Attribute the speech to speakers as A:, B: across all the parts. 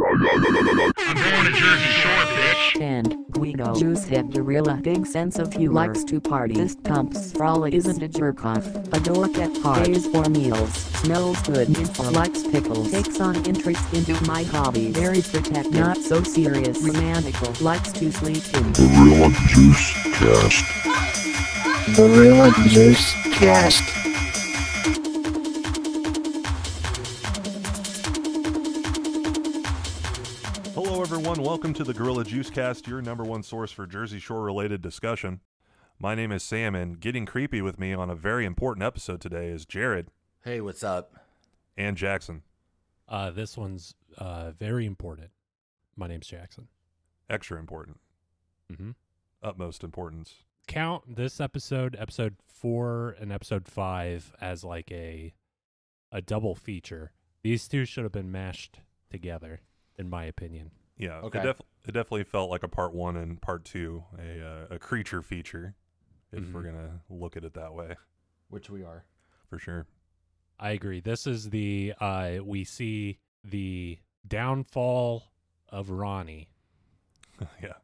A: I'm going to Jersey Shore, bitch.
B: And Guido Juice had a really big sense of humor. Likes to party. This pumps frolic isn't a jerk off. A dork at parties or meals. Smells good. Info likes pickles. Takes on interest into my hobby. Very protective. Not so serious. Romantical. Likes to sleep in.
C: Gorilla Juice Cast.
D: Gorilla Juice Cast.
E: Hello, everyone. Welcome to the Gorilla Juice Cast, your number one source for Jersey Shore related discussion. My name is Sam, and getting creepy with me on a very important episode today is Jared
F: Hey, what's up?
E: and Jackson.
G: Uh, this one's uh, very important. My name's Jackson.
E: Extra important,
G: Mm-hmm.
E: utmost importance.
G: Count this episode, episode four and episode five, as like a a double feature. These two should have been mashed together, in my opinion.
E: Yeah,
F: Okay.
E: it, def- it definitely felt like a part one and part two, a, uh, a creature feature, if we're
G: Mhm.
E: going to look at it that way,
F: Which we are.
E: for sure.
G: I agree. This is the uh, we see the downfall of Ronnie.
E: yeah.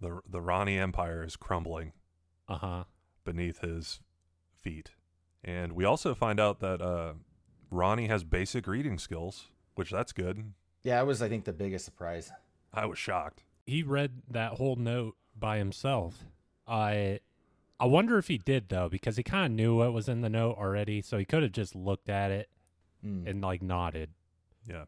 E: The, the Ronnie Empire is crumbling.
G: Uh huh.
E: beneath his feet. And we also find out that uh, Ronnie has basic reading skills, which that's good.
F: Yeah, it was, I think, the biggest surprise.
E: I was shocked.
G: he read that whole note by himself. I I wonder if he did though, because he kind of knew what was in the note already, so he could have just looked at it
F: Mm.
G: and like nodded.
E: Yeah.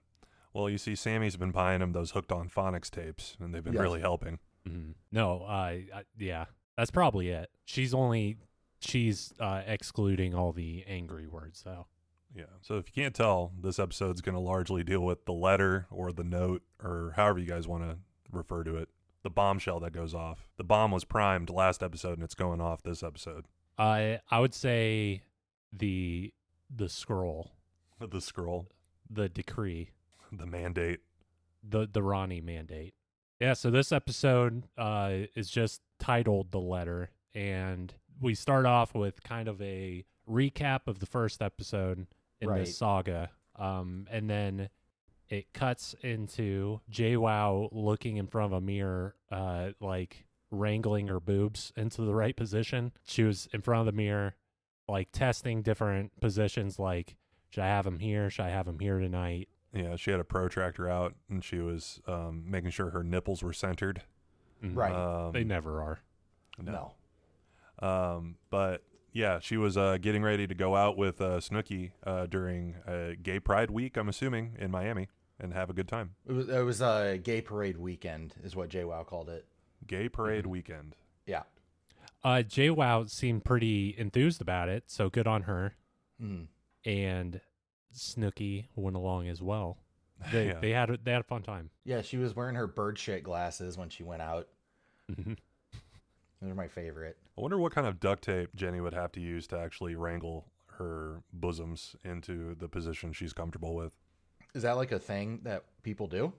E: Well, you see, Sammy's been buying him those hooked on phonics tapes, and they've been
F: Yes.
E: really helping.
G: Mhm. No, I, I yeah, that's probably it. She's only she's uh, excluding all the angry words though.
E: Yeah. So if you can't tell, this episode's going to largely deal with the letter or the note or however you guys want to refer to it. The bombshell that goes off. The bomb was primed last episode, and it's going off this episode.
G: I I would say the the scroll,
E: The scroll,
G: the decree.
E: the mandate.
G: the the Ronnie mandate. Yeah, so this episode uh, is just titled "The Letter," and we start off with kind of a recap of the first episode in
F: Right.
G: this saga, um, and then it cuts into JWoww looking in front of a mirror, uh, like wrangling her boobs into the right position. She was in front of the mirror, like testing different positions, like should I have him here? Should I have him here tonight?
E: Yeah, she had a protractor out, and she was um, making sure her nipples were centered.
G: Mhm.
F: Right.
E: Um,
G: They never are.
F: uh, no.
E: Um, but yeah, she was uh, getting ready to go out with uh, Snooki uh, during uh, Gay Pride Week, I'm assuming, in Miami, and have a good time.
F: It was, it was a gay parade weekend, is what JWoww called it.
E: Gay Parade
F: Mm-hmm.
E: Weekend.
F: Yeah.
G: Uh, JWoww seemed pretty enthused about it, so good on her.
F: Mm.
G: And Snooky went along as well. They
E: Yeah.
G: they had a, they had a fun time.
F: Yeah, she was wearing her bird shit glasses when she went out.
E: Mm-hmm.
G: Mhm.
F: Those are my favorite.
E: I wonder what kind of duct tape Jenny would have to use to actually wrangle her bosoms into the position she's comfortable with.
F: Is that like a thing that people do?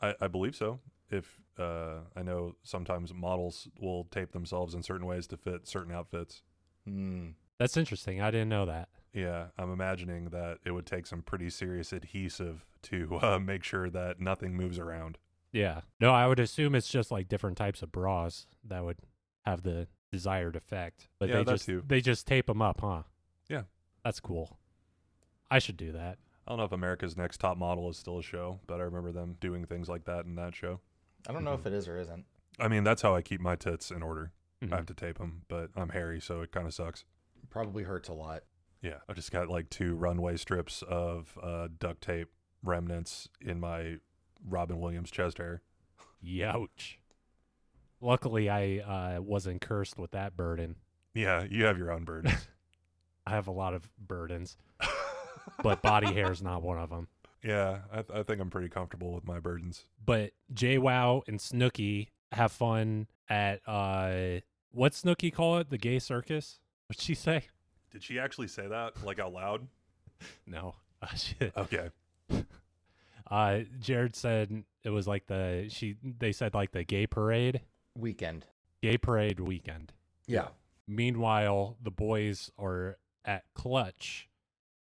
E: I, I believe so. If uh, I know, sometimes models will tape themselves in certain ways to fit certain outfits.
F: Mm.
G: That's interesting. I didn't know that.
E: Yeah, I'm imagining that it would take some pretty serious adhesive to uh, make sure that nothing moves around.
G: Yeah. No, I would assume it's just like different types of bras that would have the desired effect, but
E: Yeah,
G: they
E: that
G: just
E: too.
G: they just tape them up, huh?
E: Yeah.
G: That's cool. I should do that.
E: I don't know if America's Next Top Model is still a show, but I remember them doing things like that in that show.
F: I don't know if it is or isn't.
E: I mean, that's how I keep my tits in order. I have
G: Mhm.
E: to tape them, but I'm hairy, so it kind of sucks.
F: Probably hurts a lot.
E: Yeah, I've just got like two runway strips of uh, duct tape remnants in my Robin Williams chest hair.
G: Mm-hmm. Youch. Luckily, I uh, wasn't cursed with that burden.
E: Yeah, you have your own burdens.
G: I have a lot of burdens, but body hair is not one of them.
E: yeah, I, th- I think I'm pretty comfortable with my burdens.
G: But JWoww and Snooki have fun at uh, what Snooki call it? The gay circus? What'd she say?
E: Did she actually say that like out loud?
G: No, Ah, shit.
E: Okay.
G: Uh, Jared said it was like the she. They said like the gay parade,
F: Weekend.
G: gay parade weekend.
F: Yeah.
G: Meanwhile, the boys are at Clutch,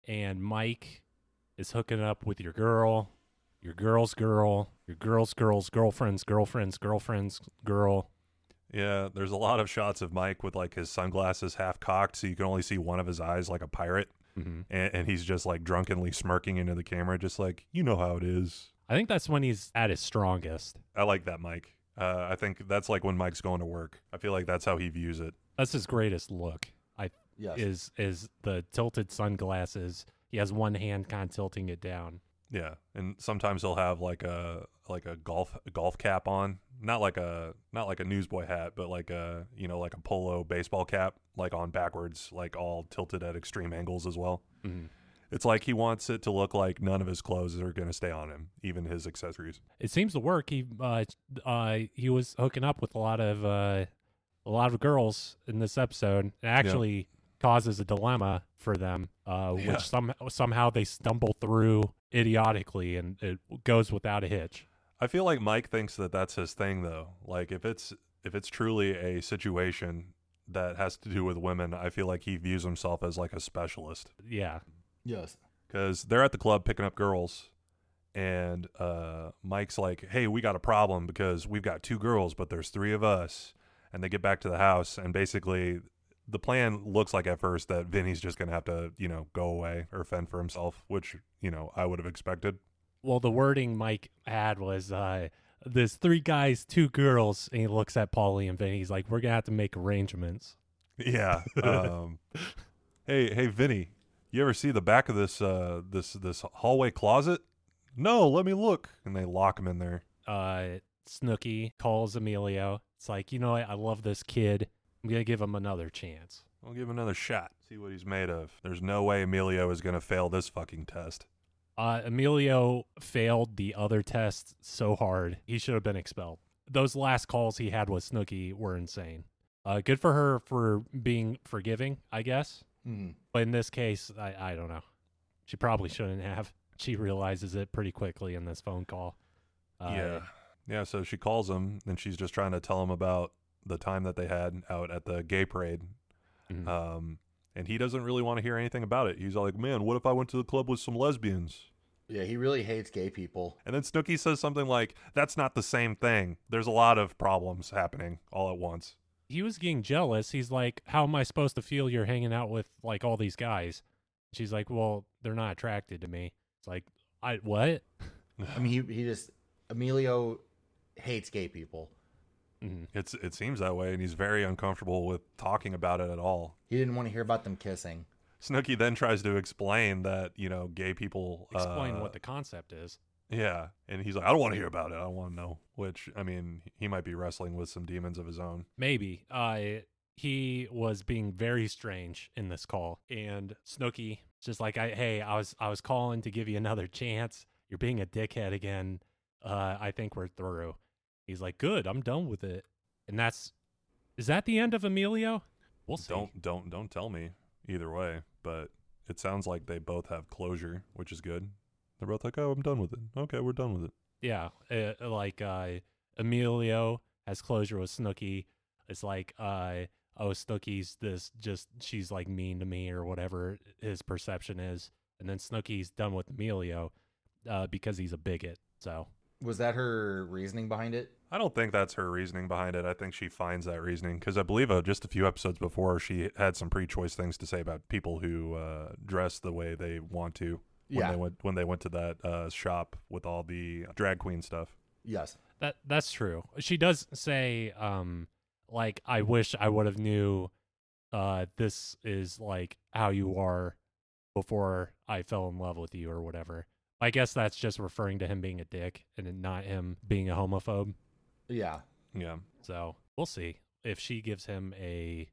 G: and Mike is hooking up with your girl. your girl's girl, your girl's girl's girlfriend's girlfriend's girlfriend's girl.
E: Yeah, there's a lot of shots of Mike with like his sunglasses half cocked, so you can only see one of his eyes like a pirate,
G: Mm-hmm.
E: and, and he's just like drunkenly smirking into the camera, just like you know how it is.
G: I think that's when he's at his strongest.
E: I like that Mike. Uh, I think that's like when Mike's going to work. I feel like that's how he views it.
G: That's his greatest look. I
F: Yes.
G: is is the tilted sunglasses. He has one hand kind of tilting it down.
E: Yeah, and sometimes he'll have like a like a golf golf cap on, not like a not like a newsboy hat, but like a you know like a polo baseball cap, like on backwards, like all tilted at extreme angles as well.
G: Mhm.
E: It's like he wants it to look like none of his clothes are gonna stay on him, even his accessories.
G: It seems to work. He uh, uh he was hooking up with a lot of uh a lot of girls in this episode. It actually causes a dilemma for them, uh,
E: Yeah.
G: which some somehow they stumble through idiotically, and it goes without a hitch.
E: I feel like Mike thinks that that's his thing though. Like if it's if it's truly a situation that has to do with women, I feel like he views himself as like a specialist.
G: Yeah,
F: Yes.
E: because they're at the club picking up girls and uh, mike's like hey we got a problem because we've got two girls but there's three of us and they get back to the house and basically the plan looks like at first that vinny's just gonna have to you know go away or fend for himself which you know i would have expected
G: well the wording mike had was uh there's three guys two girls and he looks at paulie and vinny he's like we're gonna have to make arrangements
E: yeah um, hey hey vinny you ever see the back of this uh this this hallway closet no let me look and they lock him in there
G: uh snooky calls emilio it's like you know what? i love this kid i'm gonna give him another chance
E: I'll give him another shot. See what he's made of. There's no way Emilio is going to fail this fucking test.
G: uh emilio failed the other test so hard he should have been expelled those last calls he had with snooky were insane uh good for her for being forgiving i guess
F: Mm.
G: But in this case, I, I don't know. She probably shouldn't have. She realizes it pretty quickly in this phone call. Uh,
E: Yeah, so she calls him and she's just trying to tell him about the time that they had out at the gay parade.
G: Mhm.
E: Um, and he doesn't really want to hear anything about it. He's all like, man, what if I went to the club with some lesbians?
F: Yeah, he really hates gay people.
E: And then Snooky says something like, that's not the same thing. There's a lot of problems happening all at once.
G: He was getting jealous. He's like, How am I supposed to feel you're hanging out with like all these guys? She's like, Well, they're not attracted to me. It's like, I what?
F: I mean, he, he just Emilio hates gay people.
G: Mhm.
E: It's It seems that way, and he's very uncomfortable with talking about it at all.
F: He didn't want to hear about them kissing.
E: Snooky then tries to explain that you know gay people
G: Explain
E: uh,
G: what the concept is.
E: yeah, and he's like, I don't want to hear about it. I don't want to know. Which I mean, he might be wrestling with some demons of his own.
G: Maybe. Uh, he was being very strange in this call, and Snooky just like, I, "Hey, I was I was calling to give you another chance. You're being a dickhead again. Uh, I think we're through." He's like, "Good, I'm done with it." And that's is that the end of Emilio? We'll see.
E: Don't don't don't tell me either way. But it sounds like they both have closure, which is good. They're both like, oh, I'm done with it. Okay, we're done with it.
G: Yeah, uh, like uh, Emilio has closure with Snooky. It's like, uh, oh, Snooky's this just she's like mean to me or whatever his perception is, and then Snooky's done with Emilio uh, because he's a bigot. So
F: Was that her reasoning behind it?
E: I don't think that's her reasoning behind it. I think she finds that reasoning because I believe uh, just a few episodes before she had some pre-choice things to say about people who uh, dress the way they want to. when
F: Yeah.
E: they went when they went to that uh, shop with all the drag queen stuff.
F: Yes.
G: that that's true. She does say, um, like, I wish I would have knew, uh, this is like how you are before I fell in love with you or whatever. I guess that's just referring to him being a dick and not him being a homophobe.
F: Yeah.
E: Yeah,
G: So we'll see if she gives him a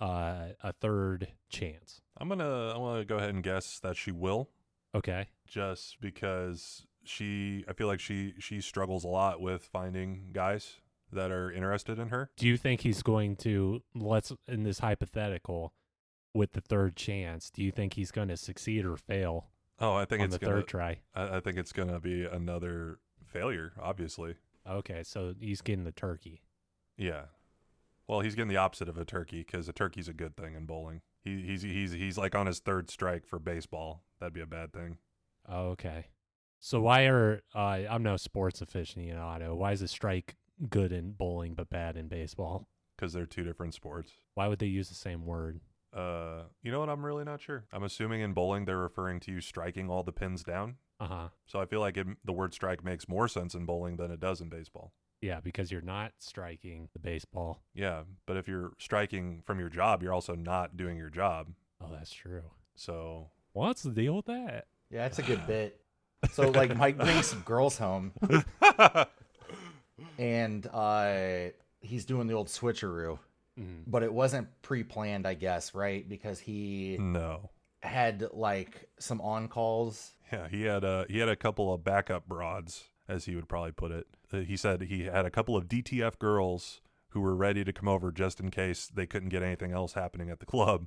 G: uh, a third chance.
E: I'm gonna I'm gonna go ahead and guess that she will,
G: Okay.
E: just because she I feel like she she struggles a lot with finding guys that are interested in her.
G: Do you think he's going to let's in this hypothetical with the third chance? Do you think he's going to succeed or fail
E: Oh, I think
G: on
E: it's
G: the
E: gonna
G: third try?
E: I, I think it's gonna be another failure. Obviously,
G: Okay, so he's getting the turkey.
E: yeah. Well, he's getting the opposite of a turkey because a turkey's a good thing in bowling. He, he's he's he's like on his third strike for baseball. That'd be a bad thing.
G: Okay. So why are uh, I'm no sports aficionado. Why is a strike good in bowling but bad in baseball?
E: because they're two different sports.
G: Why would they use the same word?
E: Uh, you know what? I'm really not sure. I'm assuming in bowling they're referring to striking all the pins down.
G: Uh huh.
E: So I feel like it, the word strike makes more sense in bowling than it does in baseball.
G: Yeah, because you're not striking the baseball.
E: Yeah, but if you're striking from your job, you're also not doing your job.
G: Oh, that's true.
E: So
G: What's the deal with that?
F: Yeah, that's a good bit. So like Mike brings some girls home and uh he's doing the old switcheroo.
G: Mm.
F: But it wasn't pre planned, I guess, right? Because he
E: no.
F: had like some on calls.
E: Yeah, he had a he had a couple of backup broads, as he would probably put it. Uh, he said he had a couple of DTF girls who were ready to come over just in case they couldn't get anything else happening at the club.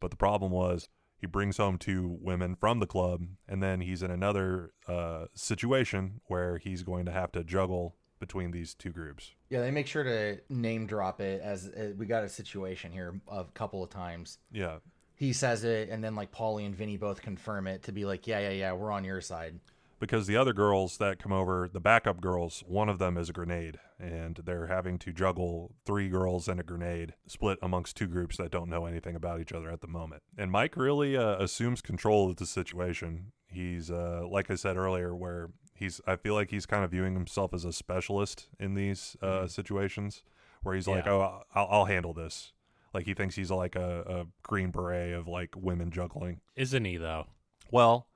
E: But the problem was he brings home two women from the club, and then he's in another uh, situation where he's going to have to juggle between these two groups.
F: Yeah, they make sure to name drop it as uh, we got a situation here a couple of times.
E: Yeah,
F: He says it, and then like Paulie and Vinny both confirm it to be like, yeah, yeah, yeah, we're on your side.
E: because the other girls that come over, the backup girls, one of them is a grenade, and they're having to juggle three girls and a grenade split amongst two groups that don't know anything about each other at the moment. And Mike really uh, assumes control of the situation. He's, uh, like I said earlier, where he's, I feel like he's kind of viewing himself as a specialist in these uh, situations, where he's like,
G: Yeah.
E: oh, I'll, I'll handle this. Like he thinks he's like a, a green beret of like women juggling.
G: Isn't he though?
E: Well,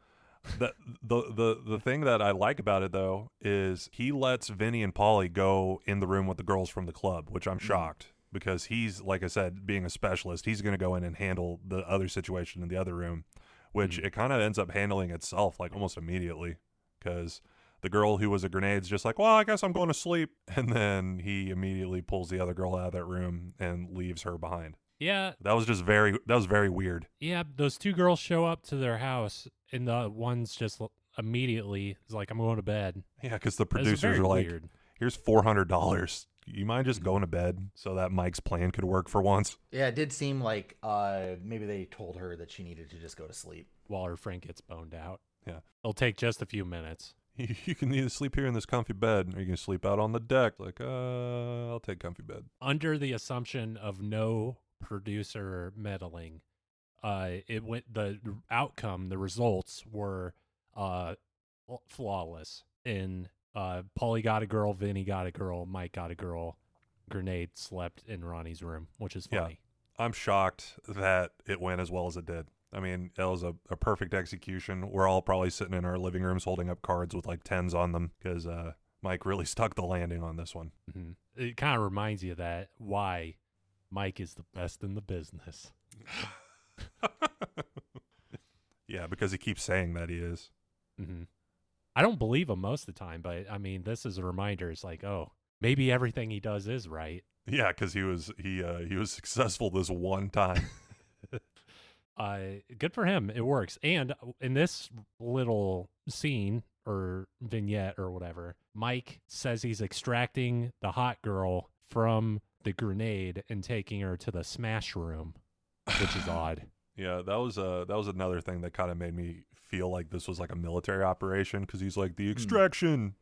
E: the, the the the thing that I like about it though is he lets Vinny and Polly go in the room with the girls from the club, which I'm shocked because he's like I said, being a specialist, he's going to go in and handle the other situation in the other room, which it kind of ends up handling itself like almost immediately because. The girl who was a grenade's just like, well, I guess I'm going to sleep, and then he immediately pulls the other girl out of that room and leaves her behind.
G: Yeah,
E: That was just very, that was very weird.
G: yeah. Those two girls show up to their house, and the one's just l- immediately is like, "I'm going to bed."
E: Yeah, because the
G: That's
E: producers
G: very
E: are like,
G: weird.
E: here's four hundred dollars. You mind just going to bed so that Mike's plan could work for once?
F: Yeah, it did seem like uh, maybe they told her that she needed to just go to sleep.
G: while her friend gets boned out.
E: Yeah.
G: it'll take just a few minutes.
E: You, you can either sleep here in this comfy bed, or you can sleep out on the deck. Like, uh, I'll take comfy bed.
G: under the assumption of no producer meddling, uh, it went the r- outcome, the results were uh, fl- flawless. In uh, Paulie got a girl, Vinny got a girl, Mike got a girl. Grenade slept in Ronnie's room, which is
E: Yeah.
G: funny.
E: I'm shocked that it went as well as it did. I mean, that was a, a perfect execution. We're all probably sitting in our living rooms holding up cards with like tens on them because uh, Mike really stuck the landing on this one.
G: hmm It kind of reminds you that why Mike is the best in the business.
E: Yeah, because he keeps saying that he is.
G: hmm I don't believe him most of the time, but I mean, this is a reminder. It's like, oh, maybe everything he does is right.
E: Yeah, because he was he uh, he was successful this one time.
G: uh good for him it works and uh, in this little scene or vignette or whatever mike says he's extracting the hot girl from the grenade and taking her to the smash room which is odd
E: Yeah, that was uh that was another thing that kind of made me feel like this was like a military operation because he's like
G: Hmm.
E: the extraction,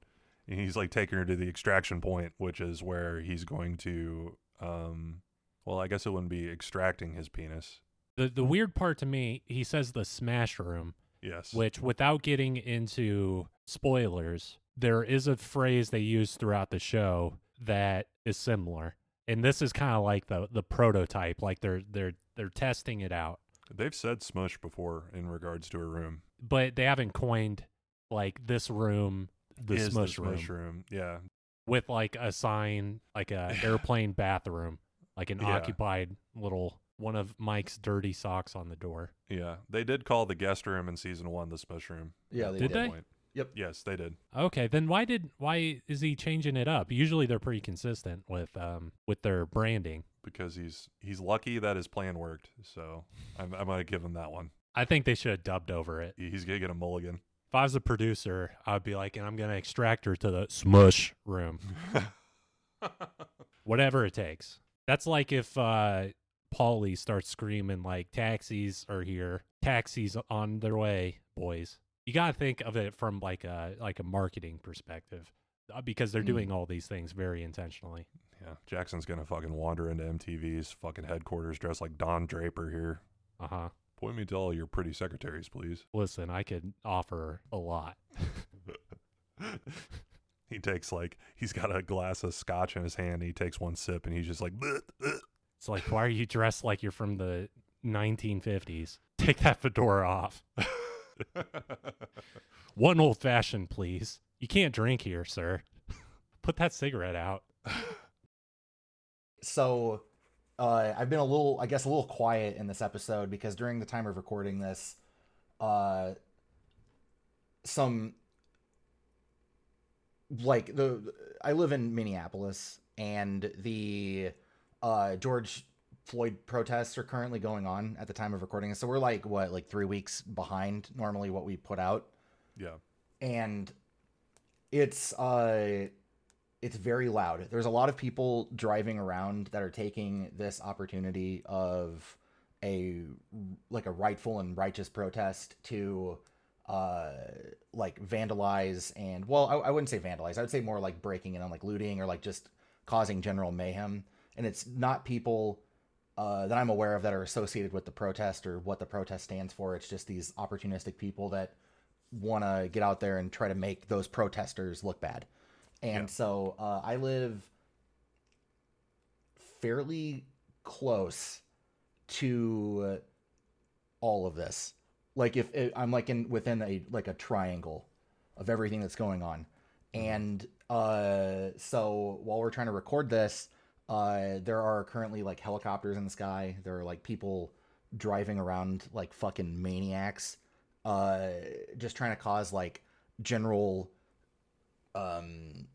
E: and he's like taking her to the extraction point, which is where he's going to um, well, I guess it wouldn't be extracting his penis.
G: the the weird part to me he says the smash room
E: Yes.
G: which without getting into spoilers there is a phrase they use throughout the show that is similar and this is kind of like the the prototype like they're they're they're testing it out
E: They've said smush before in regards to a room.
G: but they haven't coined like this room the
E: Is
G: smush room,
E: smush room. Yeah.
G: with like a sign like a airplane bathroom like an
E: Yeah.
G: occupied little one of mike's dirty socks on the door
E: Yeah. They did call the guest room in season one the smush room.
F: Yeah,
E: at one
F: they
G: did. Did they?
E: point.
F: Yep.
E: Yes, they did.
G: okay then why did why is he changing it up usually they're pretty consistent with um with their branding
E: Because he's he's lucky that his plan worked. So I'm I'm gonna give him that one.
G: i think they should have dubbed over it
E: He- He's gonna get a mulligan.
G: if i was a producer i'd be like and i'm gonna extract her to the smush room whatever it takes. That's like if uh Paulie starts screaming like taxis are here, taxis on their way, boys. you got to think of it from like a like a marketing perspective uh, because they're
F: Mm.
G: doing all these things very intentionally.
E: Yeah, Jackson's gonna fucking wander into MTV's fucking headquarters dressed like Don Draper here.
G: Uh huh.
E: Point me to all your pretty secretaries, please.
G: Listen, I could offer a lot.
E: He takes like he's got a glass of scotch in his hand. And he takes one sip and he's just like, "Bleh, bleh."
G: It's like, why are you dressed like you're from the 1950s? Take that fedora off. One old fashioned, please. You can't drink here, sir. Put that cigarette out.
F: so uh, I've been a little, I guess, a little quiet in this episode because during the time of recording this, uh, some like the I live in Minneapolis and the uh, George Floyd protests are currently going on at the time of recording, so we're like what, like three weeks behind normally what we put out
E: yeah,
F: and it's uh it's very loud. There's a lot of people driving around that are taking this opportunity of a like a rightful and righteous protest to uh like vandalize and well I, I wouldn't say vandalize i would say more like breaking in on like looting or like just causing general mayhem and it's not people uh that i'm aware of that are associated with the protest or what the protest stands for it's just these opportunistic people that want to get out there and try to make those protesters look bad. And so uh, I live fairly close to all of this. Like if it, I'm like in within a like a triangle of everything that's going on. And uh, so while we're trying to record this, uh, there are currently like helicopters in the sky. There are like people driving around like fucking maniacs uh just trying to cause like general um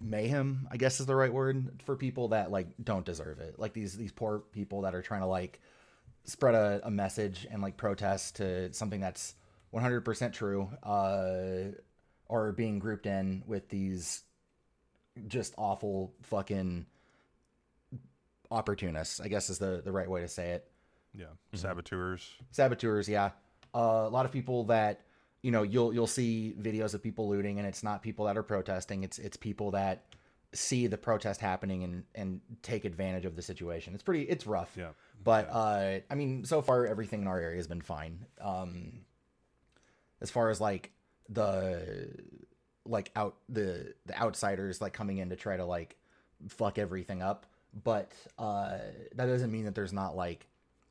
F: mayhem i guess is the right word for people that like don't deserve it like these these poor people that are trying to like spread a, a message and like protest to something that's 100% true uh are being grouped in with these just awful fucking opportunists i guess is the the right way to say it
E: yeah, saboteurs.
F: saboteurs yeah uh, a lot of people that you know you'll you'll see videos of people looting and it's not people that are protesting it's it's people that see the protest happening and and take advantage of the situation it's pretty it's rough
E: Yeah,
F: but uh i mean so far everything in our area has been fine um as far as like the like out the the outsiders like coming in to try to like fuck everything up but uh that doesn't mean that there's not like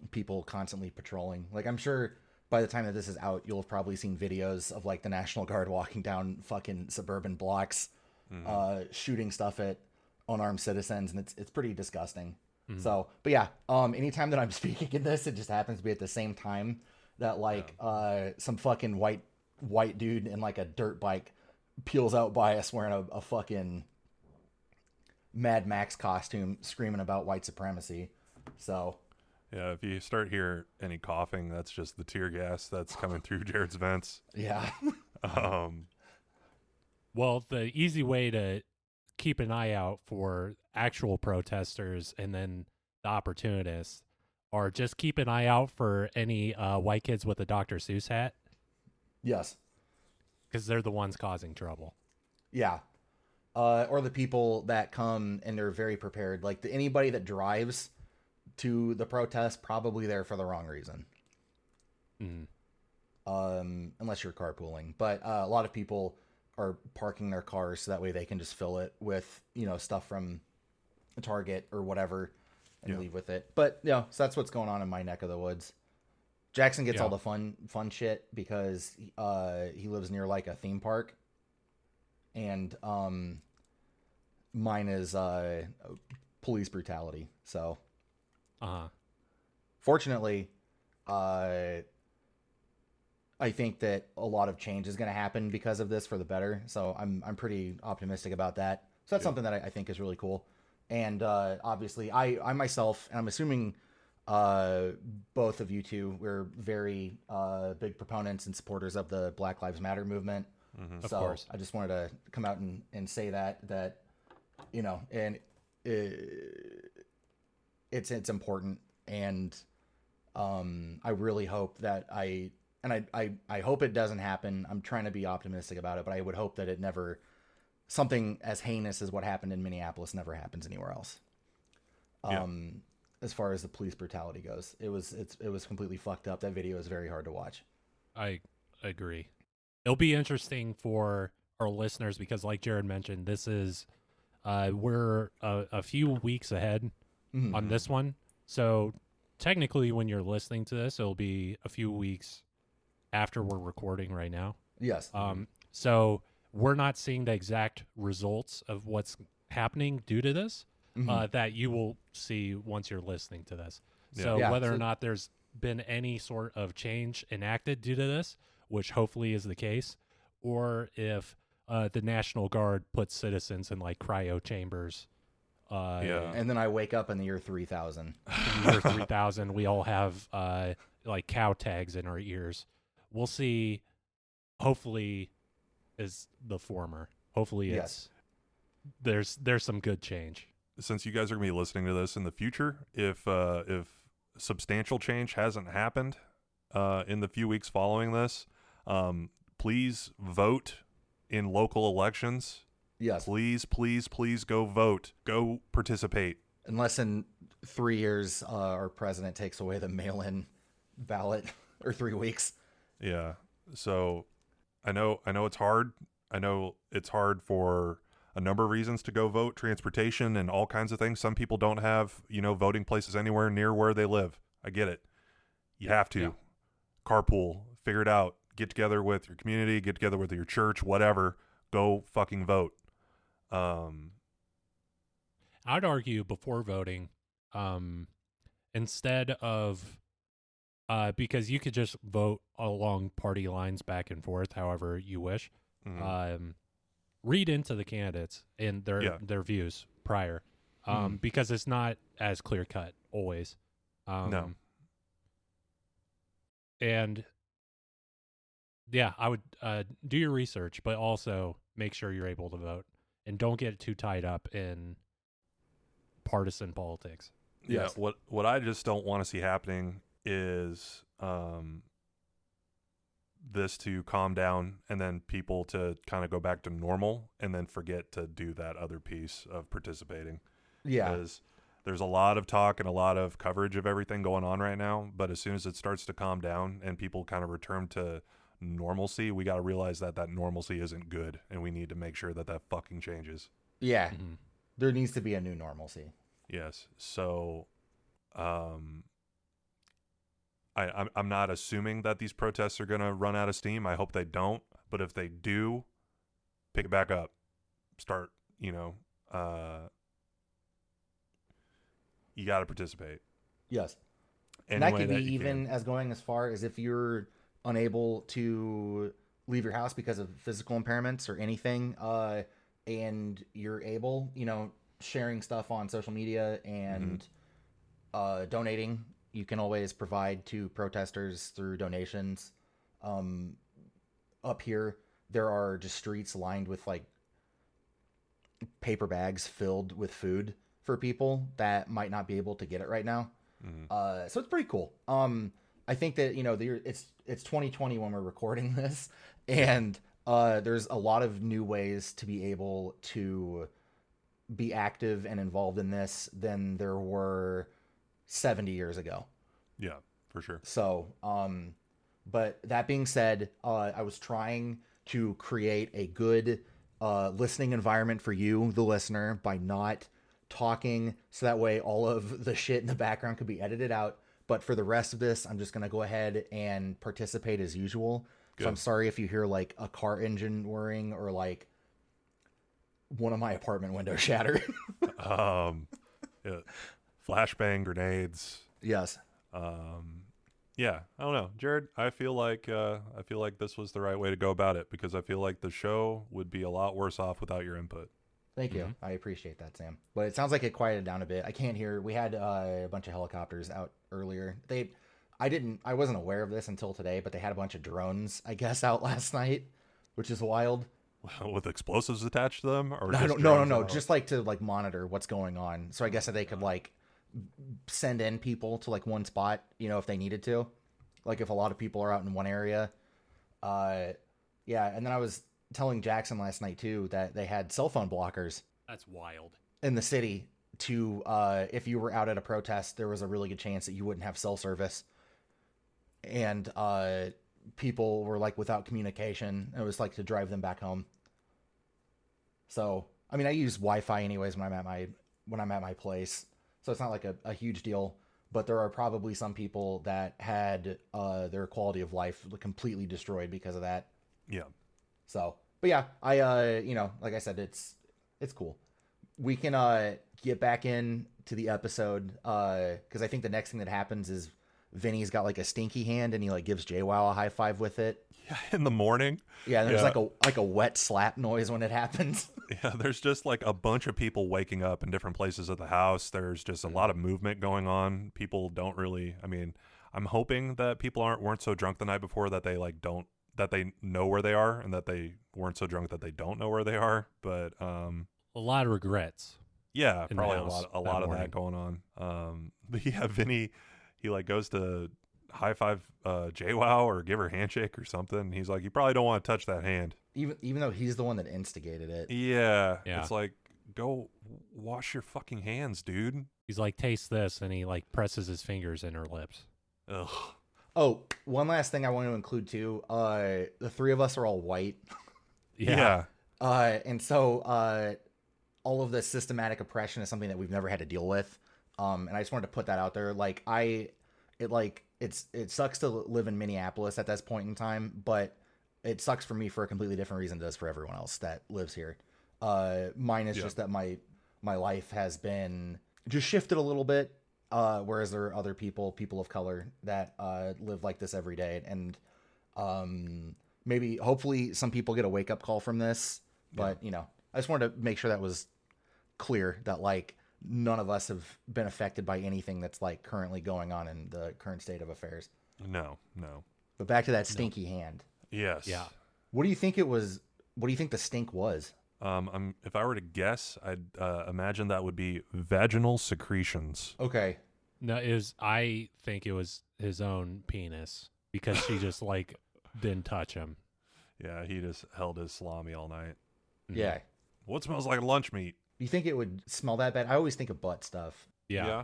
F: people constantly patrolling like i'm sure by the time that this is out you'll have probably seen videos of like the national guard walking down fucking suburban blocks uh shooting stuff at unarmed citizens and it's it's pretty disgusting so but yeah um anytime that i'm speaking in this it just happens to be at the same time that like uh some fucking white white dude in like a dirt bike peels out by us wearing a, a fucking Mad Max costume screaming about white supremacy. So
E: yeah. If you start hear any coughing, that's just the tear gas that's coming through Jared's vents.
F: yeah,
E: Um,
G: Well, the easy way to keep an eye out for actual protesters and then the opportunists are just keep an eye out for any uh, white kids with a Dr. Seuss hat
F: yes,
G: because they're the ones causing trouble.
F: yeah. Uh, or the people that come and they're very prepared. Like the, anybody that drives to the protest, probably there for the wrong reason.
G: Mm.
F: um, unless you're carpooling. But uh, a lot of people are parking their cars so that way they can just fill it with you know stuff from Target or whatever and
E: Yeah.
F: leave with it. But you know, so that's what's going on in my neck of the woods. Jackson gets all
G: Yeah.
F: the fun fun shit because uh, he lives near like a theme park, and um, mine is uh, police brutality. So
G: Uh-huh.
F: fortunately, uh, I think that a lot of change is going to happen because of this for the better. So I'm I'm pretty optimistic about that. So that's something that I, I think is really cool. And uh, obviously, I I myself, and I'm assuming uh, both of you two were very uh, big proponents and supporters of the Black Lives Matter movement.
E: mhm.
G: Of
F: so
G: course.
F: I just wanted to come out and, and say that that you know, and uh it's it's important, and um, I really hope that I and I, I I hope it doesn't happen. I'm trying to be optimistic about it, but I would hope that it never something as heinous as what happened in Minneapolis never happens anywhere else.
E: Yeah.
F: Um as far as the police brutality goes. It was it's it was completely fucked up. That video is very hard to watch.
G: I agree. It'll be interesting for our listeners because, like Jared mentioned, this is uh, we're a, a few weeks ahead
F: Mhm.
G: on this one. So technically, when you're listening to this, it'll be a few weeks after we're recording right now.
F: Yes.
G: Um, so we're not seeing the exact results of what's happening due to this
E: Mm-hmm.
F: Mhm.
G: uh, that you will see once you're listening to this.
E: Yeah.
G: So
F: Yeah,
G: whether
F: so-
G: or not there's been any sort of change enacted due to this, which hopefully is the case, or if uh, the National Guard puts citizens in like cryo chambers. Uh,
E: Yeah.
F: and then I wake up in the year 3000.
G: in the year 3000 we all have uh like cow tags in our ears we'll see hopefully is the former hopefully it's
F: Yes.
G: there's there's some good change
E: since you guys are gonna be listening to this in the future, if uh, if substantial change hasn't happened uh, in the few weeks following this, um, please vote in local elections.
F: Yes.
E: Please, please, please go vote. Go participate.
F: Unless in 3 years uh, our president takes away the mail-in ballot or 3 weeks.
E: Yeah. So I know I know it's hard. I know it's hard for a number of reasons to go vote, transportation and all kinds of things. Some people don't have, you know, voting places anywhere near where they live. I get it. You have to
G: Yeah.
E: carpool, figure it out, get together with your community, get together with your church, whatever. Go fucking vote. Um
G: i'd argue before voting um instead of uh because you could just vote along party lines back and forth however you wish
E: mhm.
G: um, read into the candidates and their
E: Yeah.
G: their views prior, um, because it's not as clear cut always. Um,
E: No.
G: And yeah, I would uh, do your research, but also make sure you're able to vote and don't get too tied up in partisan politics.
E: Yeah,
F: Yes.
E: what what I just don't want to see happening is um this to calm down and then people to kind of go back to normal and then forget to do that other piece of participating
F: Yeah.
E: because there's a lot of talk and a lot of coverage of everything going on right now but as soon as it starts to calm down and people kind of return to normalcy we got to realize that that normalcy isn't good and we need to make sure that that fucking changes
F: Yeah.
G: Mhm.
F: There needs to be a new normalcy.
E: Yes. So, um, I, I'm I'm not assuming that these protests are gonna run out of steam. I hope they don't. But if they do, pick it back up. Start. You know. Uh, you got to participate.
F: Yes.
E: Any
F: and that
E: way
F: could be
E: you can.
F: even as going as far as if you're unable to leave your house because of physical impairments or anything uh and you're able you know sharing stuff on social media and uh donating you can always provide to protesters through donations um up here there are just streets lined with like paper bags filled with food for people that might not be able to get it right now
E: Mhm.
F: uh, so it's pretty cool. Um, I think that you know the, it's it's 2020 when we're recording this, and uh, there's a lot of new ways to be able to be active and involved in this than there were 70 years ago.
E: Yeah, for sure.
F: So, um, but that being said, uh, I was trying to create a good uh, listening environment for you, the listener, by not talking. So that way, all of the shit in the background could be edited out. But for the rest of this, I'm just going to go ahead and participate as usual. So I'm
E: Good.
F: sorry if you hear like a car engine whirring or like one of my apartment windows shatter.
E: um, yeah, flashbang grenades.
F: yes.
E: um yeah i don't know jared i feel like uh i feel like this was the right way to go about it because i feel like the show would be a lot worse off without your input
F: Thank you. Mm-hmm. I appreciate that, Sam. But it sounds like it quieted down a bit. I can't hear. We had uh, a bunch of helicopters out earlier. They, I didn't, I wasn't aware of this until today, but they had a bunch of drones, I guess, out last night, which is wild.
E: with explosives attached to them or
F: No,
E: just
F: no, no,
E: drones
F: no,
E: out?
F: just like to like monitor what's going on. So I guess that they could like send in people to like one spot, you know, if they needed to. like if a lot of people are out in one area. Uh, yeah, and then I was telling Jackson last night too that they had cell phone blockers
G: That's wild.
F: in the city to uh if you were out at a protest there was a really good chance that you wouldn't have cell service and uh people were like without communication it was like to drive them back home so i mean i use wi-fi anyways when i'm at my when i'm at my place so it's not like a, a huge deal but there are probably some people that had uh their quality of life completely destroyed because of that
E: Yeah.
F: so, but yeah, I uh, you know, like I said, it's it's cool. We can uh get back in to the episode uh because I think the next thing that happens is Vinny's got like a stinky hand and he like gives JWoww a high five with it.
E: Yeah. In the morning.
F: Yeah, and there's
E: Yeah.
F: like a like a wet slap noise when it happens.
E: Yeah, there's just like a bunch of people waking up in different places of the house. There's just a
F: Mm.
E: lot of movement going on. People don't really. I mean, I'm hoping that people aren't weren't so drunk the night before that they like don't that they know where they are and that they weren't so drunk that they don't know where they are. But um,
G: A lot of regrets.
E: yeah,
G: in the
E: probably a
G: house
E: lot a
G: that
E: lot of
G: morning.
E: that going on. Um, but yeah, Vinny, he like goes to high five uh, JWoww or give her a handshake or something. He's like, you probably don't want to touch that hand.
F: Even even though he's the one that instigated it.
E: Yeah,
G: Yeah.
E: it's like go w- wash your fucking hands, dude.
G: He's like, taste this, and he like presses his fingers in her lips.
E: Ugh.
F: Oh, one last thing I want to include too. Uh the three of us are all white.
E: Yeah.
F: Uh, and so uh, all of the systematic oppression is something that we've never had to deal with. Um, and I just wanted to put that out there. Like I, it like it's it sucks to live in Minneapolis at this point in time, but it sucks for me for a completely different reason than it does for everyone else that lives here. Uh, mine is
E: Yeah.
F: just that my my life has been just shifted a little bit. Uh, whereas there are other people, people of color, that uh, live like this every day, and um, maybe hopefully some people get a wake up call from this. But you know, I just wanted to make sure that was clear that like none of us have been affected by anything that's like currently going on in the current state of affairs.
E: No, no.
F: But back to that stinky hand.
E: Yes.
G: Yeah.
F: What do you think it was? What do you think the stink was?
E: Um, I'm, if I were to guess, I'd uh, imagine that would be vaginal secretions.
F: Okay.
G: No, it was. I think it was his own penis because she just like didn't touch him.
E: Yeah, he just held his salami all night.
G: Mhm.
F: Yeah.
E: What smells like lunch meat?
F: Mm-hmm. You think it would smell that bad? I always think of butt stuff.
G: yeah.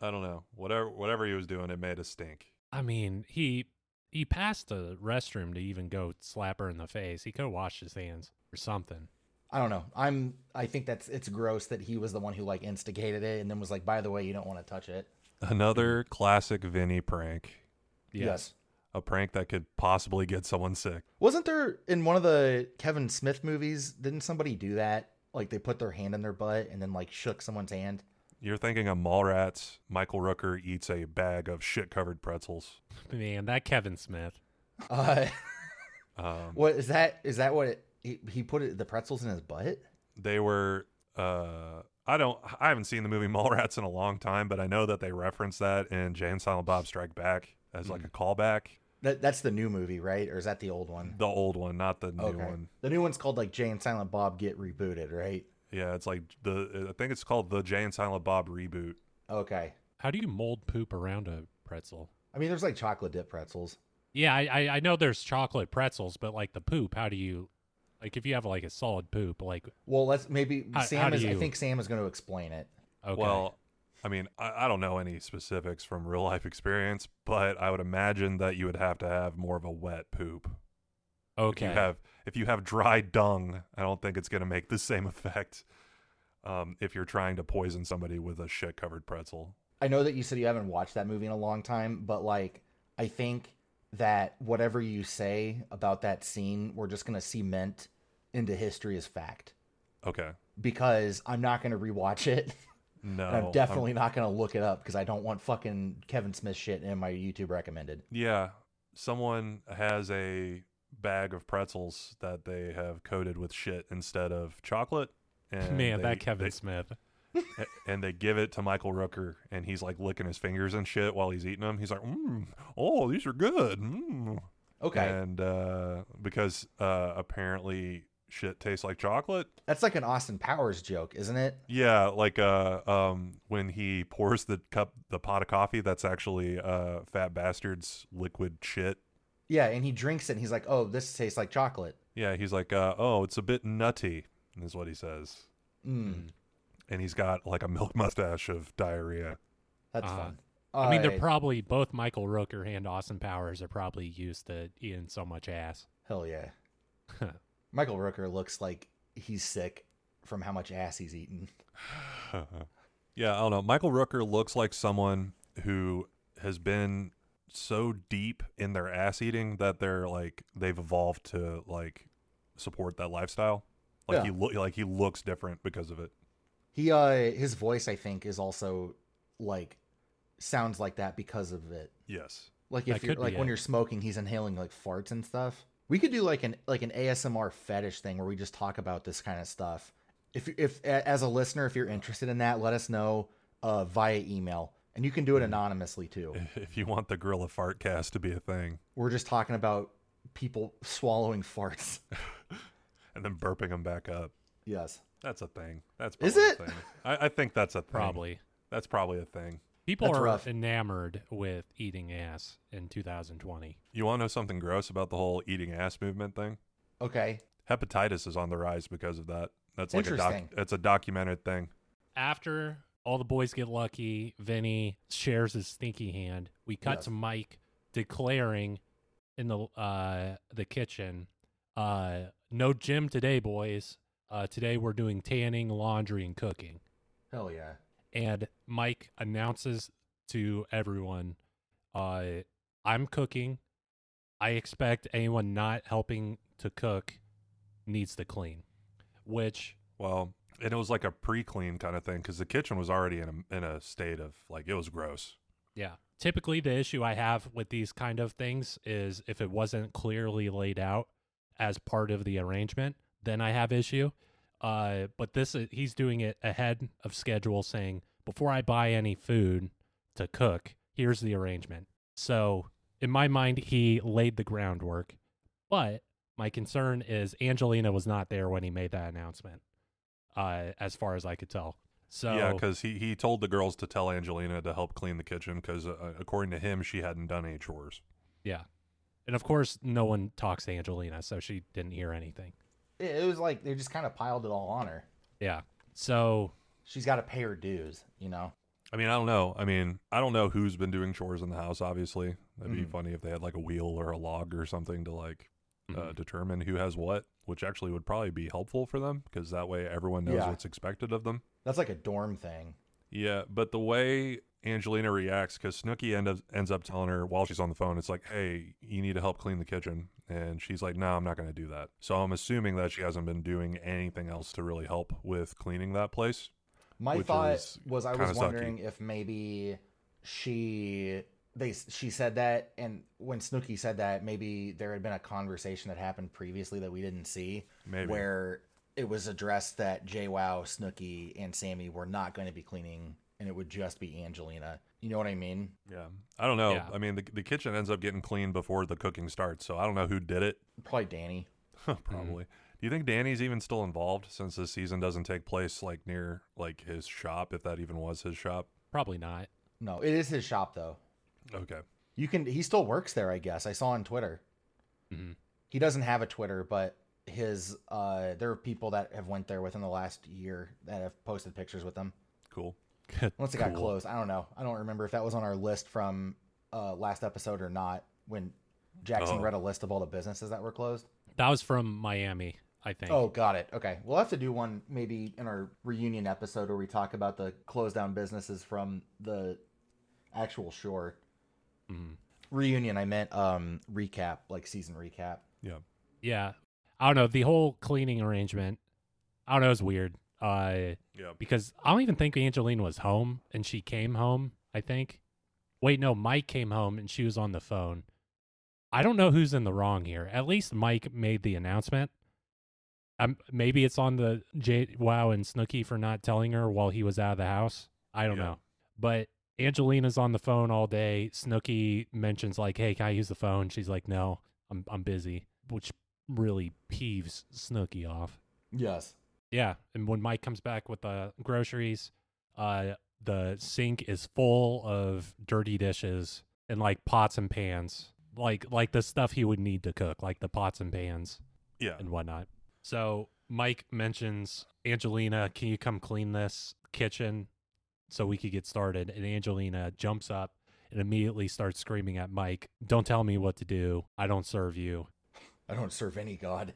E: I don't know. Whatever, whatever he was doing, it made us stink.
G: I mean, he he passed the restroom to even go slap her in the face. He could have washed his hands or something.
F: I don't know. I'm. I think that's. It's gross that he was the one who like instigated it and then was like, by the way, you don't want to touch it.
E: Another classic Vinny prank.
G: Yes.
E: A prank that could possibly get someone sick.
F: Wasn't there in one of the Kevin Smith movies? Didn't somebody do that? Like they put their hand in their butt and then like shook someone's hand.
E: You're thinking of Mallrats. Michael Rooker eats a bag of shit-covered pretzels.
G: Man, that Kevin Smith.
F: Uh,
E: Um,
F: what is that? Is that what it, he he put it, the pretzels in his butt?
E: they were uh I don't I haven't seen the movie Mallrats in a long time, but I know that they reference that in Jay and Silent Bob Strike Back as like a callback.
F: That that's the new movie, right? Or is that the old one?
E: The old one, not the new
F: okay.
E: one.
F: The new one's called like Jay and Silent Bob Get Rebooted, right?
E: Yeah, it's like the I think it's called the Jay and Silent Bob reboot.
F: Okay.
G: How do you mold poop around a pretzel?
F: I mean, there's like chocolate dip pretzels.
G: Yeah, I, I I know there's chocolate pretzels, but like the poop, how do you like if you have like a solid poop, like
F: Well, let's maybe
G: How-
F: Sam
G: how do
F: is. I
G: you-
F: think Sam is going to explain it.
G: okay.
E: Well, I mean, I, I don't know any specifics from real life experience, but I would imagine that you would have to have more of a wet poop.
G: okay.
E: If you have if you have dry dung, I don't think it's going to make the same effect. Um, if you're trying to poison somebody with a shit covered pretzel,
F: I know that you said you haven't watched that movie in a long time, but like I think that whatever you say about that scene, we're just gonna cement into history as fact
E: okay.
F: because I'm not gonna rewatch it.
E: No, Um,
F: and I'm definitely not gonna look it up because I don't want fucking Kevin Smith shit in my YouTube recommended.
E: yeah, someone has a bag of pretzels that they have coated with shit instead of chocolate. And
G: Man,
E: they-
G: that Kevin
E: they-
G: Smith.
E: and they give it to Michael Rooker, and he's like licking his fingers and shit while he's eating them. He's like, mm, "Oh, these are good." Mm.
F: Okay.
E: And uh, because uh, apparently shit tastes like chocolate.
F: That's like an Austin Powers joke, isn't it?
E: Yeah, like uh, um, when he pours the cup, the pot of coffee, that's actually uh, Fat Bastard's liquid shit.
F: Yeah, and he drinks it and he's like, "Oh, this tastes like chocolate."
E: Yeah, he's like, uh, oh, it's a bit nutty, is what he says,
G: Hmm.
F: Mm,
E: and he's got like a milk mustache of diarrhea.
F: that's
G: Uh,
F: fun.
G: I mean, they're
F: Uh,
G: probably both Michael Rooker and Austin Powers are probably used to eating so much ass.
F: Hell yeah. Michael Rooker looks like he's sick from how much ass he's eaten.
E: yeah, I don't know. Michael Rooker looks like someone who has been so deep in their ass eating that they're like they've evolved to like support that lifestyle. Like he look like he looks different because of it.
F: He uh his voice I think is also like sounds like that because of it.
E: Yes.
F: Like
G: That
F: if you're
G: could be
F: like when
G: it.
F: you're smoking, he's inhaling like farts and stuff. We could do like an like an ASMR fetish thing where we just talk about this kind of stuff. If if a- as a listener, if you're interested in that, let us know uh, via email, and you can
G: Mm.
F: do it anonymously too.
E: If you want the gorilla fart cast to be a thing,
F: We're just talking about people swallowing farts.
E: and then burping them back up,
F: yes,
E: that's a thing. That's
F: Is
E: probably a
F: it?
E: thing. I, I think that's a thing.
G: Probably.
E: that's probably a thing.
G: People
F: That's
G: are
F: rough.
G: enamored with eating ass in 2020.
E: You want to know something gross about the whole eating ass movement thing?
F: okay.
E: hepatitis is on the rise because of that. That's like a doc.
F: Interesting.
E: It's a documented thing.
G: After all the boys get lucky, Vinny shares his stinky hand. We cut
F: Yes.
G: to Mike declaring in the uh, the kitchen, uh, "No gym today, boys. Uh, today we're doing tanning, laundry, and cooking."
F: Hell yeah.
G: and Mike announces to everyone, uh, "I'm cooking. I expect anyone not helping to cook needs to clean." Which
E: Well, and it was like a pre-clean kind of thing because the kitchen was already in a in a state of like it was gross.
G: Yeah. Typically, the issue I have with these kind of things is if it wasn't clearly laid out as part of the arrangement, then I have issue. Uh, but this is, he's doing it ahead of schedule, saying before I buy any food to cook, here's the arrangement. So in my mind, he laid the groundwork. But my concern is Angelina was not there when he made that announcement, uh, as far as I could tell. So
E: Yeah, because he he told the girls to tell Angelina to help clean the kitchen because uh, according to him she hadn't done any chores.
G: Yeah. And of course, no one talks to Angelina, so she didn't hear anything.
F: It, it was like they just kind of piled it all on her.
G: Yeah. So,
F: She's got to pay her dues, you know.
E: I mean, I don't know. I mean, I don't know who's been doing chores in the house. Obviously, that'd be
F: Mhm.
E: funny if they had like a wheel or a log or something to like uh, determine who has what, which actually would probably be helpful for them because that way everyone knows
F: Yeah.
E: what's expected of them.
F: That's like a dorm thing.
E: Yeah, but the way Angelina reacts, because Snooki end up, ends up telling her while she's on the phone, it's like, hey, you need to help clean the kitchen. And she's like, no, I'm not going to do that. So I'm assuming that she hasn't been doing anything else to really help with cleaning that place.
F: My
E: which
F: thought
E: is
F: was I
E: kinda
F: was
E: sucky.
F: wondering if maybe she they she said that and when Snooky said that maybe there had been a conversation that happened previously that we didn't see
E: Maybe.
F: where it was addressed that JWoww, Snooky and Sammy were not going to be cleaning and it would just be Angelina. You know what I mean?
E: Yeah. I don't know.
G: Yeah.
E: I mean, the, the kitchen ends up getting cleaned before the cooking starts. So I don't know who did it.
F: Probably Danny.
E: Probably. Do you think Danny's even still involved since this season doesn't take place like near like his shop, if that even was his shop?
G: probably not.
F: No, it is his shop though.
E: Okay.
F: You can he still works there, I guess. I saw on Twitter.
G: Mhm.
F: He doesn't have a Twitter, but his uh there are people that have went there within the last year that have posted pictures with him.
E: Cool.
F: Once it got closed, I don't know. I don't remember if that was on our list from uh last episode or not when Jackson
E: Oh.
F: read a list of all the businesses that were closed.
G: That was from Miami, I think.
F: Oh, got it. Okay. We'll have to do one maybe in our reunion episode where we talk about the closed down businesses from the actual shore.
G: Mhm.
F: Reunion, I meant um recap, like season recap.
E: Yeah.
G: Yeah. I don't know. The whole cleaning arrangement, I don't know, it's weird. Uh,
E: Yeah.
G: because I don't even think Angelina was home and she came home, I think. Wait, no, Mike came home and she was on the phone. I don't know who's in the wrong here. At least Mike made the announcement. Um, maybe it's on the J Wow and Snooky for not telling her while he was out of the house. I don't
E: Yeah.
G: know. But Angelina's on the phone all day. Snooky mentions like, "Hey, can I use the phone?" She's like, "No, I'm I'm busy," which really peeves Snooky off.
F: Yes.
G: Yeah, and when Mike comes back with the groceries, uh, the sink is full of dirty dishes and like pots and pans, like like the stuff he would need to cook, like the pots and pans
E: Yeah.
G: and whatnot. So Mike mentions Angelina, can you come clean this kitchen so we could get started? And Angelina jumps up and immediately starts screaming at Mike, "Don't tell me what to do. I don't serve you."
F: I don't serve any god.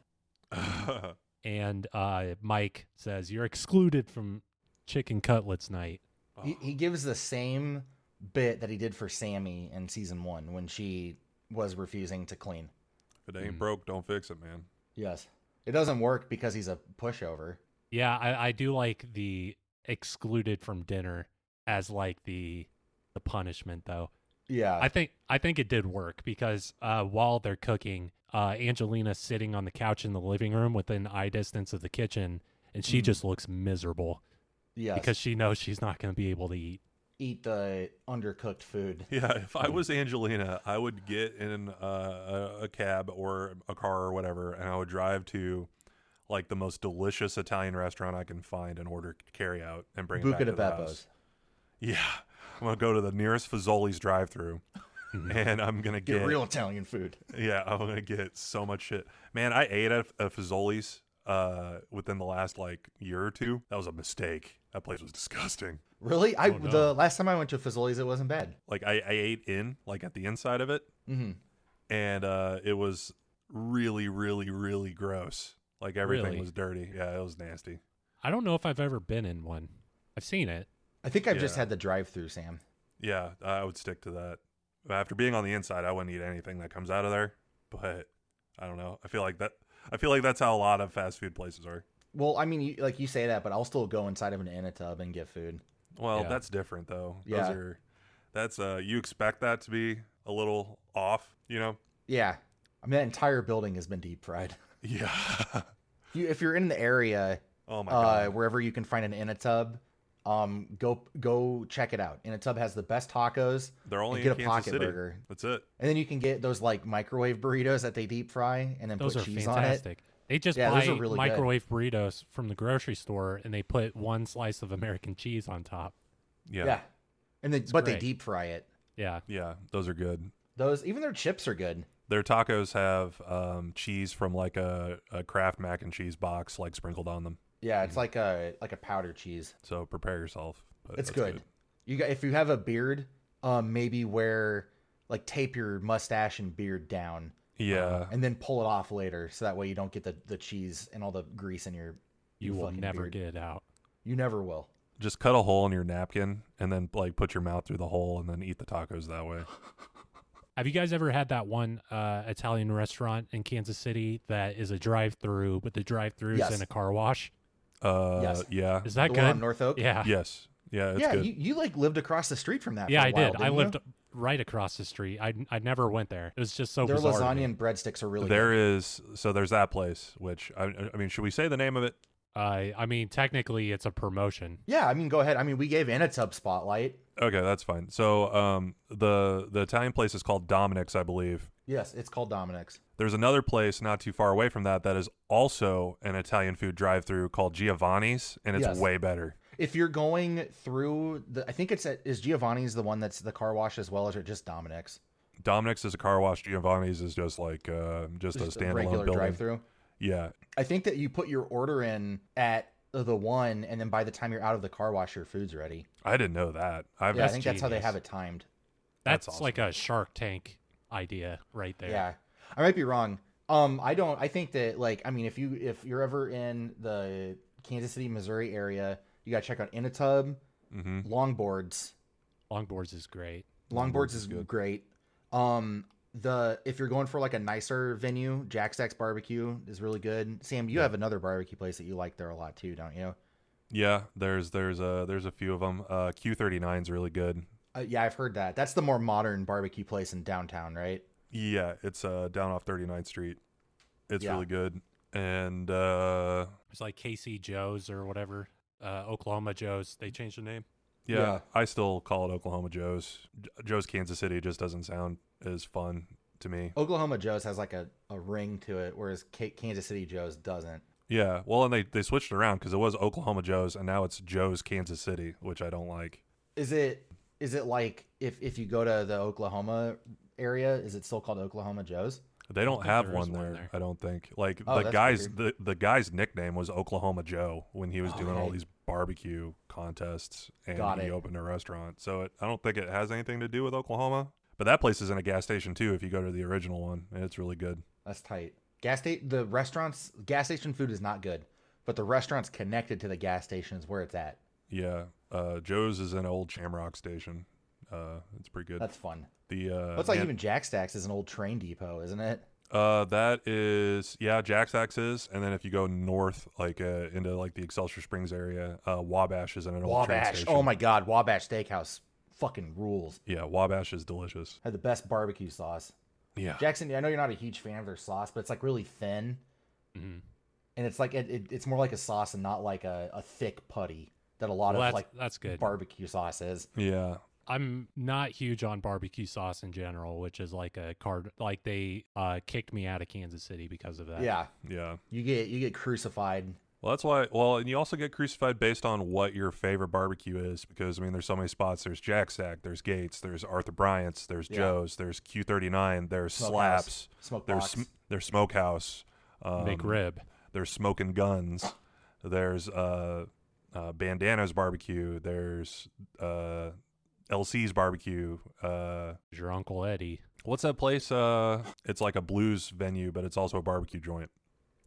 G: and uh, Mike says, "You're excluded from chicken cutlets night."
F: He, he gives the same bit that he did for Sammy in season one when she was refusing to clean.
E: if it ain't
F: Hmm.
G: Mm.
E: broke, don't fix it, man.
F: Yes. It doesn't work because he's a pushover.
G: Yeah, I, I do like the excluded from dinner as like the the punishment though.
F: Yeah.
G: I think I think it did work because uh, while they're cooking, uh, Angelina's sitting on the couch in the living room within eye distance of the kitchen, and she
F: Mm.
G: just looks miserable
F: yes.
G: because she knows she's not going to be able to eat.
F: eat the undercooked food.
E: Yeah, if
F: Hmm.
E: I was Angelina, I would get in uh, a, a cab or a car or whatever, and I would drive to like the most delicious Italian restaurant I can find and order carry out and bring it
F: Buca
E: back
F: de
E: to the house.
F: Beppo's.
E: Yeah, I'm gonna go to the nearest Fazoli's drive-through, and I'm gonna
F: Get
E: get,
F: real Italian food.
E: Yeah, I'm gonna get so much shit. Man, I ate at a Fazoli's uh, within the last like year or two. That was a mistake. That place was disgusting.
F: Really? I
G: Oh, no.
F: the last time I went to Fazoli's, it wasn't bad.
E: Like I, I ate in like at the inside of it,
F: hmm
E: and uh, it was really, really, really gross. Like everything
G: Really?
E: was dirty. Yeah, it was nasty.
G: I don't know if I've ever been in one. I've seen it.
F: I think I've just
E: Yeah.
F: had the drive-through, Sam.
E: Yeah, I would stick to that. After being on the inside, I wouldn't eat anything that comes out of there. But I don't know. I feel like that. I feel like that's how a lot of fast food places are.
F: Well, I mean, you, like you say that, but I'll still go inside of an in a tub and get food.
E: Well,
G: Yeah.
E: that's different though. Those
F: Yeah.
E: are that's uh you expect that to be a little off, you know?
F: Yeah, I mean that entire building has been deep fried.
E: Yeah.
F: You, if you're in the area,
E: oh my
F: uh,
E: god.
F: wherever you can find an in a tub, um, go go check it out. In a tub has the best tacos,
E: They're only
F: and get
E: in
F: a
E: Kansas
F: pocket
E: City.
F: burger.
E: That's it.
F: and then you can get those like microwave burritos that they deep fry and then
G: Those
F: put
G: are
F: cheese on it.
G: fantastic. They just
F: Yeah,
G: buy
F: those are really good.
G: microwave burritos from the grocery store and they put one slice of American cheese on top.
E: Yeah.
F: Yeah,
E: Yeah.
F: and they, but they
G: great.
F: deep fry it.
G: Yeah.
E: those are good.
F: Those even their chips are good.
E: Their tacos have um, cheese from like a, a Kraft mac and cheese box like sprinkled on them.
F: Yeah, it's like a like a powder cheese.
E: So prepare yourself. But
F: It's
E: that's
F: good. You got if you have a beard, um, maybe wear like tape your mustache and beard down,
E: Yeah.
F: Uh, and then pull it off later, so that way you don't get the the cheese and all the grease in your.
G: You, will
F: fucking
G: never
F: beard.
G: get it out.
F: You never will.
E: Just cut a hole in your napkin and then like put your mouth through the hole and then eat the tacos that way.
G: Have you guys ever had that one uh, Italian restaurant in Kansas City that is a drive through, but the drive through
F: Yes.
G: is in a car wash?
E: Uh
F: Yes.
E: yeah.
G: Is that
F: the
G: good?
F: one on North Oak.
G: yeah. Yeah,
E: Yes. Yeah, it's
F: yeah.
E: good.
F: You, you like lived across the street from that. for a
G: I
F: while,
G: did. I
F: didn't you?
G: lived right across the street. I, I never went there. It was just so
F: Their
G: bizarre. to
F: lasagna
G: me.
F: and breadsticks are really
E: There
F: good.
E: is so there's that place which I, I mean should we say the name of it
G: Uh, I mean, technically, it's a promotion.
F: Yeah, I mean, go ahead. I mean, we gave in a tub spotlight.
E: okay that's fine so um the the italian place is called dominic's i believe
F: Yes, it's called Dominic's.
E: there's another place not too far away from that that is also an italian food drive-through called giovanni's and it's
F: Yes.
E: way better
F: If you're going through the, I think it's at, is Giovanni's the one that's the car wash as well, or is it just Dominic's?
E: dominic's is a car wash giovanni's is just like uh just,
F: Just
E: a standalone
F: regular
E: building
F: drive-through.
E: yeah
F: I think that you put your order in at the one, and then by the time you're out of the car wash, your food's ready.
E: i didn't know that i've
F: yeah, I
G: That's
F: think that's how they
G: genius.
F: have it timed.
G: That's,
E: That's
G: like a Shark Tank idea right there.
F: Yeah, I might be wrong. Um, I don't. I think that like, I mean, if you if you're ever in the Kansas City, Missouri area, you gotta check out In a Tub,
E: mm-hmm.
F: Longboards.
G: Longboards is great.
F: Longboards is great. Um, the if you're going for like a nicer venue, Jack Stack's Barbecue is really good. Sam, you have another barbecue place that you like there a lot too, don't you?
E: yeah there's there's a there's a few of them uh q39 is really good
F: Uh, yeah, I've heard that. That's the more modern barbecue place in downtown, right?
E: Yeah, it's uh down off 39th Street. It's
F: Yeah.
E: really good. And uh
G: It's like KC Joe's or whatever. Uh, Oklahoma Joe's. They changed the name.
E: yeah,
F: Yeah.
E: I still call it Oklahoma Joe's. J- Joe's Kansas City just doesn't sound as fun to me.
F: Oklahoma Joe's has like a, a ring to it, whereas K- Kansas City Joe's doesn't.
E: Yeah. Well, and they, they switched it around because it was Oklahoma Joe's and now it's Joe's Kansas City, which I don't like.
F: Is it is it like if if you go to the Oklahoma area, is it still called Oklahoma Joe's?
E: They don't
G: think
E: have
G: there is
E: one
G: one
E: there,
G: there.
E: I don't think. Like
F: Oh,
E: the
F: that's
E: guy's
F: weird.
E: the, the guy's nickname was Oklahoma Joe when he was
F: Oh,
E: doing all
F: right.
E: these barbecue contests and
F: Got
E: he
F: it.
E: opened a restaurant. So it, I don't think it has anything to do with Oklahoma. But that place is in a gas station too if you go to the original one and it's really good.
F: That's tight. Gas station the restaurants gas station food is not good, but the restaurants connected to the gas station is where it's at.
E: Yeah. Uh, Joe's is an old Shamrock station. Uh, it's pretty good.
F: That's fun.
E: the uh,
F: That's like
E: man-
F: even Jack Stacks is an old train depot, isn't it?
E: Uh, that is yeah, Jack's Axe is, and then if you go north, like uh, into like the Excelsior Springs area, uh, Wabash is in an old train
F: Wabash.
E: station.
F: Oh my god, Wabash Steakhouse fucking rules.
E: Yeah, Wabash is delicious.
F: Had the best barbecue sauce.
E: Yeah,
F: Jackson, I know you're not a huge fan of their sauce, but it's like really thin,
G: Mhm.
F: and it's like it, it, it's more like a sauce and not like a, a thick putty that a lot
G: Well,
F: of
G: that's,
F: like
G: that's good.
F: barbecue sauce is.
E: yeah,
G: I'm not huge on barbecue sauce in general, which is like a card. Like they uh, kicked me out of Kansas City because of that.
F: Yeah,
E: yeah.
F: you get you get crucified.
E: Well, that's why. Well, and you also get crucified based on what your favorite barbecue is, because I mean, there's so many spots. There's Jack's Axe, there's Gates, there's Arthur Bryant's, there's
F: Yeah.
E: Joe's, there's Q39, there's
F: Smokehouse.
E: Slaps,
F: smoke
E: there's
F: box.
E: sm- there's Smokehouse, um,
G: McRib.
E: There's Smoking Guns. There's uh, uh, Bandana's Barbecue. There's uh, LC's Barbecue. Uh,
G: is Your uncle Eddie.
E: what's that place? Uh, it's like a blues venue, but it's also a barbecue joint.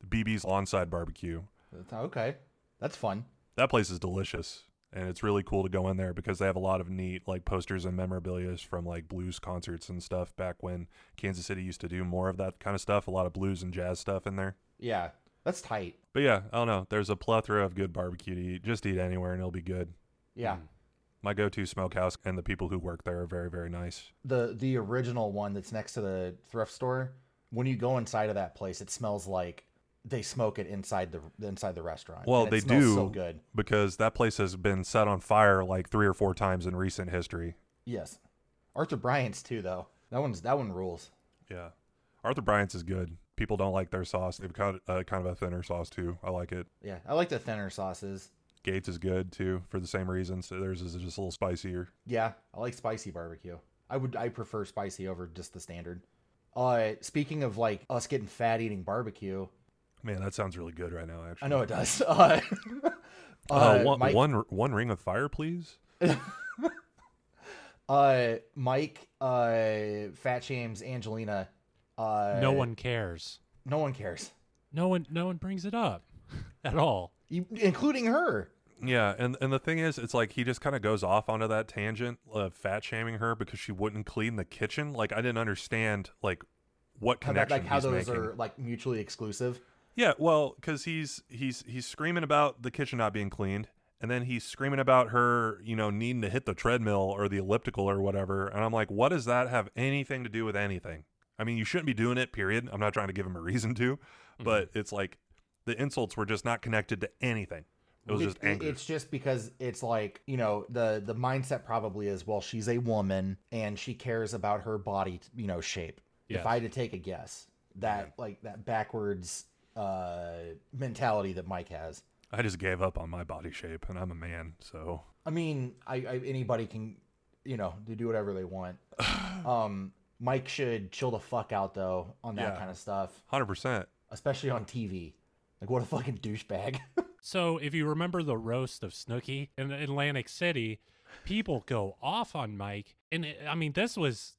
E: BB's Onside Barbecue.
F: That's- okay, that's fun.
E: That place is delicious. And it's really cool to go in there because they have a lot of neat like posters and memorabilia from like blues concerts and stuff back when Kansas City used to do more of that kind of stuff. A lot of blues and jazz stuff in there.
F: Yeah, that's tight.
E: But yeah, I don't know. There's a plethora of good barbecue to eat. Just eat anywhere and it'll be good.
F: Yeah,
E: Hmm. My go to smokehouse and the people who work there are very, very nice.
F: the the original one that's next to the thrift store. When you go inside of that place, it smells like they smoke it inside the inside the restaurant.
E: Well,
F: and it
E: they
F: smells
E: do
F: so good.
E: because that place has been set on fire like three or four times in recent history.
F: Yes, Arthur Bryant's too though. That one's that one rules.
E: Yeah. Arthur Bryant's is good. People don't like their sauce. They've got uh, kind of a thinner sauce too. I like it.
F: Yeah, I like the thinner sauces.
E: Gates is good too for the same reason. So theirs is just a little spicier.
F: Yeah, I like spicy barbecue. I would I prefer spicy over just the standard. Uh speaking of like us getting fat eating barbecue,
E: Man, that sounds really good right now, actually.
F: I know it does. Uh,
E: Uh,
F: uh,
E: one,
F: Mike,
E: one, one ring of fire, please.
F: uh Mike uh fat shames Angelina uh
G: no one cares.
F: no one cares.
G: No one. No one brings it up at all.
F: You, including her.
E: Yeah, and and the thing is, it's like he just kind of goes off onto that tangent of fat shaming her because she wouldn't clean the kitchen. Like I didn't understand like what
F: How that,
E: connection
F: like how
E: he's
F: those
E: making.
F: are like mutually exclusive.
E: Yeah, well, because he's he's he's screaming about the kitchen not being cleaned, and then he's screaming about her, you know, needing to hit the treadmill or the elliptical or whatever. And I'm like, what does that have anything to do with anything? I mean, you shouldn't be doing it. Period. I'm not trying to give him a reason to, but
F: Mm-hmm.
E: it's like the insults were just not connected to anything. It was just
F: it-
E: anger.
F: It's just because it's like you know the the mindset probably is well she's a woman and she cares about her body you know shape. If
G: Yes.
F: I had to take a guess, that like that backwards uh mentality that Mike has.
E: I just gave up on my body shape, and I'm a man, so
F: I mean, I, I anybody can you know they do whatever they want. um, Mike should chill the fuck out though on that
E: Yeah.
F: kind of stuff,
E: hundred percent.
F: especially on TV. Like what a fucking douchebag.
G: So if you remember the roast of Snooky in Atlantic City, people go off on Mike, and it, I mean this was,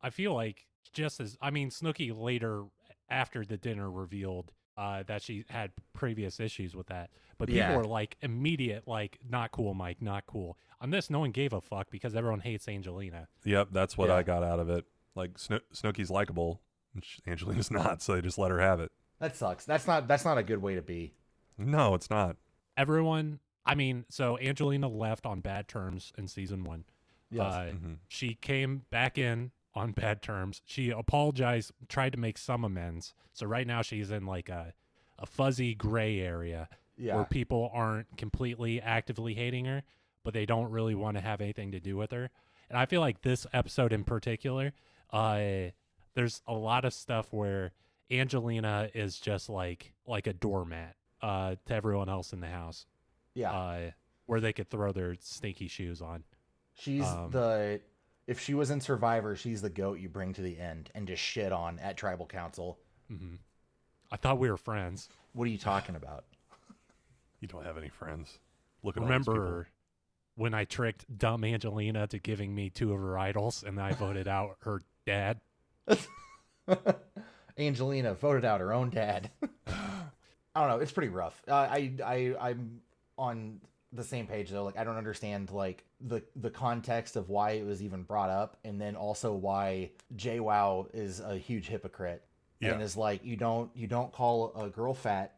G: I feel like just as I mean Snooky later after the dinner revealed uh, that she had previous issues with that, but people
F: Yeah.
G: were like immediate like not cool Mike, not cool. On this, no one gave a fuck because everyone hates Angelina.
E: Yep, that's what
F: Yeah.
E: I got out of it. Like Sno- Snooki's likable, and sh- Angelina's not, so they just let her have it.
F: that sucks. That's not that's not a good way to be.
E: No, it's not.
G: Everyone, I mean, so Angelina left on bad terms in season one.
F: Yes. Mm-hmm.
G: Uh,
E: Mhm.
G: She came back in on bad terms. She apologized, tried to make some amends. So right now she's in like a, a fuzzy gray area
F: yeah.
G: where people aren't completely actively hating her, but they don't really want to have anything to do with her. And I feel like this episode in particular, uh, there's a lot of stuff where Angelina is just like like a doormat uh to everyone else in the house.
F: Yeah.
G: Uh where they could throw their stinky shoes on.
F: She's
G: Um,
F: the if she was in Survivor, she's the goat you bring to the end and just shit on at tribal council.
G: hmm I thought we were friends.
F: What are you talking about?
E: You don't have any friends. Look at all these people.
G: Remember when I tricked dumb Angelina to giving me two of her idols and I voted out her dad?
F: Angelina voted out her own dad. I don't know. It's pretty rough. Uh, I I I'm on the same page though. Like I don't understand like the the context of why it was even brought up, and then also why JWoww is a huge hypocrite and
E: Yeah.
F: is like you don't you don't call a girl fat,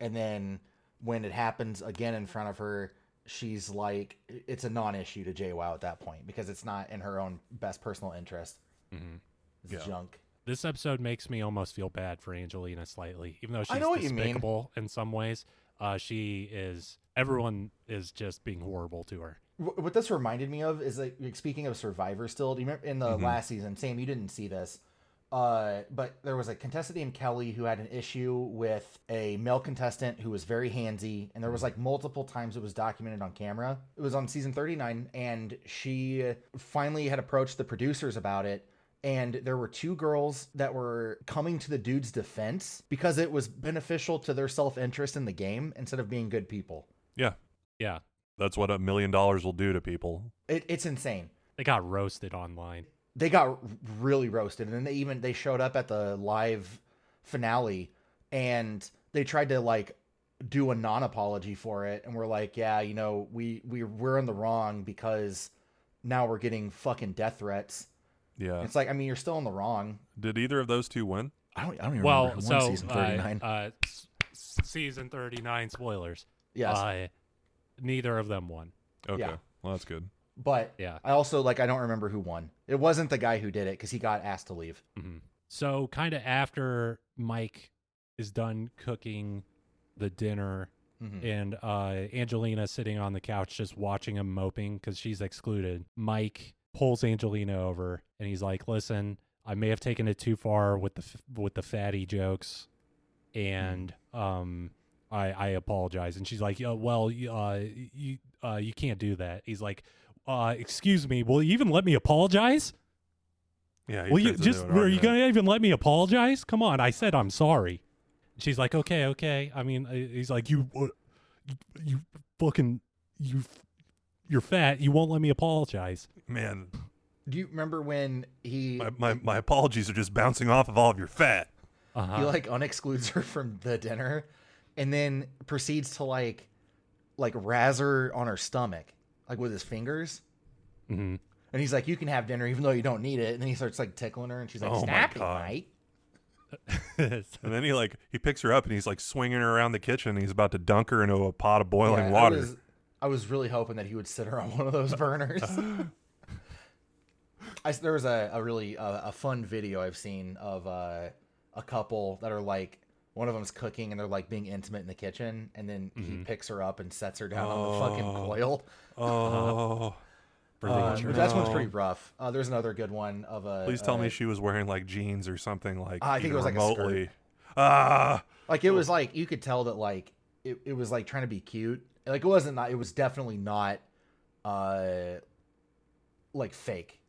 F: and then when it happens again in front of her. She's like, it's a non-issue to JWoww at that point because it's not in her own best personal interest. Mm-hmm.
G: Mhm.
F: It's
E: Yeah.
F: junk.
G: This episode makes me almost feel bad for Angelina slightly, even though she's
F: I know what you mean.
G: despicable in some ways. Uh, she is. Everyone is just being horrible to her.
F: Wh- what this reminded me of is like like, speaking of survivor still do you remember in the
E: Mhm.
F: last season sam you didn't see this uh, but there was a contestant named kelly who had an issue with a male contestant who was very handsy and there was like multiple times it was documented on camera it was on season 39 and she finally had approached the producers about it and there were two girls that were coming to the dude's defense because it was beneficial to their self-interest in the game instead of being good people
G: Yeah,
E: That's what a million dollars will do to people.
F: it, it's insane
G: they got roasted online.
F: they got r- really roasted and then they even they showed up at the live finale and they tried to like do a non-apology for it and we're like yeah you know we we we're in the wrong because now we're getting fucking death threats
E: Yeah.
F: it's like i mean you're still in the wrong
E: Did either of those two win?
F: i don't i don't even
G: Well,
F: remember who
G: so
F: won season
G: uh,
F: 39
G: uh, s- s- season thirty nine spoilers.
F: yes
G: Uh, neither of them won.
E: Okay.
F: Yeah.
E: Well, that's good.
F: but
G: Yeah.
F: i also like i don't remember who won it wasn't the guy who did it because he got asked to leave
G: Mhm. So, kind of after Mike is done cooking the dinner,
F: Mhm.
G: and uh, Angelina sitting on the couch just watching him moping because she's excluded. Mike pulls Angelina over and he's like, "Listen, I may have taken it too far with the f- with the fatty jokes, and um, I I apologize." And she's like, "Yeah, well, you, uh, you uh, you can't do that." He's like, "Uh, excuse me, will you even let me apologize?
E: Yeah. he
G: Will you
E: turns it
G: just
E: into an
G: are you
E: argument.
G: gonna even let me apologize? Come on, I said I'm sorry." She's like, "Okay, okay." I mean, uh, he's like, "You, uh, you fucking, you, f- you're fat. You won't let me apologize."
E: Man,
F: do you remember when he
E: my, my, my apologies are just bouncing off of all of your fat.
G: Uh-huh.
F: he like unexcludes her from the dinner and then proceeds to like like razz her on her stomach like with his fingers
E: Mm-hmm.
G: Mhm.
F: and he's like you can have dinner even though you don't need it and then he starts like tickling her and she's like
E: Oh my
F: stop it
E: God.
F: mike
E: And then he like he picks her up and he's like swinging her around the kitchen. And he's about to dunk her into a pot of boiling
F: Yeah,
E: Oh, water.
F: I was, I was really hoping that he would sit her on one of those burners I, s- there was a, a really uh, a fun video i've seen of uh, a couple that are like one of them's cooking and they're like being intimate in the kitchen and then he picks her up and sets her down on the fucking
E: Mm-hmm. Oh.
F: coil
E: Oh,
G: For the
F: Uh,
G: insurance.
F: That one's
E: No.
F: pretty rough. Uh, there's another good one of a.
E: please tell
F: uh,
E: me she was wearing like jeans or something like.
F: I think
E: even
F: it was, like, a skirt.
E: remotely. Ah,
F: like it was like you could tell that like it, it was like trying to be cute. Like it wasn't not. It was definitely not, uh, like fake,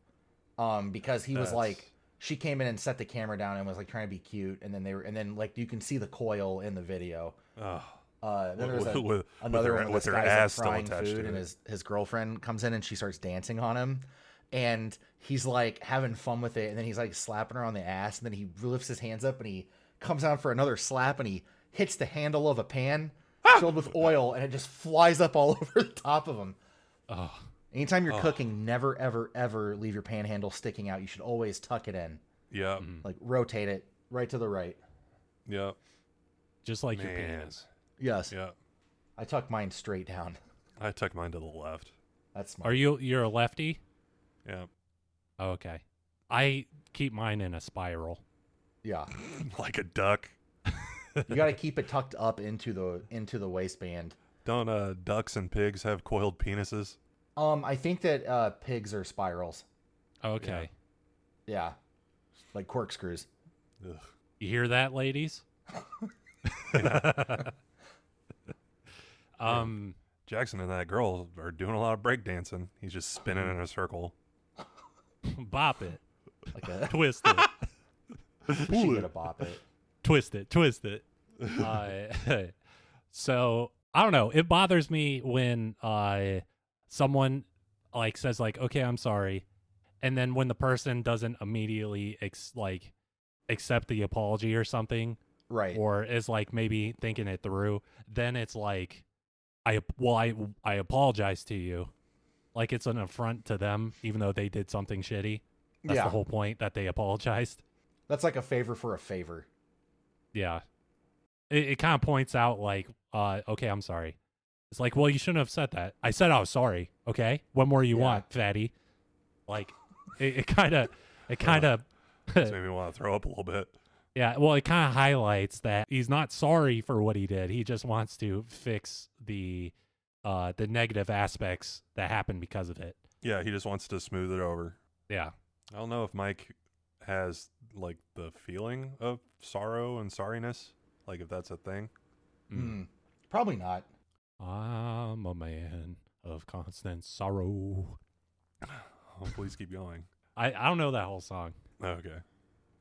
F: um, because he was
E: That's-
F: like she came in and set the camera down and was like trying to be cute, and then they were and then like you can see the coil in the video.
E: oh,
F: Uh, then
E: with,
F: there's a,
E: with,
F: another
E: with her,
F: one
E: with
F: with
E: her
F: guy's
E: ass still
F: like frying
E: attached
F: food,
E: to
F: and
E: it.
F: his his girlfriend comes in and she starts dancing on him, and he's like having fun with it, and then he's like slapping her on the ass, and then he lifts his hands up and he comes down for another slap, and he hits the handle of a pan filled with oil, and it just flies up all over the top of him.
G: Oh,
F: Anytime you're
E: Oh.
F: cooking, never ever ever leave your pan handle sticking out. You should always tuck it in,
E: Yeah,
F: like rotate it right to the right.
E: yeah,
G: just like your
E: Man.
G: penis.
F: Yes,
E: yeah.
F: I tuck mine straight down.
E: I tuck mine to the left.
F: That's smart.
G: Are you? You're a lefty.
E: Yeah,
G: Oh, okay. I keep mine in a spiral.
F: yeah.
E: like a duck.
F: You got to keep it tucked up into the into the waistband.
E: Don't uh, ducks and pigs have coiled penises?
F: Um, I think that uh, pigs are spirals.
G: Okay.
F: Yeah, like corkscrews.
G: You hear that, ladies? um,
E: Jackson and that girl are doing a lot of breakdancing. He's just spinning in a circle.
G: bop it,
F: Like a
G: twist it,
F: she gonna bop it.
G: twist it, twist it. Uh, so I don't know. It bothers me when uh, someone like says like, "Okay, I'm sorry," and then when the person doesn't immediately ex- like accept the apology or something,
F: Right.
G: or is like maybe thinking it through, then it's like, I ap- well, I I apologize to you, like it's an affront to them, even though they did something shitty. That's
F: yeah.
G: the whole point that they apologized.
F: That's like a favor for a favor.
G: Yeah, it, it kind of points out like, uh, okay, I'm sorry. It's like, well, you shouldn't have said that. I said I was sorry. Okay, what more you
F: Yeah.
G: want, fatty? Like, it kind of, it kind of.
E: It's made me want to throw up a little bit.
G: Yeah, well, it kind of highlights that he's not sorry for what he did. He just wants to fix the uh the negative aspects that happened because of it.
E: Yeah, he just wants to smooth it over.
G: Yeah.
E: I don't know if Mike has like the feeling of sorrow and sorriness, like if that's a thing.
G: Mm.
F: Mm. Probably not.
G: I'm a man of constant sorrow.
E: Oh, please keep going. Oh,
G: I I don't know that whole song.
E: Okay,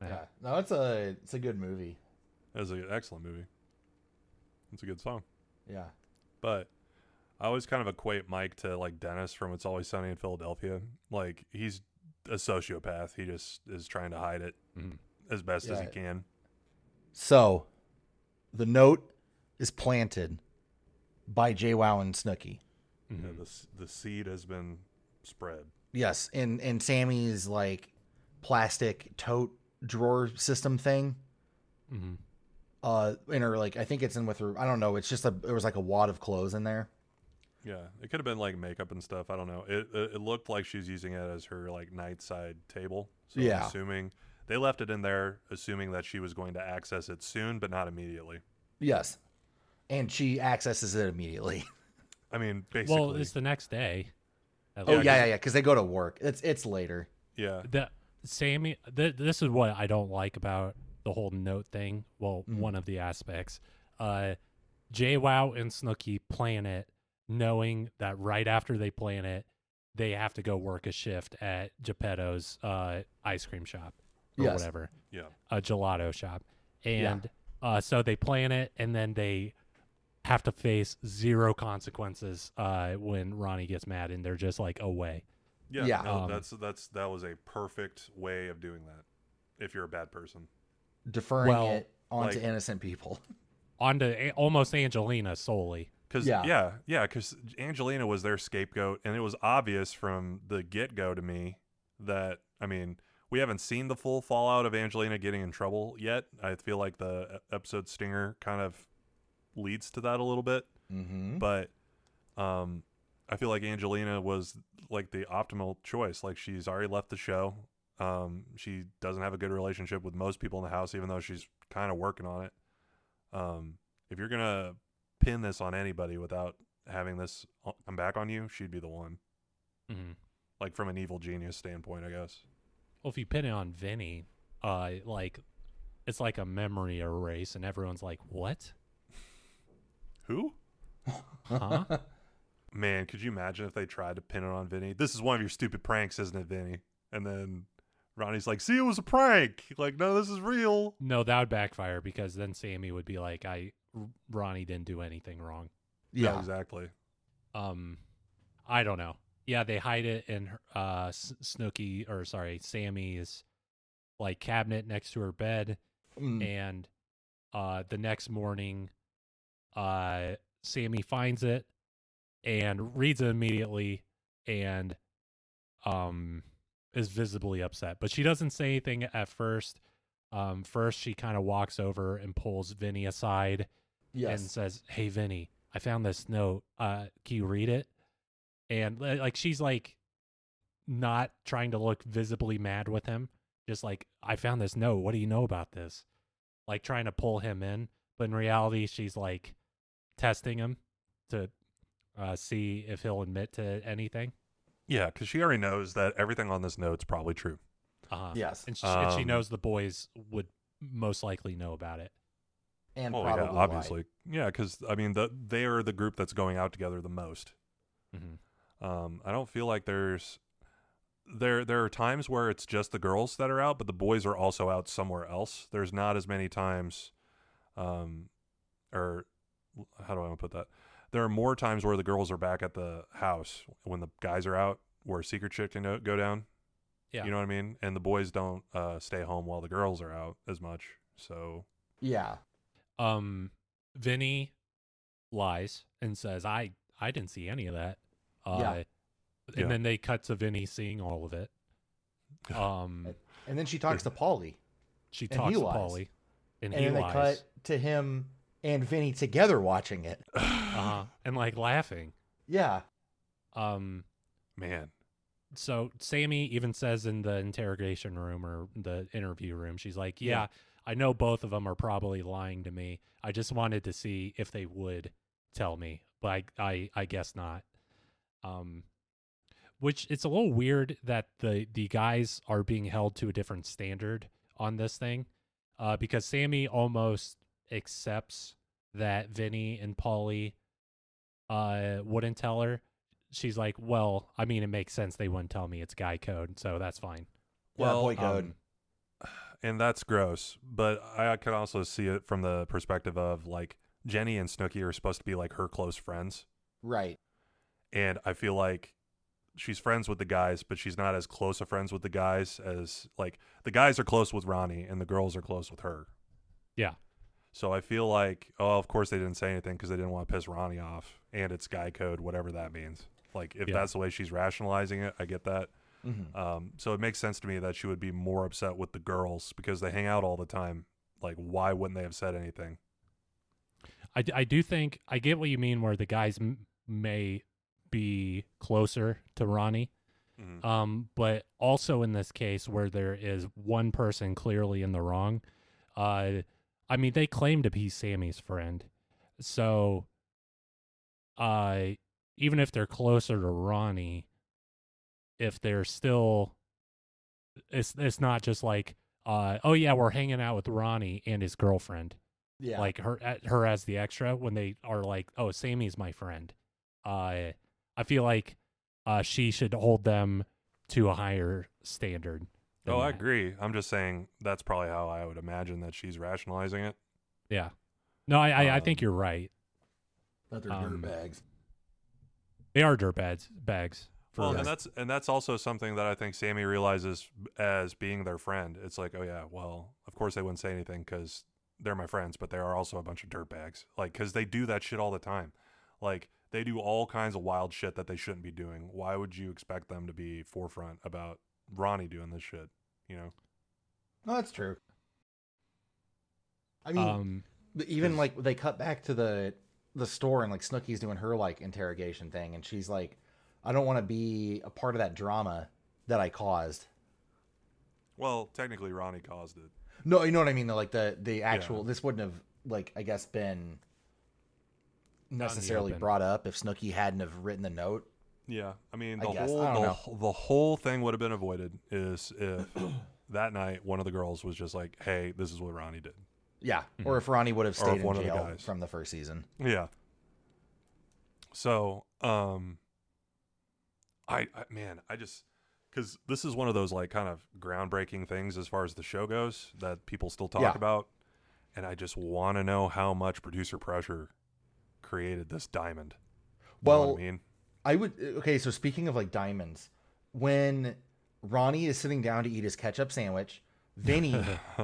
G: Yeah.
F: Yeah. No, it's a it's a good movie.
E: that was an excellent movie. It's a good song,
F: Yeah.
E: but I always kind of equate Mike to like Dennis from It's Always Sunny in Philadelphia. Like he's a sociopath. He just is trying to hide it
G: Mhm.
E: as best as he
F: Yeah.
E: can.
F: So, the note is planted by JWoww and Snooki.
G: Mm-hmm.
E: Yeah, the s- the seed has been spread.
F: Yes, in in Sammy's like plastic tote drawer system thing.
G: Mhm.
F: Uh, in her like I think it's in with her. I don't know. It's just a it was like a wad of clothes in there.
E: Yeah, it could have been like makeup and stuff. I don't know. It it, it looked like she's using it as her like night side table. So I'm
F: Yeah.
E: assuming they left it in there, assuming that she was going to access it soon, but not immediately.
F: Yes, and she accesses it immediately.
E: I mean, basically,
G: Well, it's the next day. At
F: oh
G: least.
F: yeah, yeah, yeah. Because they go to work. It's it's later.
E: yeah,
G: The Sammy, th- this is what I don't like about the whole note thing. Well, one of the aspects. Uh, JWoww and Snooki plan it, knowing that right after they plan it, they have to go work a shift at Geppetto's uh, ice cream shop or
F: Yes.
G: whatever,
E: yeah.
G: a gelato shop, and uh, so they plan it, and then they have to face zero consequences uh, when Ronnie gets mad, and they're just like away.
E: Yeah,
F: Yeah.
E: no,
G: Um,
E: that's that's that was a perfect way of doing that. If you're a bad person,
F: deferring
G: Well,
F: it onto
E: like-
F: innocent people.
G: onto a- almost Angelina solely.
E: because yeah,
F: Yeah.
E: yeah, because Angelina was their scapegoat, and it was obvious from the get go to me that I mean, we haven't seen the full fallout of Angelina getting in trouble yet. I feel like the e- episode stinger kind of leads to that a little bit,
F: Mm-hmm.
E: but um, I feel like Angelina was like the optimal choice. Like she's already left the show. Um, she doesn't have a good relationship with most people in the house, even though she's kind of working on it. Um, if you're gonna pin this on anybody without having this o- come back on you, she'd be the one. Like from an evil genius standpoint, I guess.
G: Well, if you pin it on Vinny, uh, like it's like a memory erase, and everyone's like, "What?
E: Who?
G: Huh?
E: Man, could you imagine if they tried to pin it on Vinny? This is one of your stupid pranks, isn't it, Vinny? And then Ronnie's like, "See, it was a prank. Like, no, this is real."
G: no, that would backfire because then Sammy would be like, "I, R- Ronnie didn't do anything wrong."
E: Yeah,
F: Yeah.
E: exactly.
G: Um, I don't know. Yeah, they hide it in her- uh S- Snooky or sorry Sammy's like cabinet next to her bed.
F: Mm.
G: and uh the next morning uh Sammy finds it and reads it immediately and um is visibly upset but she doesn't say anything at first um first she kind of walks over and pulls Vinny aside
F: Yes.
G: and says hey Vinny I found this note uh can you read it and li- like she's like not trying to look visibly mad with him just like i found this note what do you know about this like trying to pull him in but in reality she's like testing him to uh, see if he'll admit to anything
E: Yeah, because she already knows that everything on this note's probably true.
G: Uh-huh.
F: Yes.
G: and she, and she
E: Um,
G: knows the boys would most likely know about it.
F: and
E: Well,
F: probably
E: Oh, yeah,
F: lied.
E: obviously, yeah, because I mean, the, they are the group that's going out together the most.
G: Mhm.
E: Um, I don't feel like there's there there are times where it's just the girls that are out, but the boys are also out somewhere else. There's not as many times, um, or how do I want to put that? There are more times where the girls are back at the house when the guys are out, where secret shit can o- go down.
G: Yeah.
E: You know what I mean? And the boys don't uh, stay home while the girls are out as much. So
F: Yeah.
G: Um, Vinny lies and says, "I I didn't see any of that." Uh,
F: Yeah.
G: And
E: Yeah.
G: then they cut to Vinny seeing all of it. Um,
F: And then she talks to Polly.
G: she
F: and he
G: talks to
F: lies.
G: Polly, and,
F: And
G: he
F: then they
G: lies,
F: cut to him and Vinny together watching it.
G: uh-huh, and like laughing.
F: Yeah.
G: Um,
E: man,
G: so Sammy even says in the interrogation room or the interview room, she's like,
F: Yeah.
G: "Yeah, I know both of them are probably lying to me. I just wanted to see if they would tell me, but I, I, I guess not." Um, which it's a little weird that the the guys are being held to a different standard on this thing, uh, because Sammy almost accepts that Vinny and Polly uh wouldn't tell her she's like, "Well, I mean, it makes sense they wouldn't tell me it's guy code, so that's fine."
F: Well,
E: Well,
F: boy code.
G: Um,
E: and that's gross. But I could also see it from the perspective of like Jenny and Snooky are supposed to be like her close friends,
F: right.
E: and I feel like she's friends with the guys, but she's not as close of friends with the guys as like the guys are close with Ronnie and the girls are close with her.
G: yeah,
E: So I feel like, oh, of course they didn't say anything because they didn't want to piss Ronnie off, and it's guy code, whatever that means. Like if
G: Yeah.
E: that's the way she's rationalizing it, I get that.
F: Mhm.
E: Um, so it makes sense to me that she would be more upset with the girls because they hang out all the time. Like, why wouldn't they have said anything?
G: I, d- I do think I get what you mean, where the guys m- may be closer to Ronnie,
E: Mhm.
G: um, but also in this case where there is one person clearly in the wrong. Uh, I mean, they claim to be Sammy's friend, so uh, even if they're closer to Ronnie, if they're still, it's it's not just like, uh, oh yeah, we're hanging out with Ronnie and his girlfriend
F: Yeah.
G: like her at her as the extra when they are like oh sammy's my friend uh i feel like uh she should hold them to a higher standard than
E: Oh, I
G: that.
E: agree. I'm just saying that's probably how I would imagine that she's rationalizing it.
G: yeah no i i, I think
E: Um,
G: you're right
F: But they're
G: um,
F: dirtbags.
G: they are dirt bags bags for
E: Well,
G: us.
E: and that's and that's also something that I think Sammy realizes as being their friend. It's like, oh yeah, well, of course they wouldn't say anything because they're my friends, but they are also a bunch of dirtbags. Like, because they do that shit all the time. Like, they do all kinds of wild shit that they shouldn't be doing. Why would you expect them to be forefront about Ronnie doing this shit? You know?
F: No, that's true. I mean,
G: um
F: But even
E: 'Cause-
F: like they cut back to the the store and like Snooky's doing her like interrogation thing, and she's like, "I don't want to be a part of that drama that I caused."
E: Well, technically, Ronnie caused it.
F: No, you know what I mean. Though, like the the actual this wouldn't have like I guess been necessarily
G: open.
F: brought up if Snooky hadn't have written the note.
E: Yeah, I mean
F: I
E: the
F: guess.
E: whole
F: I don't
E: the,
F: know.
E: wh- the whole thing would have been avoided is if that night one of the girls was just like, "Hey, this is what Ronnie did."
F: Yeah, or if Ronnie would have
E: Mm-hmm. Or if
F: stayed in
E: one of the
F: jail
E: guys.
F: from the first season.
E: Yeah. So, um, I, I man, I just because this is one of those like kind of groundbreaking things as far as the show goes that people still talk
F: Yeah.
E: about, and I just want to know how much producer pressure created this diamond. You know what
F: Well,
E: I mean,
F: I would okay. So speaking of like diamonds, when Ronnie is sitting down to eat his ketchup sandwich, Vinny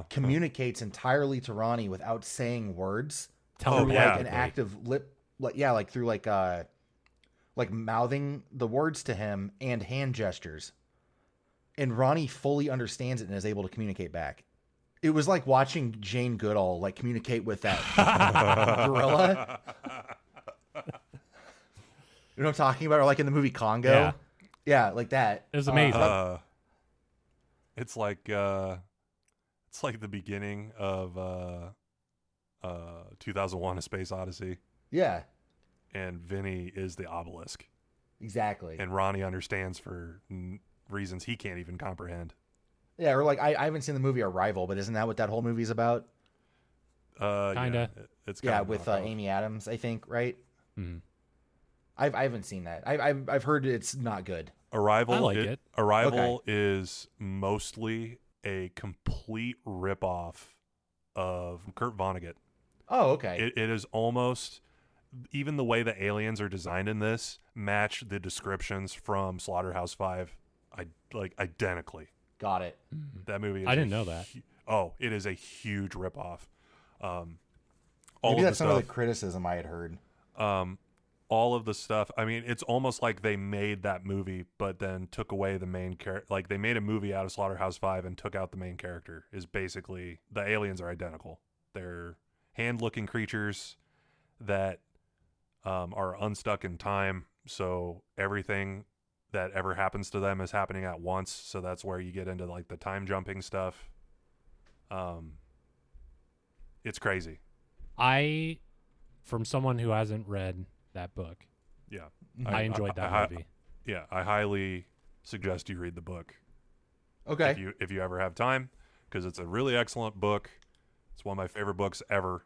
F: communicates entirely to Ronnie without saying words
E: Oh,
F: through
E: yeah.
F: like an active lip, like yeah, like through like uh, like mouthing the words to him and hand gestures, and Ronnie fully understands it and is able to communicate back. It was like watching Jane Goodall like communicate with that gorilla. You know what I'm talking about? Or like in the movie Congo.
G: Yeah.
F: Yeah, like that.
G: it was
F: Uh,
G: amazing
E: uh, it's like uh, it's like the beginning of uh, uh, 2001: A Space Odyssey,
F: yeah,
E: and Vinny is the obelisk,
F: exactly.
E: and Ronnie understands for n- reasons he can't even comprehend.
F: Yeah, or like I, I haven't seen the movie Arrival, but isn't that what that whole movie's about?
E: Uh, yeah,
G: Kinda.
E: it- it's
F: yeah,
E: kinda Mm-hmm.
F: with uh,
E: knockoff.
F: Amy Adams, I think, right?
G: Mhm.
F: I've I haven't seen that. I've I've, I've heard it's not good.
E: Arrival.
G: I like
E: i-
G: it.
E: Arrival is mostly a complete ripoff of Kurt Vonnegut.
F: Oh, okay.
E: It, it is almost even the way the aliens are designed in this match the descriptions from Slaughterhouse Five, I like identically.
F: Got it.
E: That movie. Is
G: I
E: a
G: didn't know that.
E: hu- oh, it is a huge ripoff. Um, all
F: Maybe
E: of
F: that's
E: the
F: some
E: stuff.
F: of the criticism I had heard.
E: um, all of the stuff. I mean, it's almost like they made that movie, but then took away the main character. Like they made a movie out of Slaughterhouse Five and took out the main character. Is basically the aliens are identical. They're hand-looking creatures that um, are unstuck in time. So everything that ever happens to them is happening at once. So that's where you get into like the time jumping stuff. Um, it's crazy.
G: I, from someone who hasn't read that book,
E: Yeah.
F: Mm-hmm.
G: I, enjoyed that
E: I-
G: movie.
E: yeah, I highly suggest you read the book
F: Okay.
E: if you if you ever have time, because it's a really excellent book. It's one of my favorite books ever,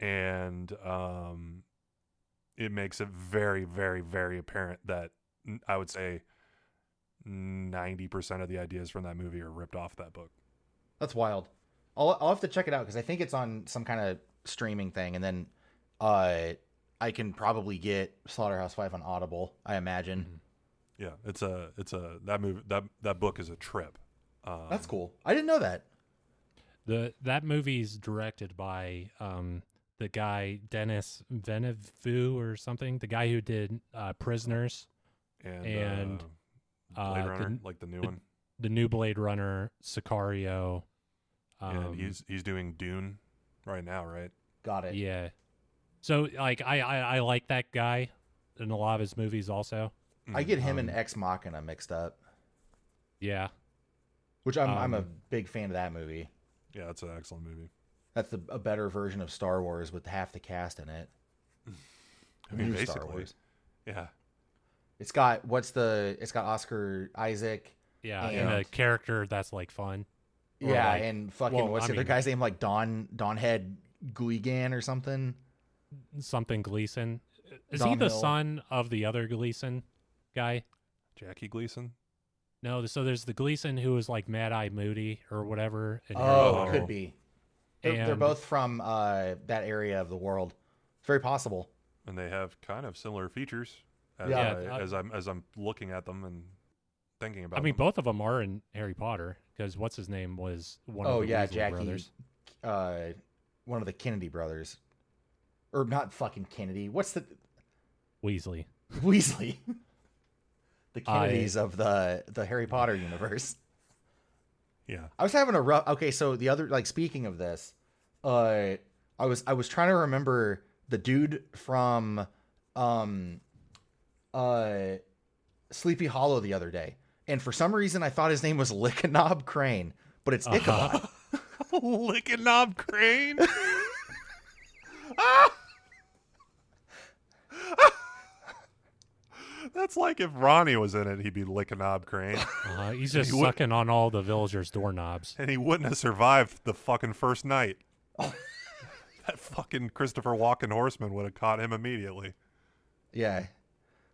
E: and um, it makes it very, very, very apparent that n- I would say ninety percent of the ideas from that movie are ripped off that book.
F: That's wild. I'll I'll have to check it out because I think it's on some kind of streaming thing, and then uh, I can probably get Slaughterhouse Five on Audible. I imagine
E: Mm-hmm. Yeah, it's a it's a that movie that that book is a trip. Um,
F: that's cool. I didn't know that.
G: The that movie's directed by um the guy Dennis Veneveu or something, the guy who did uh, Prisoners,
E: and,
G: and,
E: uh, Blade
G: uh, the
E: Runner,
G: n-
E: like the new
G: the-
E: one,
G: the new Blade Runner, Sicario. um,
E: and he's he's doing Dune right now, right?
F: Got it.
G: Yeah. So like I, I I like that guy in a lot of his movies also.
F: I
E: Mm-hmm.
F: get him and
G: Um,
F: Ex Machina mixed up,
G: Yeah.
F: which I'm I'm a
G: um,
F: big fan of that movie.
E: Yeah, it's an excellent movie.
F: That's the, a better version of Star Wars with half the cast in it.
E: I mean,
F: New
E: basically, yeah,
F: It's got what's the? It's got Oscar Isaac.
G: Yeah, and
F: Oh, Yeah.
G: a character that's like fun. Or
F: Yeah,
G: like-
F: and fucking
G: well,
F: what's
G: I
F: the
G: mean-
F: other guy's name? Like Don Don Head Guigan or something.
G: Something Gleason. Is he
F: Dom
G: the
F: Hill.
G: son of the other Gleason guy?
E: Jackie Gleason.
G: No, so there's the Gleason who was like Mad Eye Moody or whatever. in Harry
F: Oh,
E: Potter.
F: it
G: Potter.
F: could be. They're, they're
G: And-
F: both from uh, that area of the world. It's very possible.
E: and they have kind of similar features. As,
F: Yeah.
E: I,
G: Yeah, I-
E: as I'm as I'm looking at them and thinking about.
G: I mean,
E: them.
G: both of them are in Harry Potter because what's his name was one
F: oh
G: of the
F: yeah,
G: Weasley
F: Jackie,
G: brothers.
F: uh, one of the Kennedy brothers, or not fucking Kennedy. What's the
G: Weasley.
F: Weasley? the
G: I-
F: Kennedys of the the Harry Potter universe.
E: yeah,
F: I was having a rough. Okay, so the other like speaking of this, uh, I was I was trying to remember the dude from, um, uh, Sleepy Hollow the other day, and for some reason I thought his name was Lickanob Crane, but it's
G: Uh-huh.
F: Ichabod.
E: licking knob crane. That's like if Ronnie was in it, he'd be licking knob crane,
G: Uh, he's just
E: would-
G: sucking on all the villagers' doorknobs.
E: and he wouldn't have survived the fucking first night. that fucking Christopher Walken horseman would have caught him immediately.
F: yeah,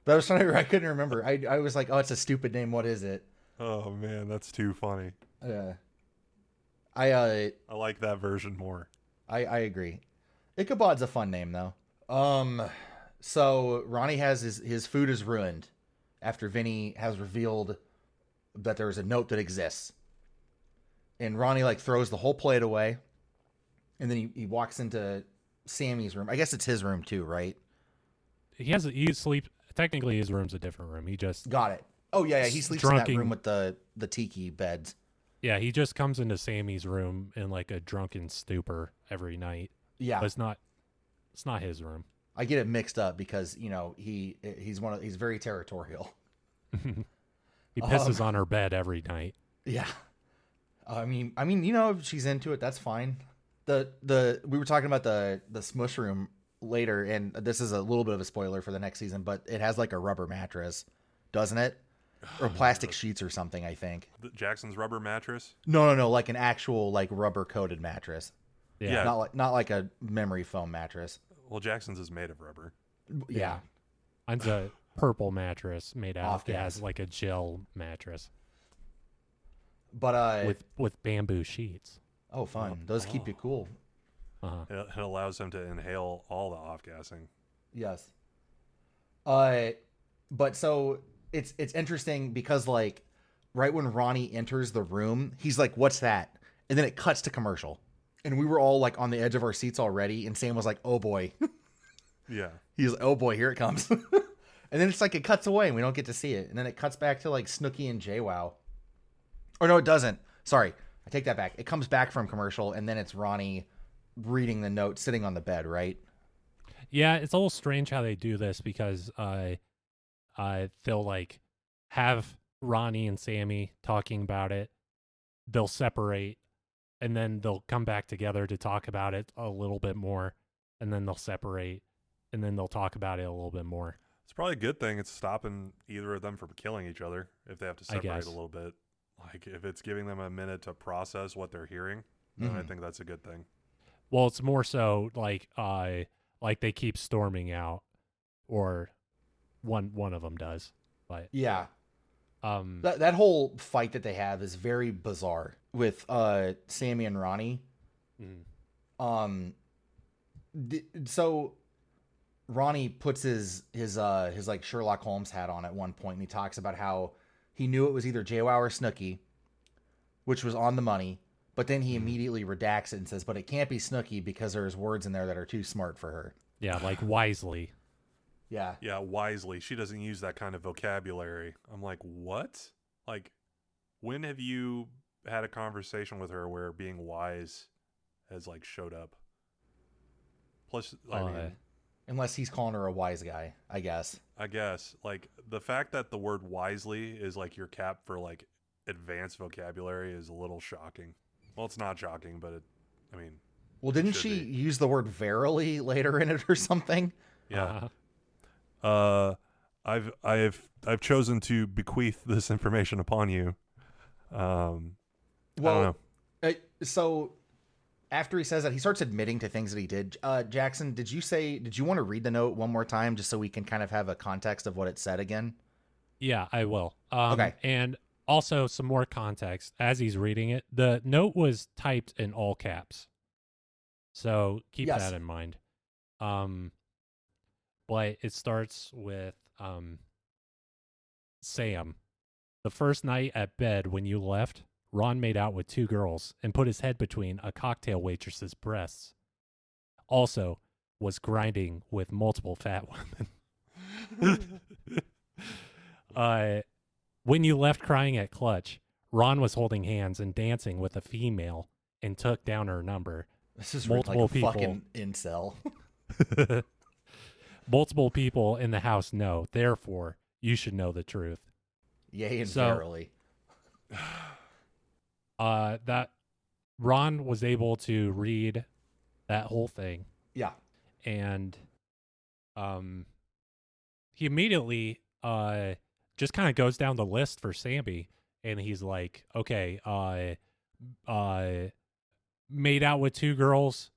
F: but I was trying to. I couldn't remember. I I was like, oh, it's a stupid name. What is it?
E: Oh man, that's too funny.
F: Yeah, I uh,
E: I like that version more.
F: I, I agree. Ichabod's a fun name though. Um so Ronnie has his his food is ruined after Vinny has revealed that there is a note that exists. And Ronnie like throws the whole plate away. And then he, he walks into Sammy's room. I guess it's his room too, right?
G: He has a, he sleep. Technically, his room's a different room. He just
F: Got it. Oh yeah, yeah. He sleeps in that
G: Drunking-
F: room with the the tiki beds.
G: yeah, he just comes into Sammy's room in like a drunken stupor every night.
F: Yeah.
G: But it's not it's not his room.
F: I get it mixed up because, you know, he he's one of he's very territorial. Oh.
G: He pisses on her bed every night.
F: Yeah. I mean, I mean, you know, if she's into it, that's fine. The the we were talking about the the smush room later, and this is a little bit of a spoiler for the next season, but it has like a rubber mattress, doesn't it? or plastic sheets or something. I think.
E: The Jackson's rubber mattress.
F: No, no, no. Like an actual like rubber coated mattress.
G: Yeah.
E: Yeah.
F: Not like not like a memory foam mattress.
E: Well, Jackson's is made of rubber.
F: Yeah.
G: Mine's a purple mattress made out
F: Off
G: of gas,
F: gas.
G: like a gel mattress
F: But uh,
G: with with bamboo sheets.
F: oh, fun. Those keep you cool.
G: Uh-huh.
E: It it allows him to inhale all the off gassing.
F: Yes. Uh, but so it's it's interesting because like right when Ronnie enters the room, he's like, "What's that?" And then it cuts to commercial, and we were all like on the edge of our seats already. And Sam was like, "Oh boy,"
E: Yeah.
F: he's like, "Oh boy, here it comes." and then it's like it cuts away, and we don't get to see it. And then it cuts back to like Snooky and JWoww. Or no, it doesn't. Sorry, I take that back. It comes back from commercial, and then it's Ronnie reading the note sitting on the bed, right?
G: Yeah, it's a little strange how they do this because uh, uh, they'll like have Ronnie and Sammy talking about it. They'll separate, and then they'll come back together to talk about it a little bit more, and then they'll separate, and then they'll talk about it a little bit more.
E: It's probably a good thing it's stopping either of them from killing each other if they have to
G: I
E: separate
G: guess.
E: a little bit. Like if it's giving them a minute to process what they're hearing, then I
G: Mm-hmm.
F: Mhm.
E: think that's a good thing.
G: Well, it's more so like uh, like they keep storming out, or one one of them does. But
F: Yeah.
G: um,
F: That, that whole fight that they have is very bizarre with uh, Sammy and Ronnie.
G: mm,
F: Um, d- so Ronnie puts his his uh, his like Sherlock Holmes hat on at one point, and he talks about how he knew it was either JWoww or Snooky, which was on the money. But then he immediately redacts it and says, "But it can't be Snooky because there's words in there that are too smart for her."
G: yeah, like wisely.
F: Yeah,
E: Yeah, wisely. She doesn't use that kind of vocabulary. I'm like, what? Like, when have you had a conversation with her where being wise has like showed up? Plus, I mean,
G: Uh,
F: unless he's calling her a wise guy, I guess.
E: I guess like the fact that the word wisely is like your cap for like advanced vocabulary is a little shocking. Well, it's not shocking, but it, I mean,
F: Well, didn't
E: should
F: she
E: be.
F: use the word verily later in it or something? Uh-huh.
E: yeah. Uh, I've I've I've chosen to bequeath this information upon you. Um, I don't know.
F: Uh, so after he says that, he starts admitting to things that he did. Uh, Jackson, did you say? Did you want to read the note one more time, just so we can kind of have a context of what it said again?
G: Yeah, I will. Um,
F: Okay.
G: And also some more context as he's reading it. The note was typed in all caps, so keep
F: Yes.
G: that in mind. Um, but it starts with um, Sam. The first night at bed when you left, Ron made out with two girls and put his head between a cocktail waitress's breasts. Also, was grinding with multiple fat women. uh, when you left crying at Clutch, Ron was holding hands and dancing with a female and took down her number.
F: This is
G: written like
F: like
G: Multiple
F: a
G: a people.
F: fucking
G: fucking
F: incel.
G: Multiple people in the house know. Therefore, you should know the truth.
F: Yay and
G: So-
F: verily.
G: Uh, that Ron was able to read that whole thing
F: Yeah.
G: and um he immediately uh just kind of goes down the list for Sammy and he's like okay uh uh made out with two girls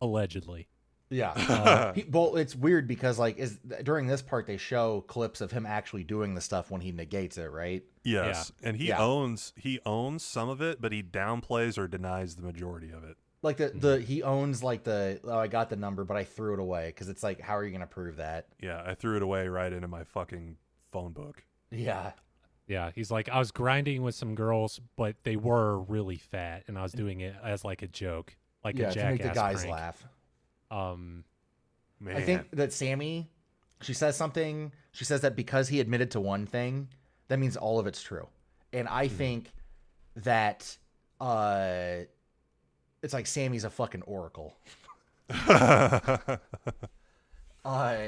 G: allegedly
F: Yeah. Uh, he, well, it's weird because like is during this part they show clips of him actually doing the stuff when he negates it, right?
E: Yes, and he
F: Yeah.
E: owns he owns some of it, but he downplays or denies the majority of it.
F: Like the
E: Mm-hmm.
F: the he owns like the oh I got the number but I threw it away because it's like how are you gonna prove that?
E: Yeah, I threw it away right into my fucking phone book.
F: Yeah.
G: yeah he's like i was grinding with some girls but they were really fat and i was doing it as like a joke like
F: yeah.
G: a
F: To
G: jackass
F: make the guys
G: prank.
F: laugh.
G: um
E: Man,
F: I think that Sammy, she says something. She says that because he admitted to one thing, that means all of it's true. And I
E: Mm-hmm.
F: think that uh, it's like Sammy's a fucking oracle.
E: yeah,
F: Uh,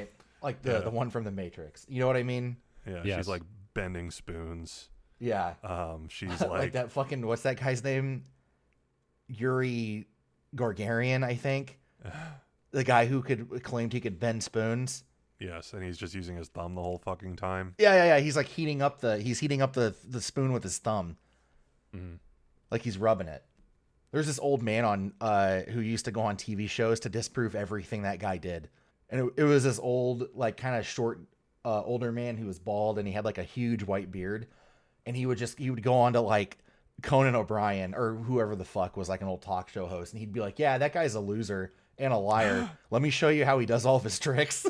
F: like the
E: Yeah.
F: the one from the Matrix. You know what I mean?
E: she's
G: Yes.
E: like bending spoons.
F: Yeah.
E: Um, she's
F: Like,
E: like,
F: that fucking what's that guy's name? Yuri Gargarian, I think. The guy who could claimed he could bend spoons.
E: Yes, and he's just using his thumb the whole fucking time.
F: Yeah, yeah, yeah. He's like heating up the he's heating up the the spoon with his thumb.
G: Mhm.
F: Like he's rubbing it. There's this old man on uh who used to go on TV shows to disprove everything that guy did. And it, it was this old like kind of short uh older man who was bald and he had like a huge white beard and he would just he would go on to like Conan O'Brien or whoever the fuck was like an old talk show host and he'd be like, "Yeah, that guy's a loser and a liar. Let me show you how he does all of his tricks."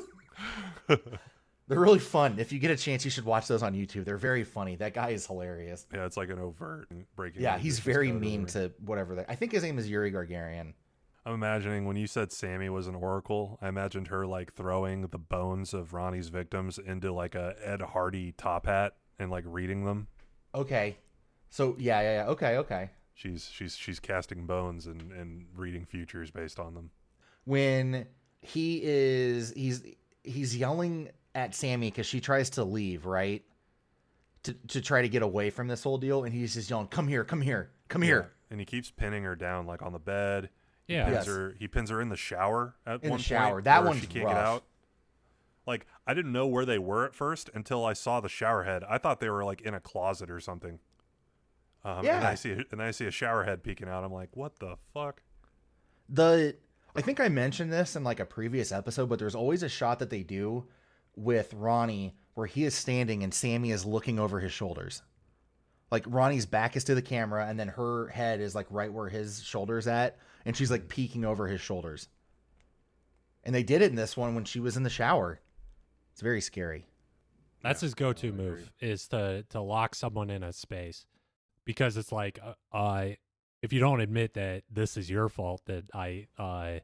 F: They're really fun. If you get a chance, you should watch those on YouTube. They're very funny. That guy is hilarious.
E: Yeah, it's like an overt and breaking.
F: Yeah,
E: the
F: he's
E: business
F: very
E: code or
F: mean
E: whatever.
F: to whatever that. I think his name is Yuri Gargarian.
E: I'm imagining when you said Sammy was an oracle, I imagined her like throwing the bones of Ronnie's victims into like a Ed Hardy top hat and like reading them.
F: Okay, so yeah, yeah, yeah. Okay, okay.
E: She's she's she's casting bones and and reading futures based on them.
F: When he is, he's he's yelling at Sammy because she tries to leave, right? To to try to get away from this whole deal, and he's just yelling, "Come here, come here, come here!"
E: And he keeps pinning her down like on the bed. He
G: Yeah.
E: pins
F: Yes.
E: her he pins her in the shower at
F: In the
E: one
F: shower.
E: point
F: That
E: where
F: one's
E: she can't
F: rough.
E: get out. Like I didn't know where they were at first until I saw the shower head. I thought they were like in a closet or something. Um, and
F: Yeah.
E: I see and I see a shower head peeking out. I'm like, what the fuck?
F: the I think I mentioned this in like a previous episode, but there's always a shot that they do with Ronnie where he is standing and Sammy is looking over his shoulders. Like Ronnie's back is to the camera and then her head is like right where his shoulder's at and she's like peeking over his shoulders. And they did it in this one when she was in the shower. It's very scary.
G: That's his go-to move is to to lock someone in a space because it's like uh, I if you don't admit that this is your fault that I I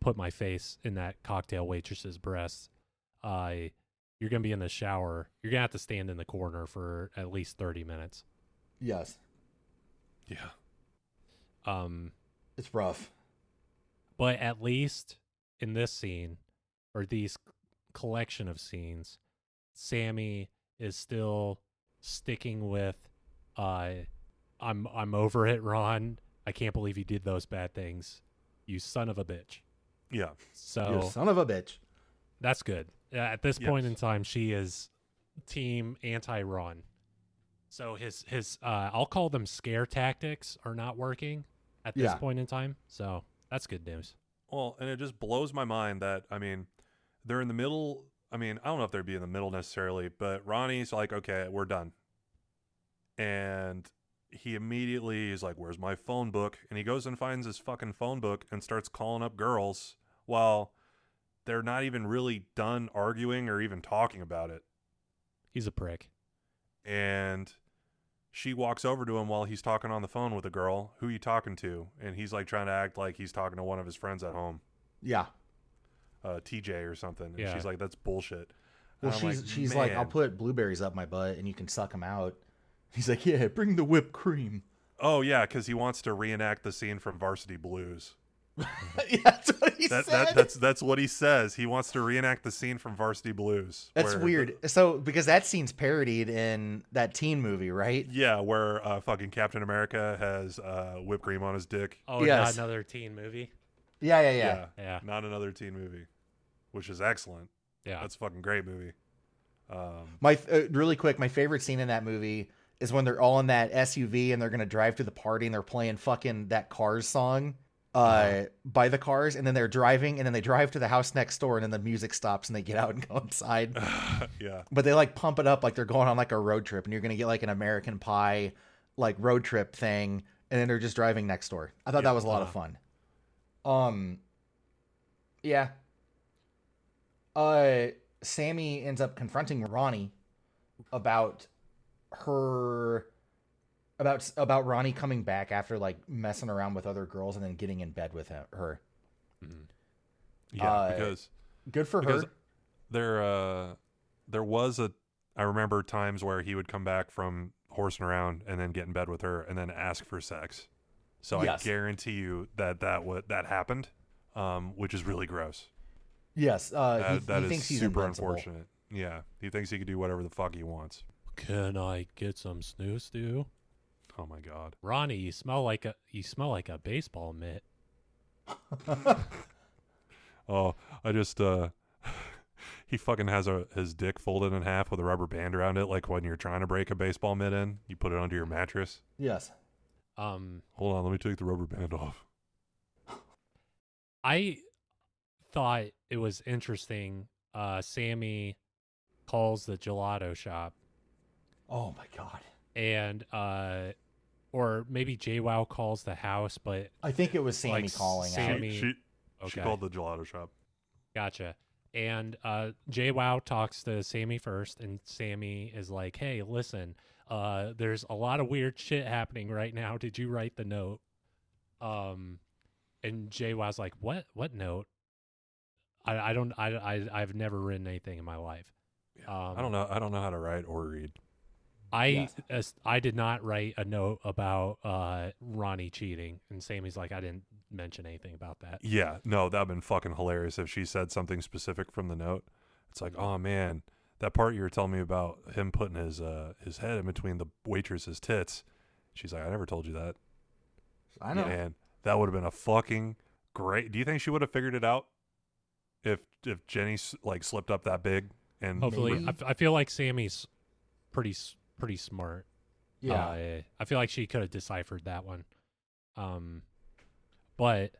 G: put my face in that cocktail waitress's breast, I you're going to be in the shower. You're going to have to stand in the corner for at least 30 minutes.
F: Yes.
E: Yeah.
G: Um
F: It's rough.
G: but at least in this scene or these c- collection of scenes sammy is still sticking with uh i'm i'm over it ron i can't believe you did those bad things you son of a bitch
E: Yeah.
F: You
G: so
F: son of a bitch.
G: that's good Uh, at this point in
E: Yes.
G: time she is team anti ron so his his uh i'll call them scare tactics are not working at this
F: Yeah.
G: point in time so that's good news
E: Well, and it just blows my mind that I mean, they're in the middle. I mean, I don't know if they'd be in the middle necessarily, but Ronnie's like, "Okay, we're done," and he immediately is like, "Where's my phone book?" And he goes and finds his fucking phone book and starts calling up girls while they're not even really done arguing or even talking about it.
G: he's a prick
E: And she walks over to him while he's talking on the phone with a girl. Who you talking to? And he's like trying to act like he's talking to one of his friends at home.
F: Yeah.
E: uh, TJ or something. And
G: Yeah.
E: she's like, that's bullshit. And
F: Well,
E: I'm
F: she's she's like, I'll
E: "Man."
F: put blueberries up my butt and you can suck them out. He's like, yeah, bring the whipped cream.
E: Oh yeah, because he wants to reenact the scene from Varsity Blues.
F: yeah, that's what he
E: That,
F: said.
E: that that's that's what he says. He wants to reenact the scene from Varsity Blues.
F: That's
E: where-
F: weird. so because that scene's parodied in that teen movie, right?
E: yeah, where uh, fucking Captain America has uh, whipped cream on his dick.
G: Oh,
F: Yes.
G: not another teen movie.
F: Yeah, yeah, yeah.
G: Yeah.
E: Not another teen movie, which is excellent.
G: Yeah.
E: That's a fucking great movie. Um,
F: My uh, really quick, my favorite scene in that movie is when they're all in that SUV and they're gonna drive to the party and they're playing fucking that Cars song.
E: Uh-huh.
F: Uh, by the cars, and then they're driving, and then they drive to the house next door, and then the music stops, and they get out and go inside.
E: yeah,
F: but they like pump it up like they're going on like a road trip and you're gonna get like an american pie like road trip thing and then they're just driving next door i thought that was a lot of
E: Uh-huh.
F: fun um yeah uh sammy ends up confronting ronnie about her about about ronnie coming back after like messing around with other girls and then getting in bed with him, her
E: yeah.
F: Uh,
E: because
F: good for
E: Because-
F: her
E: there uh there was a I remember times where he would come back from horsing around and then get in bed with her and then ask for sex. So
F: Yes.
E: I guarantee you that that what that happened, um, which is really gross.
F: yes uh
E: That,
F: he,
E: that
F: he
E: is
F: thinks he's
E: super
F: invincible.
E: unfortunate. Yeah, he thinks he could do whatever the fuck he wants.
G: Can I get some snooze, do?
E: Oh my god.
G: Ronnie, you smell like a you smell like a baseball mitt.
E: Oh, I just uh he fucking has a his dick folded in half with a rubber band around it, like when you're trying to break a baseball mitt in, you put it under your mattress.
F: Yes.
G: Um,
E: Hold on, let me take the rubber band off.
G: I thought it was interesting. Uh, Sammy calls the gelato shop
F: Oh my god.
G: and uh, or maybe JWoww calls the house, but
F: I think it was Sammy
G: Like
F: calling
E: She,
G: Sammy- I
F: out.
G: mean,
E: she, she
G: okay.
E: called the gelato shop.
G: Gotcha. And uh, Jay Wow talks to Sammy first, and Sammy is like, "Hey, listen, uh, there's a lot of weird shit happening right now. Did you write the note?" Um, and Jay Wow's like, "What? What note? I, I don't. I, I I've never written anything in my life. Um,
E: I don't know. I don't know how to write or read.
G: I
F: Yes.
G: as- I did not write a note about uh, Ronnie cheating." And Sammy's like, "I didn't mention anything about that."
E: Yeah, no, that'd been fucking hilarious if she said something specific from the note. It's like, oh man, that part you were telling me about him putting his uh his head in between the waitress's tits. She's like, I never told you that.
F: I know.
E: Man, that would have been a fucking great. Do you think she would have figured it out if if Jenny s- like slipped up that big and
G: Hopefully, I,
F: Maybe.
G: f- I feel like Sammy's pretty s- pretty smart.
F: Yeah.
G: Uh, I feel like she could have deciphered that one. Um, but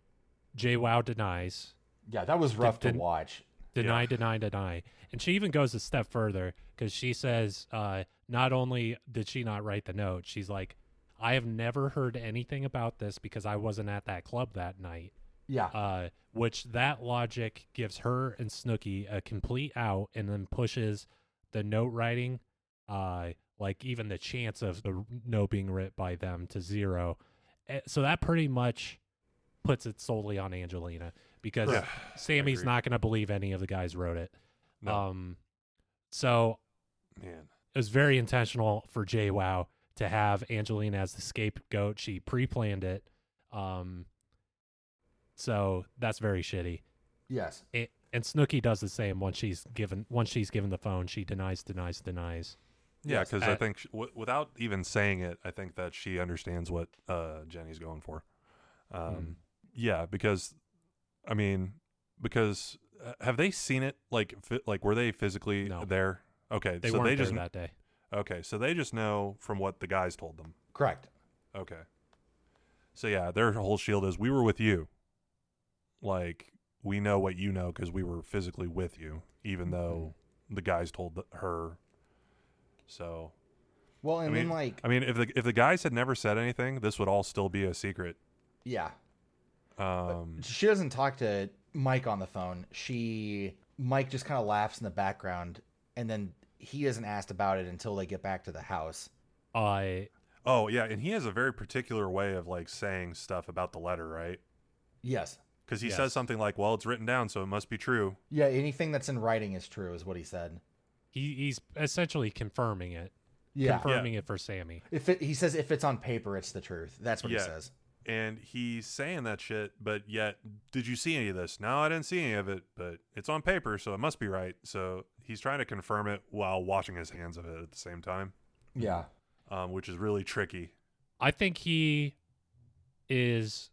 G: Jay Wow denies,
F: yeah, that was rough to
G: didn't-
F: watch.
G: deny, deny, deny, and she even goes a step further because she says, uh, not only did she not write the note, she's like, I have never heard anything about this because I wasn't at that club that night.
F: Yeah.
G: Uh, which that logic gives her and Snooky a complete out, and then pushes the note writing, uh, like even the chance of the r- note being writ by them to zero. Eh, So that pretty much puts it solely on Angelina because
E: Yeah,
G: Sammy's
E: agree.
G: not going to believe any of the guys wrote it.
E: No.
G: Um, so
E: man,
G: it was very intentional for Jay Wow to have Angelina as the scapegoat. She pre-planned it. Um, so that's very shitty.
F: yes.
G: A- and Snooky does the same once she's given once she's given the phone. She denies, denies, denies.
E: yeah,
F: Yes,
E: because I
G: that-
E: think she, w- without even saying it, I think that she understands what uh Jenny's going for. Um,
G: Mm.
E: yeah, because I mean, because uh, have they seen it? Like, fi- like were they physically
G: No.
E: there? Okay,
G: They
E: so
G: weren't
E: they
G: there
E: just
G: that day.
E: okay, so they just know from what the guys told them.
F: Correct.
E: Okay. So yeah, their whole shield is we were with you. Like we know what you know because we were physically with you, even though
G: Mm-hmm.
E: the guys told th- her. So
F: Well,
E: I
F: and
E: mean,
F: then
G: uh,
F: like
E: I mean, if the if the guys had never said anything, this would all still be a secret.
F: yeah,
E: Um,
F: she doesn't talk to Mike on the phone. She Mike just kind of laughs in the background, and then he isn't asked about it until they get back to the house.
G: Uh,
E: oh yeah, and he has a very particular way of like saying stuff about the letter, right?
F: Yes.
E: Because he
G: Yes.
E: says something like, "Well, it's written down, so it must be true."
F: Yeah. Anything that's in writing is true, is what he said.
G: he he's essentially confirming it,
F: Yeah.
G: confirming it for Sammy.
F: If it, he says if it's on paper, it's the truth. That's what
E: Yeah.
F: he says.
E: and he's saying that shit, but yet, did you see any of this? No, I didn't see any of it, but it's on paper, so it must be right. So he's trying to confirm it while washing his hands of it at the same time,
F: Yeah.
E: um, which is really tricky.
G: I think he is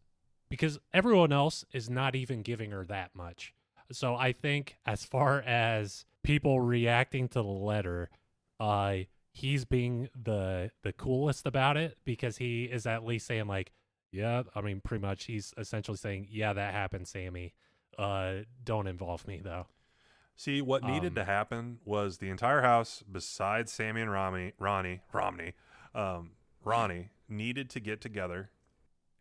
G: because everyone else is not even giving her that much. So I think as far as people reacting to the letter, uh he's being the the coolest about it because he is at least saying like, yeah, I mean pretty much he's essentially saying, yeah, that happened, Sammy. Uh don't involve me though.
E: See, what needed
G: Um,
E: to happen was the entire house, besides Sammy and Romney, Ronnie, Romney, um, Ronnie, needed to get together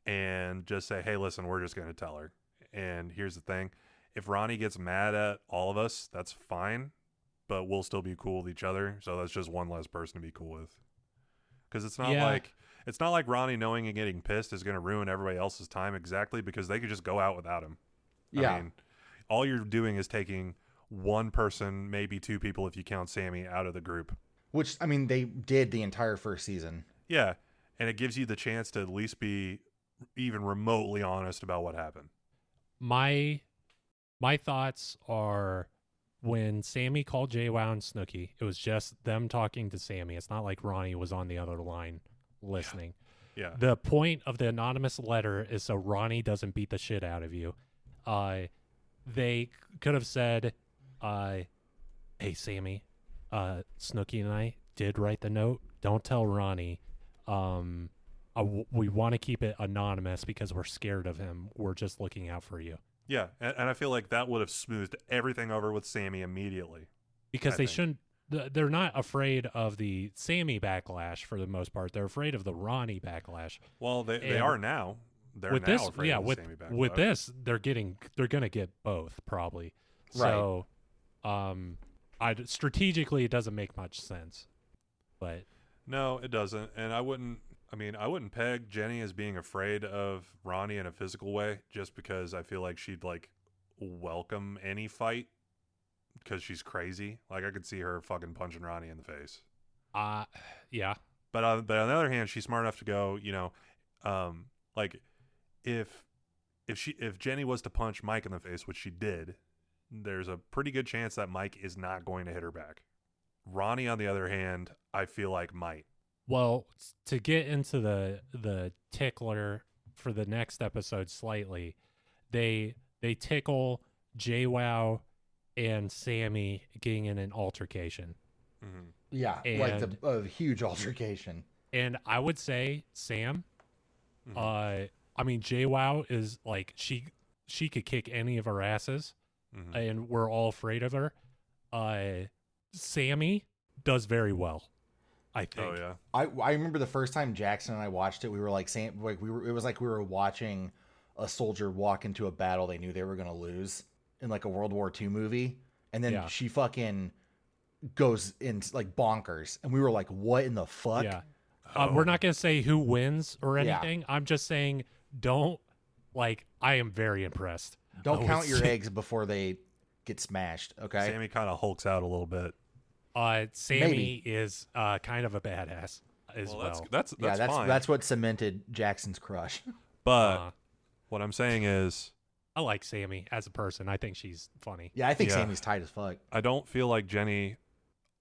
E: and just say, "Hey, listen, we're just going to tell her." And here's the thing: if Ronnie gets mad at all of us, that's fine, but we'll still be cool with each other. So that's just one less person to be cool with. Because it's not
G: Yeah.
E: like it's not like Ronnie knowing and getting pissed is going to ruin everybody else's time exactly because they could just go out without him.
F: Yeah.
E: I mean, all you're doing is taking one person, maybe two people if you count Sammy, out of the group.
F: Which I mean, they did the entire first season.
E: Yeah. And it gives you the chance to at least be even remotely honest about what happened.
G: my my thoughts are when Sammy called JWoww and Snooky, it was just them talking to Sammy. It's not like Ronnie was on the other line listening.
E: Yeah.
G: The point of the anonymous letter is so Ronnie doesn't beat the shit out of you. Uh, they c- could have said, uh, hey Sammy, uh, Snooky and I did write the note. Don't tell Ronnie. Um, I w- we want to keep it anonymous because we're scared of him. We're just looking out for you
E: Yeah, and, and I feel like that would have smoothed everything over with Sammy immediately.
G: because
E: I
G: they
E: think.
G: shouldn't. th- They're not afraid of the Sammy backlash for the most part. They're afraid of the Ronnie backlash.
E: Well, they, they
G: And
E: are now. They're
G: with
E: now
G: this,
E: afraid
G: yeah,
E: of the
G: with
E: Sammy
G: with
E: backlash.
G: this, they're getting they're gonna get both probably.
F: Right.
G: So, um, I strategically it doesn't make much sense, but
E: No, it doesn't. And I wouldn't. I mean, I wouldn't peg Jenny as being afraid of Ronnie in a physical way, just because I feel like she'd like welcome any fight because she's crazy. Like I could see her fucking punching Ronnie in the face.
G: uh yeah,
E: But on, but on the other hand, she's smart enough to go. You know, um, like if if she if Jenny was to punch Mike in the face, which she did, there's a pretty good chance that Mike is not going to hit her back. Ronnie, on the other hand, I feel like might.
G: Well, s- to get into the the tickler for the next episode slightly, they they tickle JWoww and Sammy getting in an altercation.
E: Mhm.
F: Yeah, like
G: And-
F: the a huge altercation.
G: And I would say Sam
E: Mhm.
G: uh I mean JWoww is like she she could kick any of our asses
E: Mhm.
G: and we're all afraid of her. Uh Sammy does very well. I think.
E: Oh yeah,
F: I I remember the first time Jackson and I watched it, we were like saying like we were it was like we were watching a soldier walk into a battle they knew they were gonna lose in like a World War II movie, and then
G: Yeah.
F: she fucking goes in like bonkers, and we were like, what in the fuck?
G: Yeah. Uh, we're not going to say who wins or
F: Yeah.
G: anything. I'm just saying don't like I am very impressed. I
F: Don't
G: would
F: count your
G: say-
F: eggs before they get smashed. Okay.
E: Sammy kind of hulks out a little bit.
G: Uh Sammy is uh kind of a badass as well.
E: that's that's that's,
F: yeah, that's
E: fine.
F: that's what cemented Jackson's crush.
E: but
G: Uh,
E: what I'm saying is,
G: I like Sammy as a person. I think she's funny.
F: yeah, I think
E: Yeah.
F: Sammy's tight as fuck.
E: I don't feel like Jenny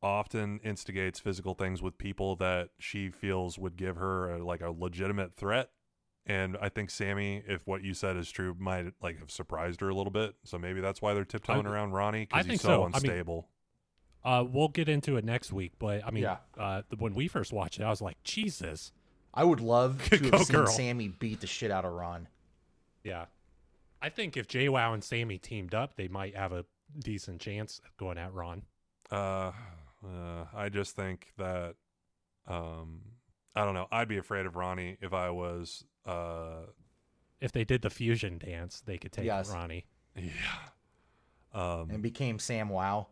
E: often instigates physical things with people that she feels would give her a, like a legitimate threat. And I think Sammy, if what you said is true, might like have surprised her a little bit. So maybe that's why they're tiptoeing
G: I-
E: around Ronnie
G: I
E: because
G: think
E: he's so,
G: so. I mean-
E: unstable.
G: Uh we'll get into it next week, but I mean
F: Yeah.
G: uh th- when we first watched it I was like, "Jesus."
F: I would love to
G: Go
F: have seen
G: girl.
F: Sammy beat the shit out of Ron.
G: Yeah. I think if JWoww and Sammy teamed up, they might have a decent chance at going at Ron.
E: Uh, uh, I just think that, um, I don't know. I'd be afraid of Ronnie if I was, uh,
G: If they did the fusion dance, they could take
F: Yes.
G: Ronnie.
E: yeah. Um,
F: and became Sam Wow.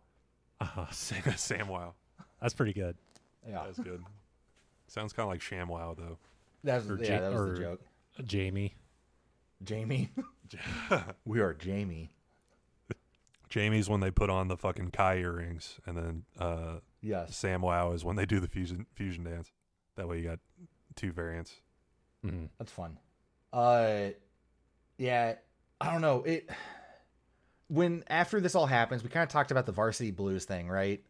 G: Uh-huh.
E: Sam, Sam Wow.
G: That's pretty good.
F: Yeah,
E: That's good. Sounds kind of like Sham Wow, though.
F: that's
G: or
F: yeah,
G: Ja-
F: that was
G: or-
F: the joke.
G: Jamie.
F: Jamie, we are Jamie.
E: Jamie's when they put on the fucking Kai earrings, and then uh,
F: Yes,
E: Sam Wow is when they do the fusion fusion dance. That way you got two variants.
G: Mhm.
F: that's fun. Uh, yeah, I don't know it. When after this all happens, we kind of talked about the varsity blues thing, right?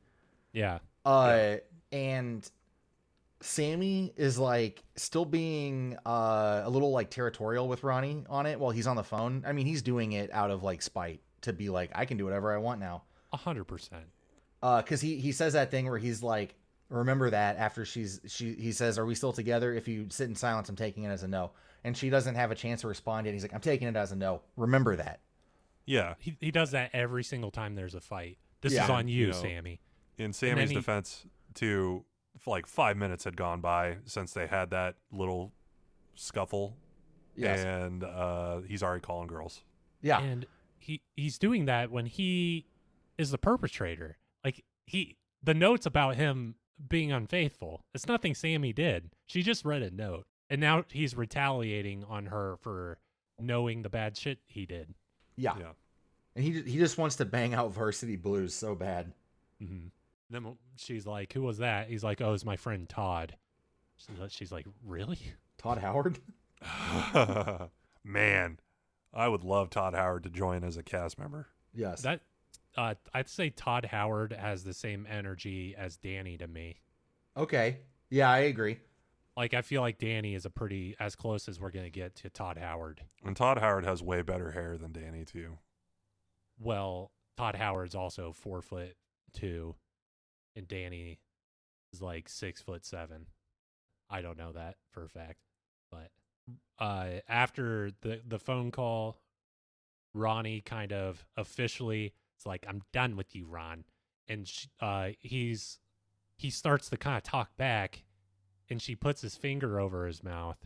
G: Yeah.
F: Uh, and Sammy is like still being uh, a little like territorial with Ronnie on it while he's on the phone. I mean, he's doing it out of like spite to be like, I can do whatever I want now.
G: A hundred percent.
F: because Uh, he he says that thing where he's like, "Remember that." After she's she he says, "Are we still together?" If you sit in silence, I'm taking it as a no. And she doesn't have a chance to respond yet. He's like, "I'm taking it as a no. Remember that."
E: Yeah.
G: He he does that every single time there's a fight. This is
F: Yeah.
G: on you,
E: You know,
G: Sammy.
E: In Sammy's
G: he-
E: defense, too, f- like five minutes had gone by since they had that little scuffle, and uh, he's already calling girls.
F: yeah.
G: And he he's doing that when he is the perpetrator. Like he the notes about him being unfaithful. It's nothing Sammy did. She just read a note. And now he's retaliating on her for knowing the bad shit he did.
F: yeah,
E: Yeah.
F: And he ju- he just wants to bang out Varsity Blues so bad.
G: Mm-hmm. Then she's like, "Who was that?" He's like, "Oh, it's my friend Todd." She's- She's like, "Really?"
F: Todd Howard.
E: Man, I would love Todd Howard to join as a cast member.
F: yes.
G: That uh, I'd say Todd Howard has the same energy as Danny to me.
F: okay. Yeah, I agree.
G: Like I feel like Danny is a pretty as close as we're gonna get to Todd Howard.
E: And Todd Howard has way better hair than Danny too.
G: Well, Todd Howard's also four foot two, and Danny is like six foot seven. I don't know that for a fact, but uh, after the the phone call, Ronnie kind of officially it's like I'm done with you, Ron, and sh uh, he's he starts to kind of talk back, and she puts his finger over his mouth,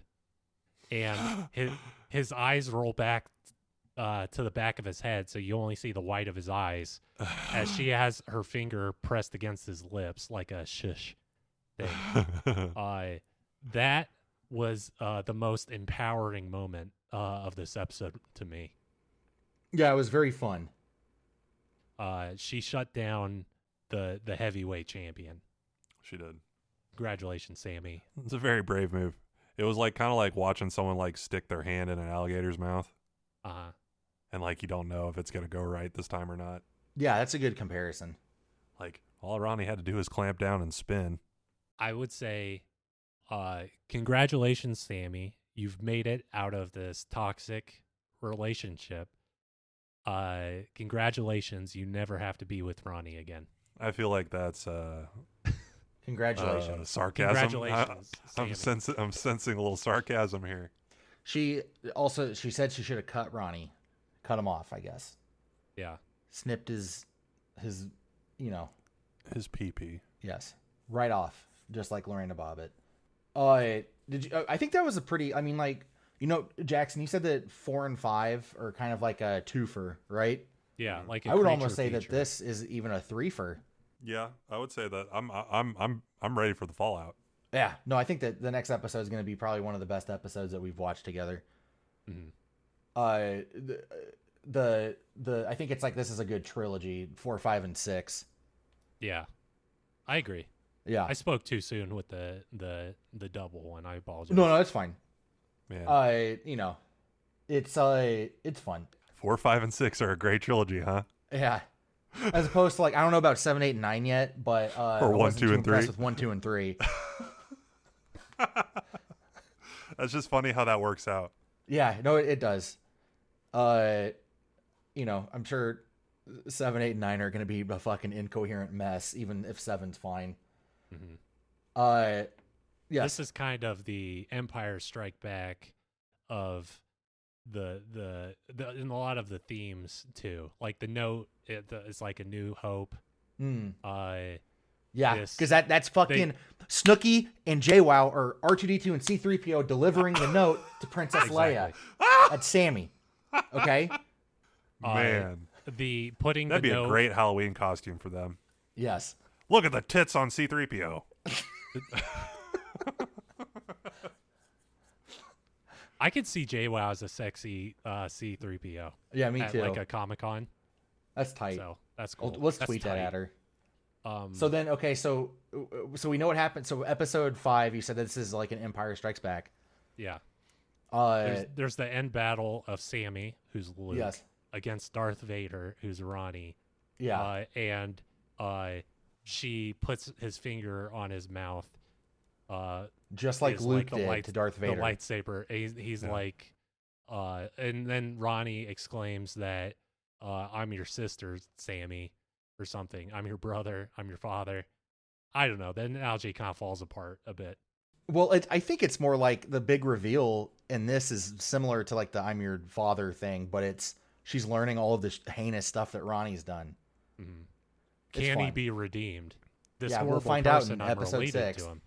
G: and his his eyes roll back uh, to the back of his head, so you only see the white of his eyes as she has her finger pressed against his lips like a shush thing. Uh, that was uh, the most empowering moment uh, of this episode to me.
F: Yeah, it was very fun.
G: Uh, she shut down the the heavyweight champion.
E: she did.
G: Congratulations, Sammy.
E: It's a very brave move. It was like kind of like watching someone like stick their hand in an alligator's mouth,
G: Uh,
E: and like you don't know if it's gonna go right this time or not.
F: Yeah, that's a good comparison.
E: Like all Ronnie had to do is clamp down and spin.
G: I would say, uh, congratulations, Sammy. You've made it out of this toxic relationship. Uh, congratulations. You never have to be with Ronnie again.
E: I feel like that's uh, uh
F: Congratulations.
E: sarcasm.
G: Congratulations,
E: I, I'm,
G: Sammy.
E: sensi- I'm sensing a little sarcasm here.
F: she also she said she should have cut Ronnie, cut him off. I guess
G: Yeah.
F: snipped his his you know
E: His pee pee.
F: Yes, right off, just like Lorena Bobbitt. Uh, did you? uh, I think that was a pretty. I mean, like you know, Jackson, you said that four and five are kind of like a twofer, right?
G: Yeah. Like I
F: Mm-hmm. I would almost say that this is even a threefer.
E: Yeah, I would say that I'm I- I'm I'm I'm ready for the fallout.
F: Yeah. No, I think that the next episode is going to be probably one of the best episodes that we've watched together.
G: Mhm.
F: Uh, the, the the I think it's like this is a good trilogy four, five, and six.
G: Yeah. I agree.
F: Yeah.
G: I spoke too soon with the the the double one. I apologize.
F: no, no, it's fine.
E: Man,
F: Uh, you know, it's uh, it's fun.
E: four, five, and six are a great trilogy, huh?
F: Yeah. As opposed to like I don't know about seven, eight, and nine yet, but uh,
E: Or
F: I
E: one,
F: wasn't
E: two,
F: too
E: and three.
F: impressed With one, two, and three.
E: That's just funny how that works out.
F: yeah, no, it, it does. Uh, you know, I'm sure seven, eight, and nine are gonna be a fucking incoherent mess, even if seven's fine.
G: Mhm.
F: Uh, yes,
G: This is kind of the Empire Strike Back of the the the in a lot of the themes too. Like the note, it, the, it's like a new hope.
F: Mm,
G: Uh,
F: yeah,
G: This-
F: because that that's fucking Snooky and JWoww or R2D2 and C3PO delivering the note to Princess
G: Exactly.
F: Leia. That's Sammy. Okay.
G: I-
E: Man,
G: the putting
E: that'd
G: the
E: be a
G: note,
E: great Halloween costume for them.
F: Yes.
E: Look at the tits on C3PO.
G: I could see JWoww as a sexy uh, C3PO
F: Yeah, me
G: at
F: too.
G: like a Comic Con.
F: that's tight.
G: So that's cool.
F: Well, let's
G: That's
F: tweet that
G: tight.
F: at her.
G: Um,
F: So then, okay, so uh, so we know what happened. So episode five, you said this is like an Empire Strikes Back.
G: yeah,
F: Uh,
G: there's, there's the end battle of Sammy, who's Luke,
F: yes,
G: against Darth Vader, who's Ronnie.
F: yeah,
G: Uh, and uh, she puts his finger on his mouth. Uh,
F: just like
G: is
F: Luke
G: the
F: did
G: light-
F: to Darth
G: The
F: Vader.
G: lightsaber. He's, he's
E: Yeah.
G: like, uh, and then Ronnie exclaims that uh, I'm your sister, Sammy, or something. I'm your brother. I'm your father. I don't know. Then analogy kind of falls apart a bit.
F: Well, it, I think it's more like the big reveal, and this is similar to like the "I'm your father" thing, but it's she's learning all of this heinous stuff that Ronnie's done.
G: Mhm.
F: It's
G: Can he
F: fine.
G: be redeemed? This
F: Yeah, we'll
G: horrible
F: find out
G: person,
F: in
G: I'm
F: episode
G: related
F: six.
G: to him.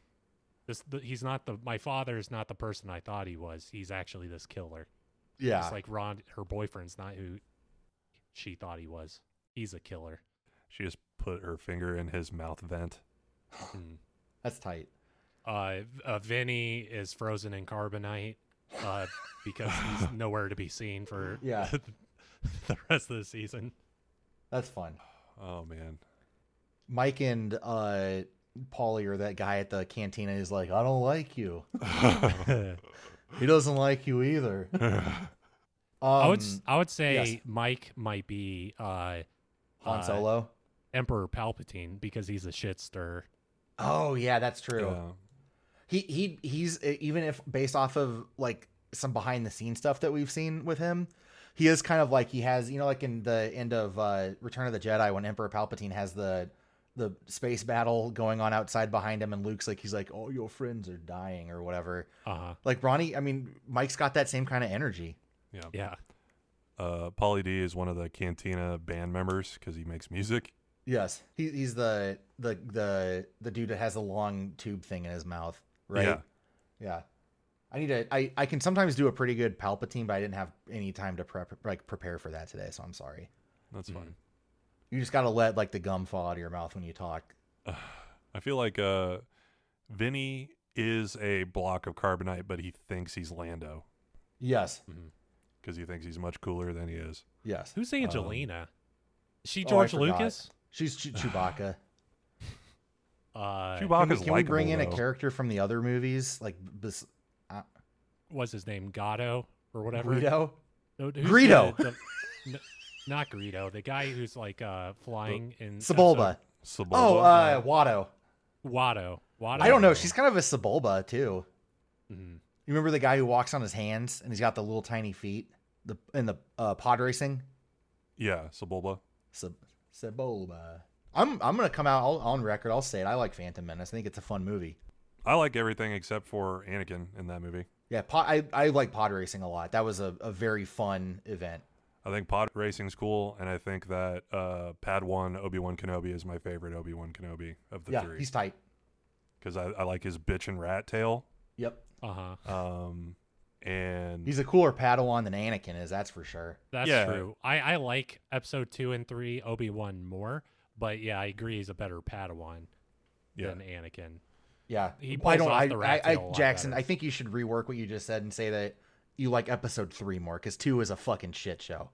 G: This, th he's not the. My father is not the person I thought he was. He's actually this killer.
F: Yeah,
G: It's like Ron, her boyfriend's not who she thought he was. He's a killer.
E: She just put her finger in his mouth vent.
G: Mm.
F: that's tight.
G: Uh, uh, Vinny is frozen in carbonite uh, because he's nowhere to be seen for
F: Yeah.
G: the rest of the season.
F: That's fun.
E: Oh man.
F: Mike and uh, Paulie or that guy at the cantina is like, "I don't like you." Um, He doesn't like you either. Um,
G: I would s- I would say
F: yes.
G: Mike might be uh,
F: Han
G: uh,
F: Solo.
G: Emperor Palpatine because he's a shit stir.
F: Oh yeah, that's true.
E: Yeah.
F: He he he's e, even if based off of like some behind the scenes stuff that we've seen with him, he is kind of like he has you know like in the end of uh Return of the Jedi when Emperor Palpatine has the the space battle going on outside behind him, and Luke's like, he's like, "Oh, your friends are dying" or whatever.
G: Uh huh.
F: Like Ronnie, I mean, Mike's got that same kind of energy.
E: Yeah.
G: Yeah.
E: Uh, Pauly D is one of the Cantina band members because he makes music.
F: Yes, he, he's the the the the dude that has the long tube thing in his mouth, right?
E: Yeah.
F: Yeah. I need to. I I can sometimes do a pretty good Palpatine, but I didn't have any time to prep like prepare for that today, so I'm sorry.
E: That's fine.
F: You just gotta let like the gum fall out of your mouth when you talk.
E: I feel like uh, Vinny is a block of carbonite, but he thinks he's Lando
F: Yes.
E: because he thinks he's much cooler than he is.
F: Yes.
G: Who's Angelina?
F: Oh,
G: she
F: I
G: George
F: forgot.
G: Lucas?
F: She's Che- Chewbacca.
G: Uh,
F: Can we,
E: Chewbacca's
F: can we bring in
E: likable, though.
F: a character from the other movies, like bes-
G: what's his name? Gatto or whatever.
F: Greedo?
G: No, who's
F: Greedo.
G: the- the- n- not Greedo. The guy who's like uh, flying in
F: Sebulba?
G: episode-
E: Sebulba.
F: Oh, uh, Watto.
G: Watto. Watto.
F: I don't know. She's kind of a Sebulba too.
G: Mhm.
F: You remember the guy who walks on his hands and he's got the little tiny feet? The in the uh, pod racing.
E: yeah, Sebulba.
F: Seb- Sebulba. I'm I'm gonna come out I'll, on record. I'll say it. I like Phantom Menace. I think it's a fun movie.
E: I like everything except for Anakin in that movie.
F: Yeah, pod, I I like pod racing a lot. That was a, a very fun event.
E: I think pod racing's cool, and I think that uh, Padawan Obi Wan Kenobi is my favorite Obi Wan Kenobi of the
F: yeah,
E: three
F: he's tight.
E: because I, I like his bitch and rat tail.
F: Yep,
G: Uh huh.
E: Um, and
F: he's a cooler Padawan than Anakin is. That's for sure.
G: That's
E: Yeah.
G: true. I, I like episode two and three Obi Wan more, but yeah, I agree he's a better Padawan
E: Yeah.
G: than Anakin.
F: Yeah,
G: He
F: But I
G: pulls
F: don't.
G: off
F: I,
G: the rat
F: I, I
G: tail a lot
F: Jackson.
G: better.
F: I think you should rework what you just said and say that you like episode three more because two is a fucking shit show.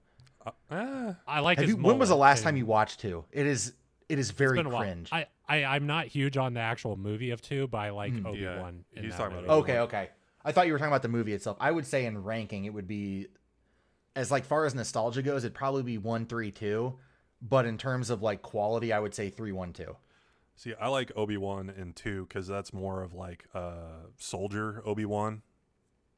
E: Ah,
G: I like.
F: Have
G: his
F: you, when was the
G: mullet,
F: last
G: too.
F: time you watched two? It is. It is very
G: It's been a while.
F: cringe.
G: I, I I'm not huge on the actual movie of two, but I like Obi
E: Hmm. Yeah.
G: Wan.
E: He's talking about
F: Okay, okay. I thought you were talking about the movie itself. I would say in ranking, it would be as like far as nostalgia goes, it'd probably be one, three, two. But in terms of like quality, I would say three, one, two.
E: see, I like Obi Wan in two because that's more of like uh, soldier Obi Wan.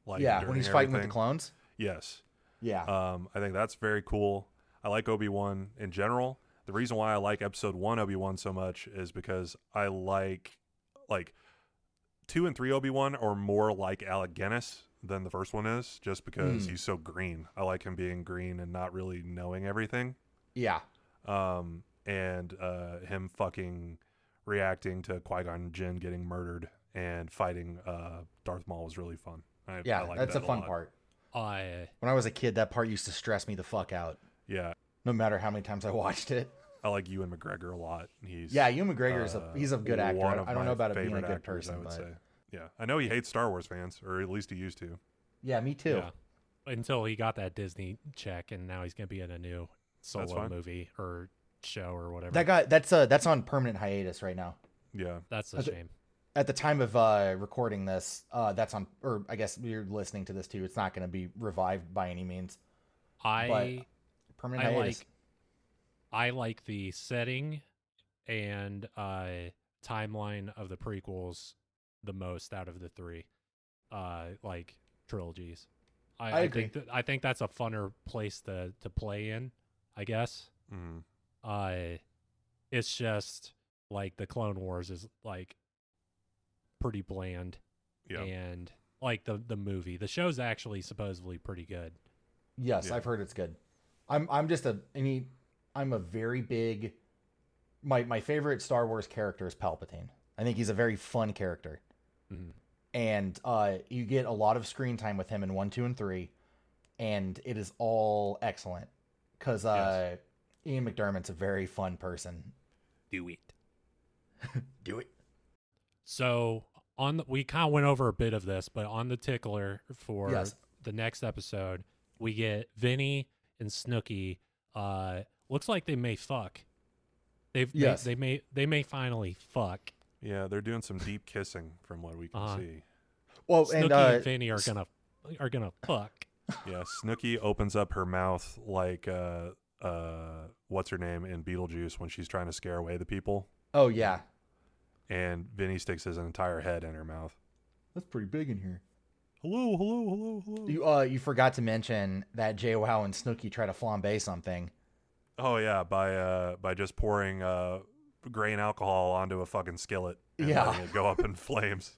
E: Like
F: yeah, when
E: during
F: he's fighting with the
E: everything.
F: clones.
E: Yes.
F: Yeah,
E: Um, I think that's very cool. I like Obi Wan in general. The reason why I like Episode One Obi Wan so much is because I like like two and three Obi Wan are more like Alec Guinness than the first one is, just because
F: Mm.
E: he's so green. I like him being green and not really knowing everything.
F: yeah,
E: Um, and uh, him fucking reacting to Qui Gon Jinn getting murdered and fighting uh, Darth Maul was really fun. I,
F: yeah.
E: I like
F: that's
E: that
F: a fun
E: lot.
F: part.
G: Uh,
F: When I was a kid, that part used to stress me the fuck out.
E: Yeah,
F: No matter how many times I watched it.
E: I like Ewan McGregor a lot. He's
F: Yeah, Ewan McGregor is a
E: uh,
F: he's a good actor. I
E: one
F: don't,
E: of
F: I don't
E: my
F: know about it being a
E: favorite
F: good
E: actors,
F: person,
E: I would
F: but
E: say. Yeah, I know he hates Star Wars fans, or at least he used to.
F: yeah, me too.
G: yeah. Until he got that Disney check, and now he's gonna be in a new solo
E: fine.
G: movie or show or whatever.
F: That guy, that's uh, that's on permanent hiatus right now.
E: Yeah,
G: That's a
F: That's it.
G: shame.
F: at the time of uh recording this uh that's on or i guess you're listening to this too it's not going to be revived by any means
G: I
F: permanent
G: I
F: hiatus
G: like- I like the setting and uh, timeline of the prequels the most out of the three, uh, like trilogies. I,
F: I agree.
G: think that, I think that's a funner place to to play in. I guess.
E: Mhm.
G: Uh, it's just like the Clone Wars is like pretty bland,
E: yeah.
G: and like the the movie, the show's actually supposedly pretty good.
F: yes
E: yeah.
F: i've heard it's good i'm i'm just a any i'm a very big my my favorite star wars character is palpatine i think he's a very fun character
G: Mhm.
F: and uh you get a lot of screen time with him in one two and three and it is all excellent because uh ian mcdermott's a very fun person
G: Do it.
F: do it
G: So on the, we kind of went over a bit of this, but on the tickler for
F: Yes.
G: the next episode, we get Vinny and Snooky. Uh, looks like they may fuck. They've they-
F: Yes.
G: they, may they may finally fuck.
E: Yeah, they're doing some deep kissing from what we can
G: Uh-huh.
E: see.
F: well
G: Snooky
F: and
G: and,
F: uh
G: Vinny are gonna are gonna fuck.
E: Yeah, Snooky opens up her mouth like uh uh what's her name in Beetlejuice when she's trying to scare away the people,
F: Oh yeah,
E: and Vinny sticks his entire head in her mouth.
F: that's pretty big in here.
E: Hello, hello, hello, hello.
F: You uh, you forgot to mention that JWoww and Snooky try to flambe something.
E: Oh yeah, by uh by just pouring uh grain alcohol onto a fucking skillet and
F: Yeah.
E: letting it go up in flames.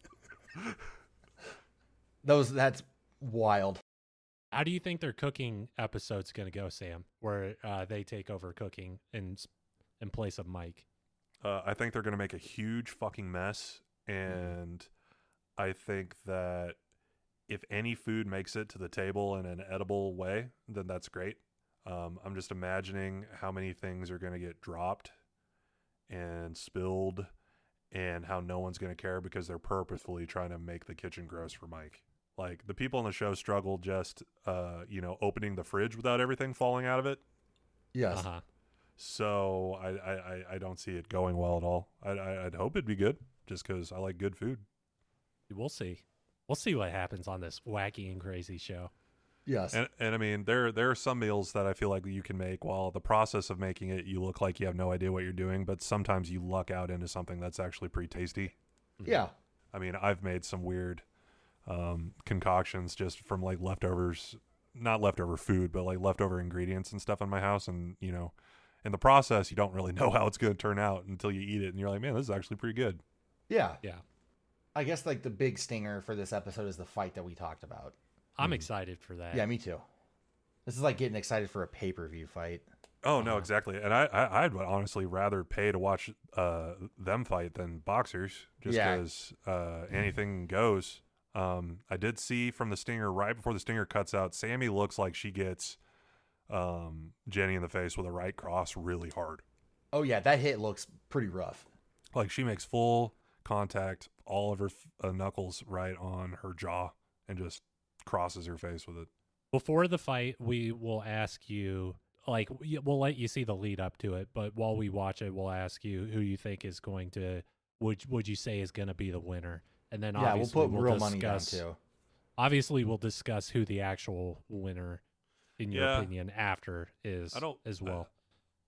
F: Those that's wild.
G: How do you think their cooking episode's going to go, Sam? Where uh, they take over cooking in s- in place of Mike?
E: Uh, I think they're going to make a huge fucking mess. And I think that if any food makes it to the table in an edible way, then that's great. Um, I'm just imagining how many things are going to get dropped and spilled and how no one's going to care because they're purposefully trying to make the kitchen gross for Mike. Like the people on the show struggle just, uh, you know, opening the fridge without everything falling out of it.
F: Yes.
G: Uh huh.
E: So I, I, I- I don't see it going well at all. I, I, I'd hope it'd be good just because I like good food.
G: We'll see. We'll see what happens on this wacky and crazy show.
F: Yes.
E: And, and I mean, there, there are some meals that I feel like you can make while the process of making it, you look like you have no idea what you're doing, but sometimes you luck out into something that's actually pretty tasty.
F: yeah.
E: I mean, I've made some weird um, concoctions just from like leftovers, not leftover food, but like leftover ingredients and stuff in my house. And, you know, in the process, you don't really know how it's going to turn out until you eat it and you're like, man, this is actually pretty good.
F: Yeah.
G: Yeah.
F: I guess like the big stinger for this episode is the fight that we talked about.
G: I'm
E: Mhm.
G: excited for that.
F: Hmm. Yeah, me too. This is like getting excited for a pay per view fight.
E: Oh no,
G: Uh-huh.
E: exactly. And I, I, I'd honestly rather pay to watch uh, them fight than boxers, just
F: Yeah.
E: because uh, anything goes. Um, I did see from the stinger right before the stinger cuts out, Sammy looks like she gets um, Jenny in the face with a right cross really hard.
F: Oh yeah, that hit looks pretty rough.
E: Like she makes full contact, all of her f- uh, knuckles right on her jaw, and just crosses her face with it.
G: Before the fight, we will ask you, like, we- we'll let you see the lead up to it, but while we watch it, we'll ask you who you think is going to, would, would you say is going to be the winner? And then
F: yeah, we'll
G: obviously
F: put real
G: discuss,
F: money down too.
G: Obviously, we'll discuss who the actual winner, in your
E: Yeah.
G: opinion, after is
E: I don't-
G: as
E: I-
G: well.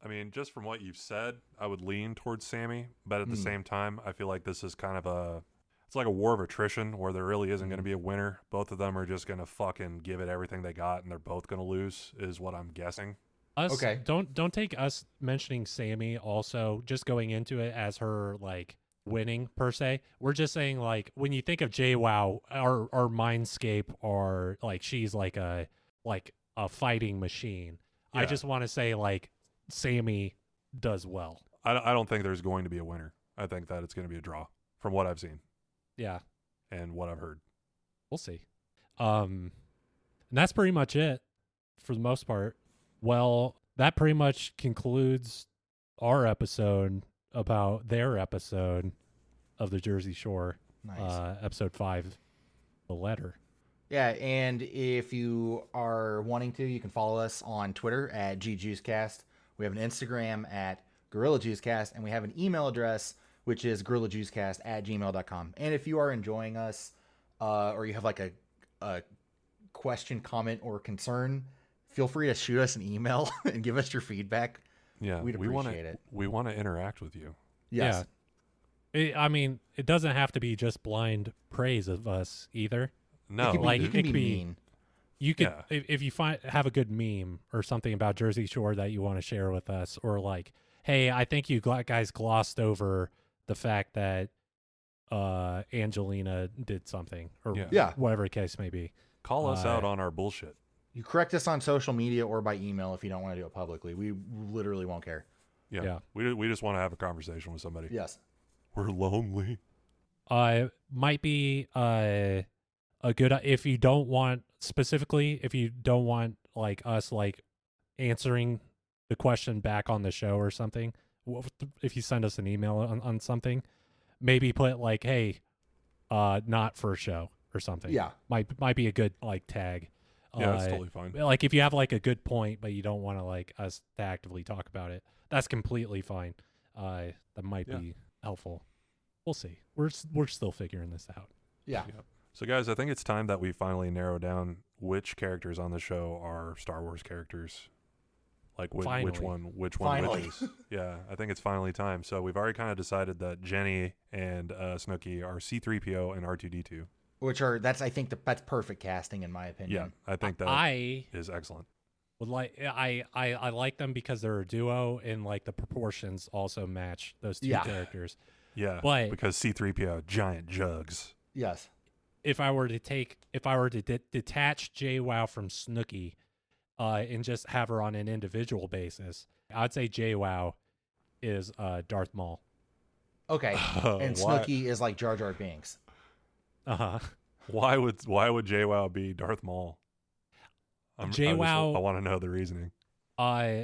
E: I mean, just from what you've said, I would lean towards Sammy, but at the
F: Hmm.
E: same time, I feel like this is kind of a it's like a war of attrition where there really isn't going to be a winner. Both of them are just going to fucking give it everything they got and they're both going to lose is what I'm guessing.
G: us
F: Okay.
G: don't don't take us mentioning sammy also just going into it as her like winning per se we're just saying like when you think of jay wow our our mindscape are like she's like a like a fighting machine i
E: Yeah.
G: just want to say like sammy does well
E: I don't- I don't think there's going to be a winner. I think that it's going to be a draw from what I've seen
G: yeah
E: and what I've heard.
G: we'll see um and that's pretty much it for the most part well that pretty much concludes our episode about their episode of the jersey shore
F: Nice.
G: uh episode five the letter
F: yeah, and if you are wanting to, you can follow us on Twitter at GJuiceCast. We have an Instagram at Gorilla GorillaJuiceCast, and we have an email address, which is GorillaJuiceCast at gmail.com. And if you are enjoying us uh, or you have like a, a question, comment, or concern, feel free to shoot us an email and give us your feedback.
E: Yeah,
F: We'd
E: we wanna-
F: appreciate it.
E: We want to interact with you.
F: Yes.
G: Yeah. It, i mean it doesn't have to be just blind praise of us either
E: No,
F: it could be,
G: like,
F: Oh, it
G: it
F: could be
G: could be-
F: mean.
G: you could
E: Yeah.
G: if, if you find have a good meme or something about jersey shore that you want to share with us or like hey i think you gl- guys glossed over the fact that uh angelina did something or
E: Yeah.
F: Yeah.
G: whatever the case may be
E: call us out
G: uh,
E: on our bullshit.
F: You correct us on social media or by email if you don't want to do it publicly. We literally won't care.
E: Yeah.
G: yeah.
E: We we just want to have a conversation with somebody.
F: Yes.
E: We're lonely.
G: uh might be uh a good if you don't want specifically if you don't want like us like answering the question back on the show or something wh- if you send us an email on, on something maybe put like hey uh not for show or something
F: Yeah.
G: might might be a good like tag
E: Yeah, that's
G: Uh,
E: totally fine.
G: like if you have like a good point but you don't want to like us to actively talk about it that's completely fine uh that might
E: Yeah.
G: be helpful we'll see we're s- we're still figuring this out
F: Yeah.
E: So, guys, I think it's time that we finally narrow down which characters on the show are Star Wars characters. Like which,
G: Finally.
E: which one, which one,
F: Finally.
E: which is. Yeah, I think it's finally time. So we've already kind of decided that Jenny and uh, Snooky are C-3PO and R2-D2.
F: Which are that's I think the that's perfect casting in my opinion.
E: Yeah, I think that is
G: i
E: excellent.
G: Would like I, I I like them because they're a duo and like the proportions also match those two
F: Yeah.
G: characters.
E: Yeah,
G: But-
E: because C-3PO giant jugs.
F: Yes.
G: If I were to take if I were to de- detach Jay Wow from Snooky, uh, and just have her on an individual basis, I'd say Jay Wow is uh Darth Maul.
F: Okay.
E: Oh,
F: and
E: why,
F: Snooky is like Jar Jar Binks.
G: Uh
E: Uh-huh.
G: huh.
E: why would why would JWoww be Darth Maul? I'm, I just-
G: JWoww
E: I want to know the reasoning.
G: uh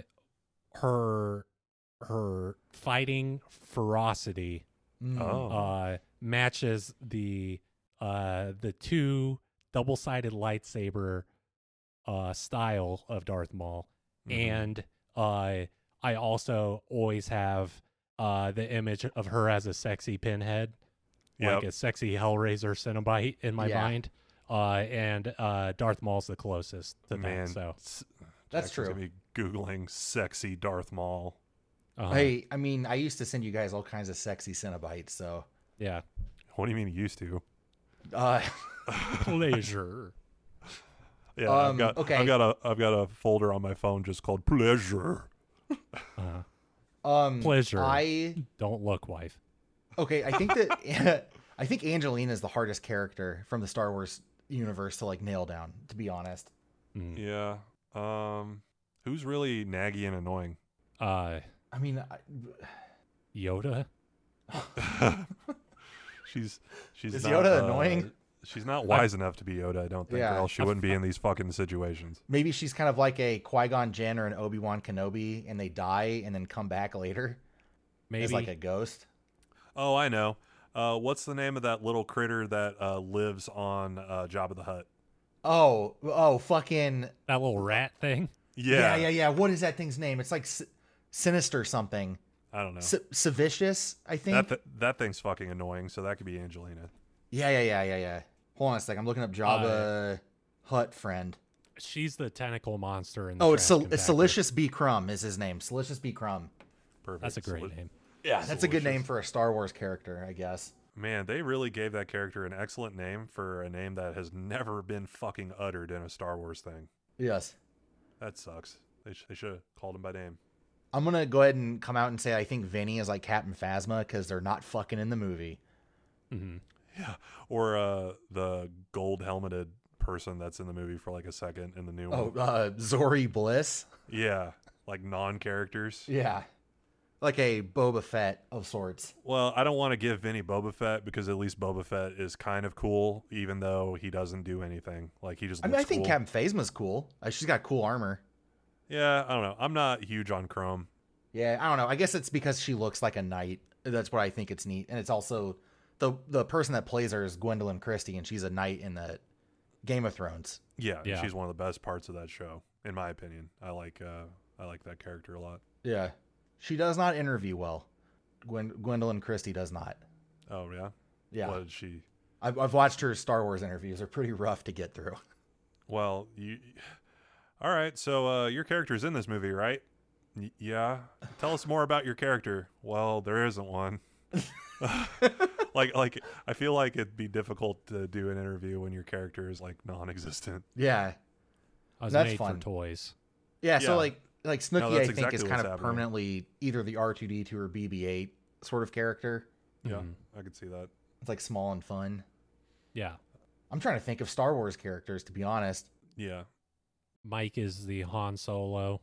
G: her her fighting ferocity
F: Mm.
E: Oh,
G: uh matches the uh the two double-sided lightsaber uh style of Darth Maul
E: mhm.
G: and uh I also always have uh the image of her as a sexy pinhead
E: Yep.
G: like a sexy Hellraiser Cenobite in my
F: Yeah.
G: mind uh and uh Darth Maul's the closest to
E: man,
G: that so
E: s-
F: That's
E: Jackson's
F: true.
E: Gonna be googling sexy Darth Maul.
G: uh,
F: Hey, I mean, I used to send you guys all kinds of sexy Cenobites, so
G: yeah
E: What do you mean he used to?
F: uh
G: pleasure
E: Yeah, I've
F: Um,
E: got
F: okay.
E: I've got a I've got a folder on my phone just called pleasure.
G: uh,
F: um
G: Pleasure.
F: I
G: don't look wife
F: okay, I think that I think Angelina is the hardest character from the Star Wars universe to like nail down, to be honest.
G: Mm.
E: Yeah. Um, who's really naggy and annoying?
G: uh
F: I mean, I,
G: yoda
E: she's she's
F: Is
E: not,
F: Yoda
E: uh,
F: annoying?
E: She's not wise enough to be Yoda, I don't think,
F: Yeah.
E: or else she wouldn't be in these fucking situations.
F: maybe she's kind of like a Qui Gon Jinn or an Obi Wan Kenobi, and they die and then come back later
G: maybe
F: as like a ghost.
E: Oh, I know. Uh, what's the name of that little critter that uh, lives on uh, Jabba the Hutt?
F: Oh, oh, fucking
G: that little rat thing
E: Yeah,
F: yeah, yeah, yeah. What is that thing's name? It's like S- sinister something.
E: I don't know.
F: S- Savicious, I think.
E: that th- that thing's fucking annoying. So that could be Angelina.
F: Yeah, yeah, yeah, yeah, yeah. Hold on a sec. I'm looking up Java Hut friend.
G: she's the tentacle monster in the
F: Oh, it's,
G: trash
F: Sol- it's
G: compactor.
F: Silicious B. Crumb is his name. Silicious B. Crumb.
E: Perfect.
G: that's a great
E: Soli-
G: name
F: Yeah, that's a good
E: Silicious.
F: name for a Star Wars character, I guess.
E: Man, they really gave that character an excellent name for a name that has never been fucking uttered in a Star Wars thing.
F: Yes.
E: That sucks. They, sh- they should have called him by name.
F: I'm going to go ahead and come out and say I think Vinny is like Captain Phasma because they're not fucking in the movie.
G: Mhm.
E: Or uh, the gold helmeted person that's in the movie for like a second in the new one.
F: Oh, uh, Zori Bliss.
E: Yeah, like non characters.
F: Yeah. Like a Boba Fett of sorts.
E: Well, I don't want to give Vinny Boba Fett because at least Boba Fett is kind of cool, even though he doesn't do anything. Like he just.
F: I mean, I
E: looks
F: think
E: cool.
F: Captain Phasma's cool. Uh, she's got cool armor.
E: Yeah, I don't know. I'm not huge on Chrome.
F: Yeah, I don't know. I guess it's because she looks like a knight. That's what I think it's neat. And it's also the the person that plays her is Gwendolyn Christie, and she's a knight in the Game of Thrones.
E: Yeah, and
G: Yeah.
E: she's one of the best parts of that show, in my opinion. I like uh, I like that character a lot.
F: Yeah, she does not interview well. Gwen, Gwendolyn Christie does not.
E: Oh yeah,
F: Yeah,
E: What did she?
F: I've, I've watched her Star Wars interviews. They're pretty rough to get through.
E: Well, you. All right, so uh, your character's in this movie, right? Y- yeah. Tell us more about your character. Well, there isn't one. like, like I feel like it'd be difficult to do an interview when your character is like non-existent.
F: Yeah,
G: i was
F: That's
G: made
F: fun.
G: for toys
F: yeah.
E: Yeah.
F: So like like Snooki,
E: No,
F: I
E: that's
F: think
E: exactly
F: is
E: what's
F: kind of
E: happening.
F: permanently either the R two D two or BB eight sort of character.
E: Yeah,
G: Mhm.
E: I could see that.
F: It's like small and fun.
G: yeah
F: I'm trying to think of Star Wars characters to be honest.
E: Yeah,
G: mike is the han solo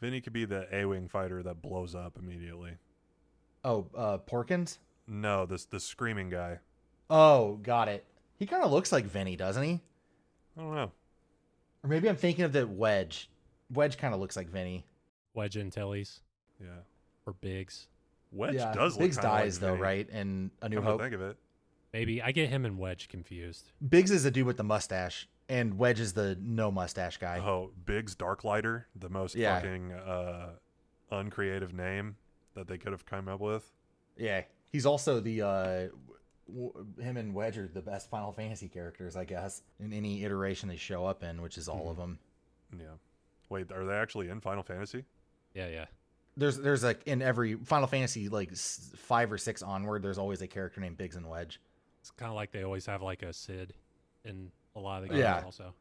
E: Vinny could be the A-wing fighter that blows up immediately.
F: Oh, uh, Porkins.
E: No, this the screaming guy.
F: Oh, got it. He kind of looks like Vinny, doesn't he?
E: I don't know.
F: Or maybe I'm thinking of the Wedge. Wedge kind of looks like Vinny.
G: wedge and tillies
E: Yeah,
G: or biggs
E: Wedge does look
F: Biggs
E: kinda
F: dies
E: like
F: though,
E: Vinny,
F: right? In A New
E: Come to
F: Hope,
E: think of it.
G: maybe i get him and wedge confused
F: Biggs is the dude with the mustache, and Wedge is the no mustache guy.
E: Oh, Biggs Darklighter, the most
F: Yeah.
E: fucking uh, uncreative name that they could have come up with.
F: Yeah, he's also the uh, w- him and Wedge are the best Final Fantasy characters, I guess, in any iteration they show up in, which is all
E: Mm-hmm.
F: of them.
E: Yeah. Wait, are they actually in Final Fantasy?
G: yeah yeah
F: There's there's like in every Final Fantasy like s- five or six onward, there's always a character named Biggs and Wedge.
G: it's kind of like they always have like a sid in a lot of the games
F: Yeah.
G: also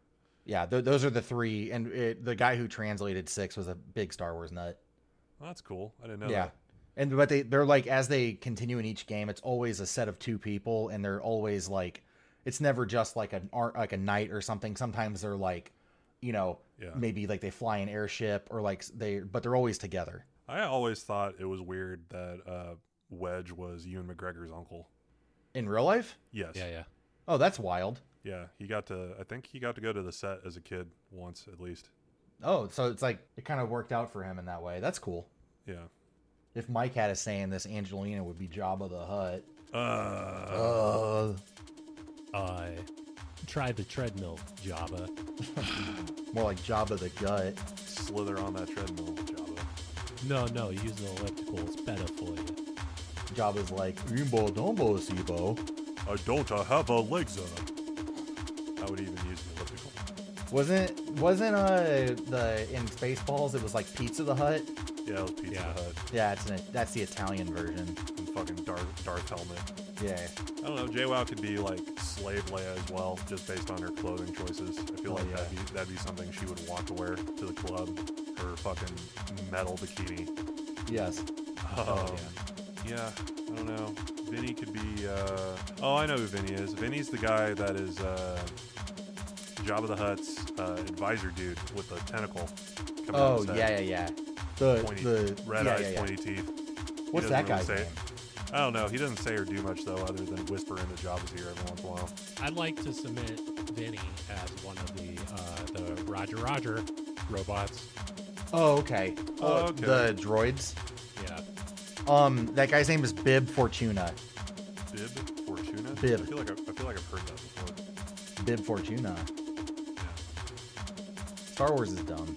F: Yeah, th- those are the three, and it, the guy who translated six was a big Star Wars nut.
E: Well, Oh, that's cool. I didn't know.
F: yeah,
E: that.
F: and but they they're like as they continue in each game, it's always a set of two people, and they're always like, it's never just like an art like a knight or something. Sometimes they're like, you know,
E: Yeah.
F: maybe like they fly an airship or like s- they, but they're always together.
E: I always thought it was weird that uh, Wedge was Ewan McGregor's uncle.
F: In real life,
E: Yes.
G: Yeah, yeah.
F: oh, that's wild.
E: Yeah, He got to. I think he got to go to the set as a kid once at least.
F: Oh, so it's like it kind of worked out for him in that way. That's cool.
E: Yeah.
F: If Mike had a say in this, Angelina would be Jabba the Hutt.
E: Uh,
F: Uh,
G: Uh, try the treadmill, Java.
F: more like Jabba the Gut.
E: slither on that treadmill, Jabba.
G: No, no, use the elliptical. It's better for you.
F: Jabba's like, Umbo Dombo Sibo.
E: I don't have a legs. I would even use the elliptical.
F: Wasn't wasn't uh the in Spaceballs it was like Pizza the Hut?
E: Yeah, it was Pizza
G: Yeah.
E: Hut
F: Yeah, it's an, that's the Italian version.
E: and fucking Darth, Darth helmet.
F: Yeah.
E: I don't know. JWoww could be like slave Leia as well, just based on her clothing choices. I feel
F: Oh,
E: like
F: yeah.
E: that'd be that'd be something she would want to wear to the club. Her fucking metal bikini.
F: Yes. Oh,
E: Um, yeah. I don't know. Vinny could be. Uh, oh, I know who Vinny is. Vinny's the guy that is uh, Jabba the Hutt's uh, advisor dude with the tentacle. coming out of
F: Oh
E: his head.
F: yeah, yeah, yeah. The
E: Pointy,
F: the
E: red
F: yeah,
E: eyes,
F: yeah, yeah.
E: pointy teeth. He
F: What's
E: doesn't
F: that guy's
E: say?
F: name?
E: I don't know. He doesn't say or do much though, other than whisper into Jabba's ear every once in a while.
G: I'd like to submit Vinny as one of the uh, the Roger Roger robots.
F: Oh okay.
E: Oh,
F: Uh,
E: okay.
F: The droids.
G: Yeah.
F: Um, that guy's name is Bib Fortuna.
E: Bib Fortuna.
F: Bib.
E: I feel like I, I feel like I've heard that before.
F: Bib Fortuna. Star Wars is dumb.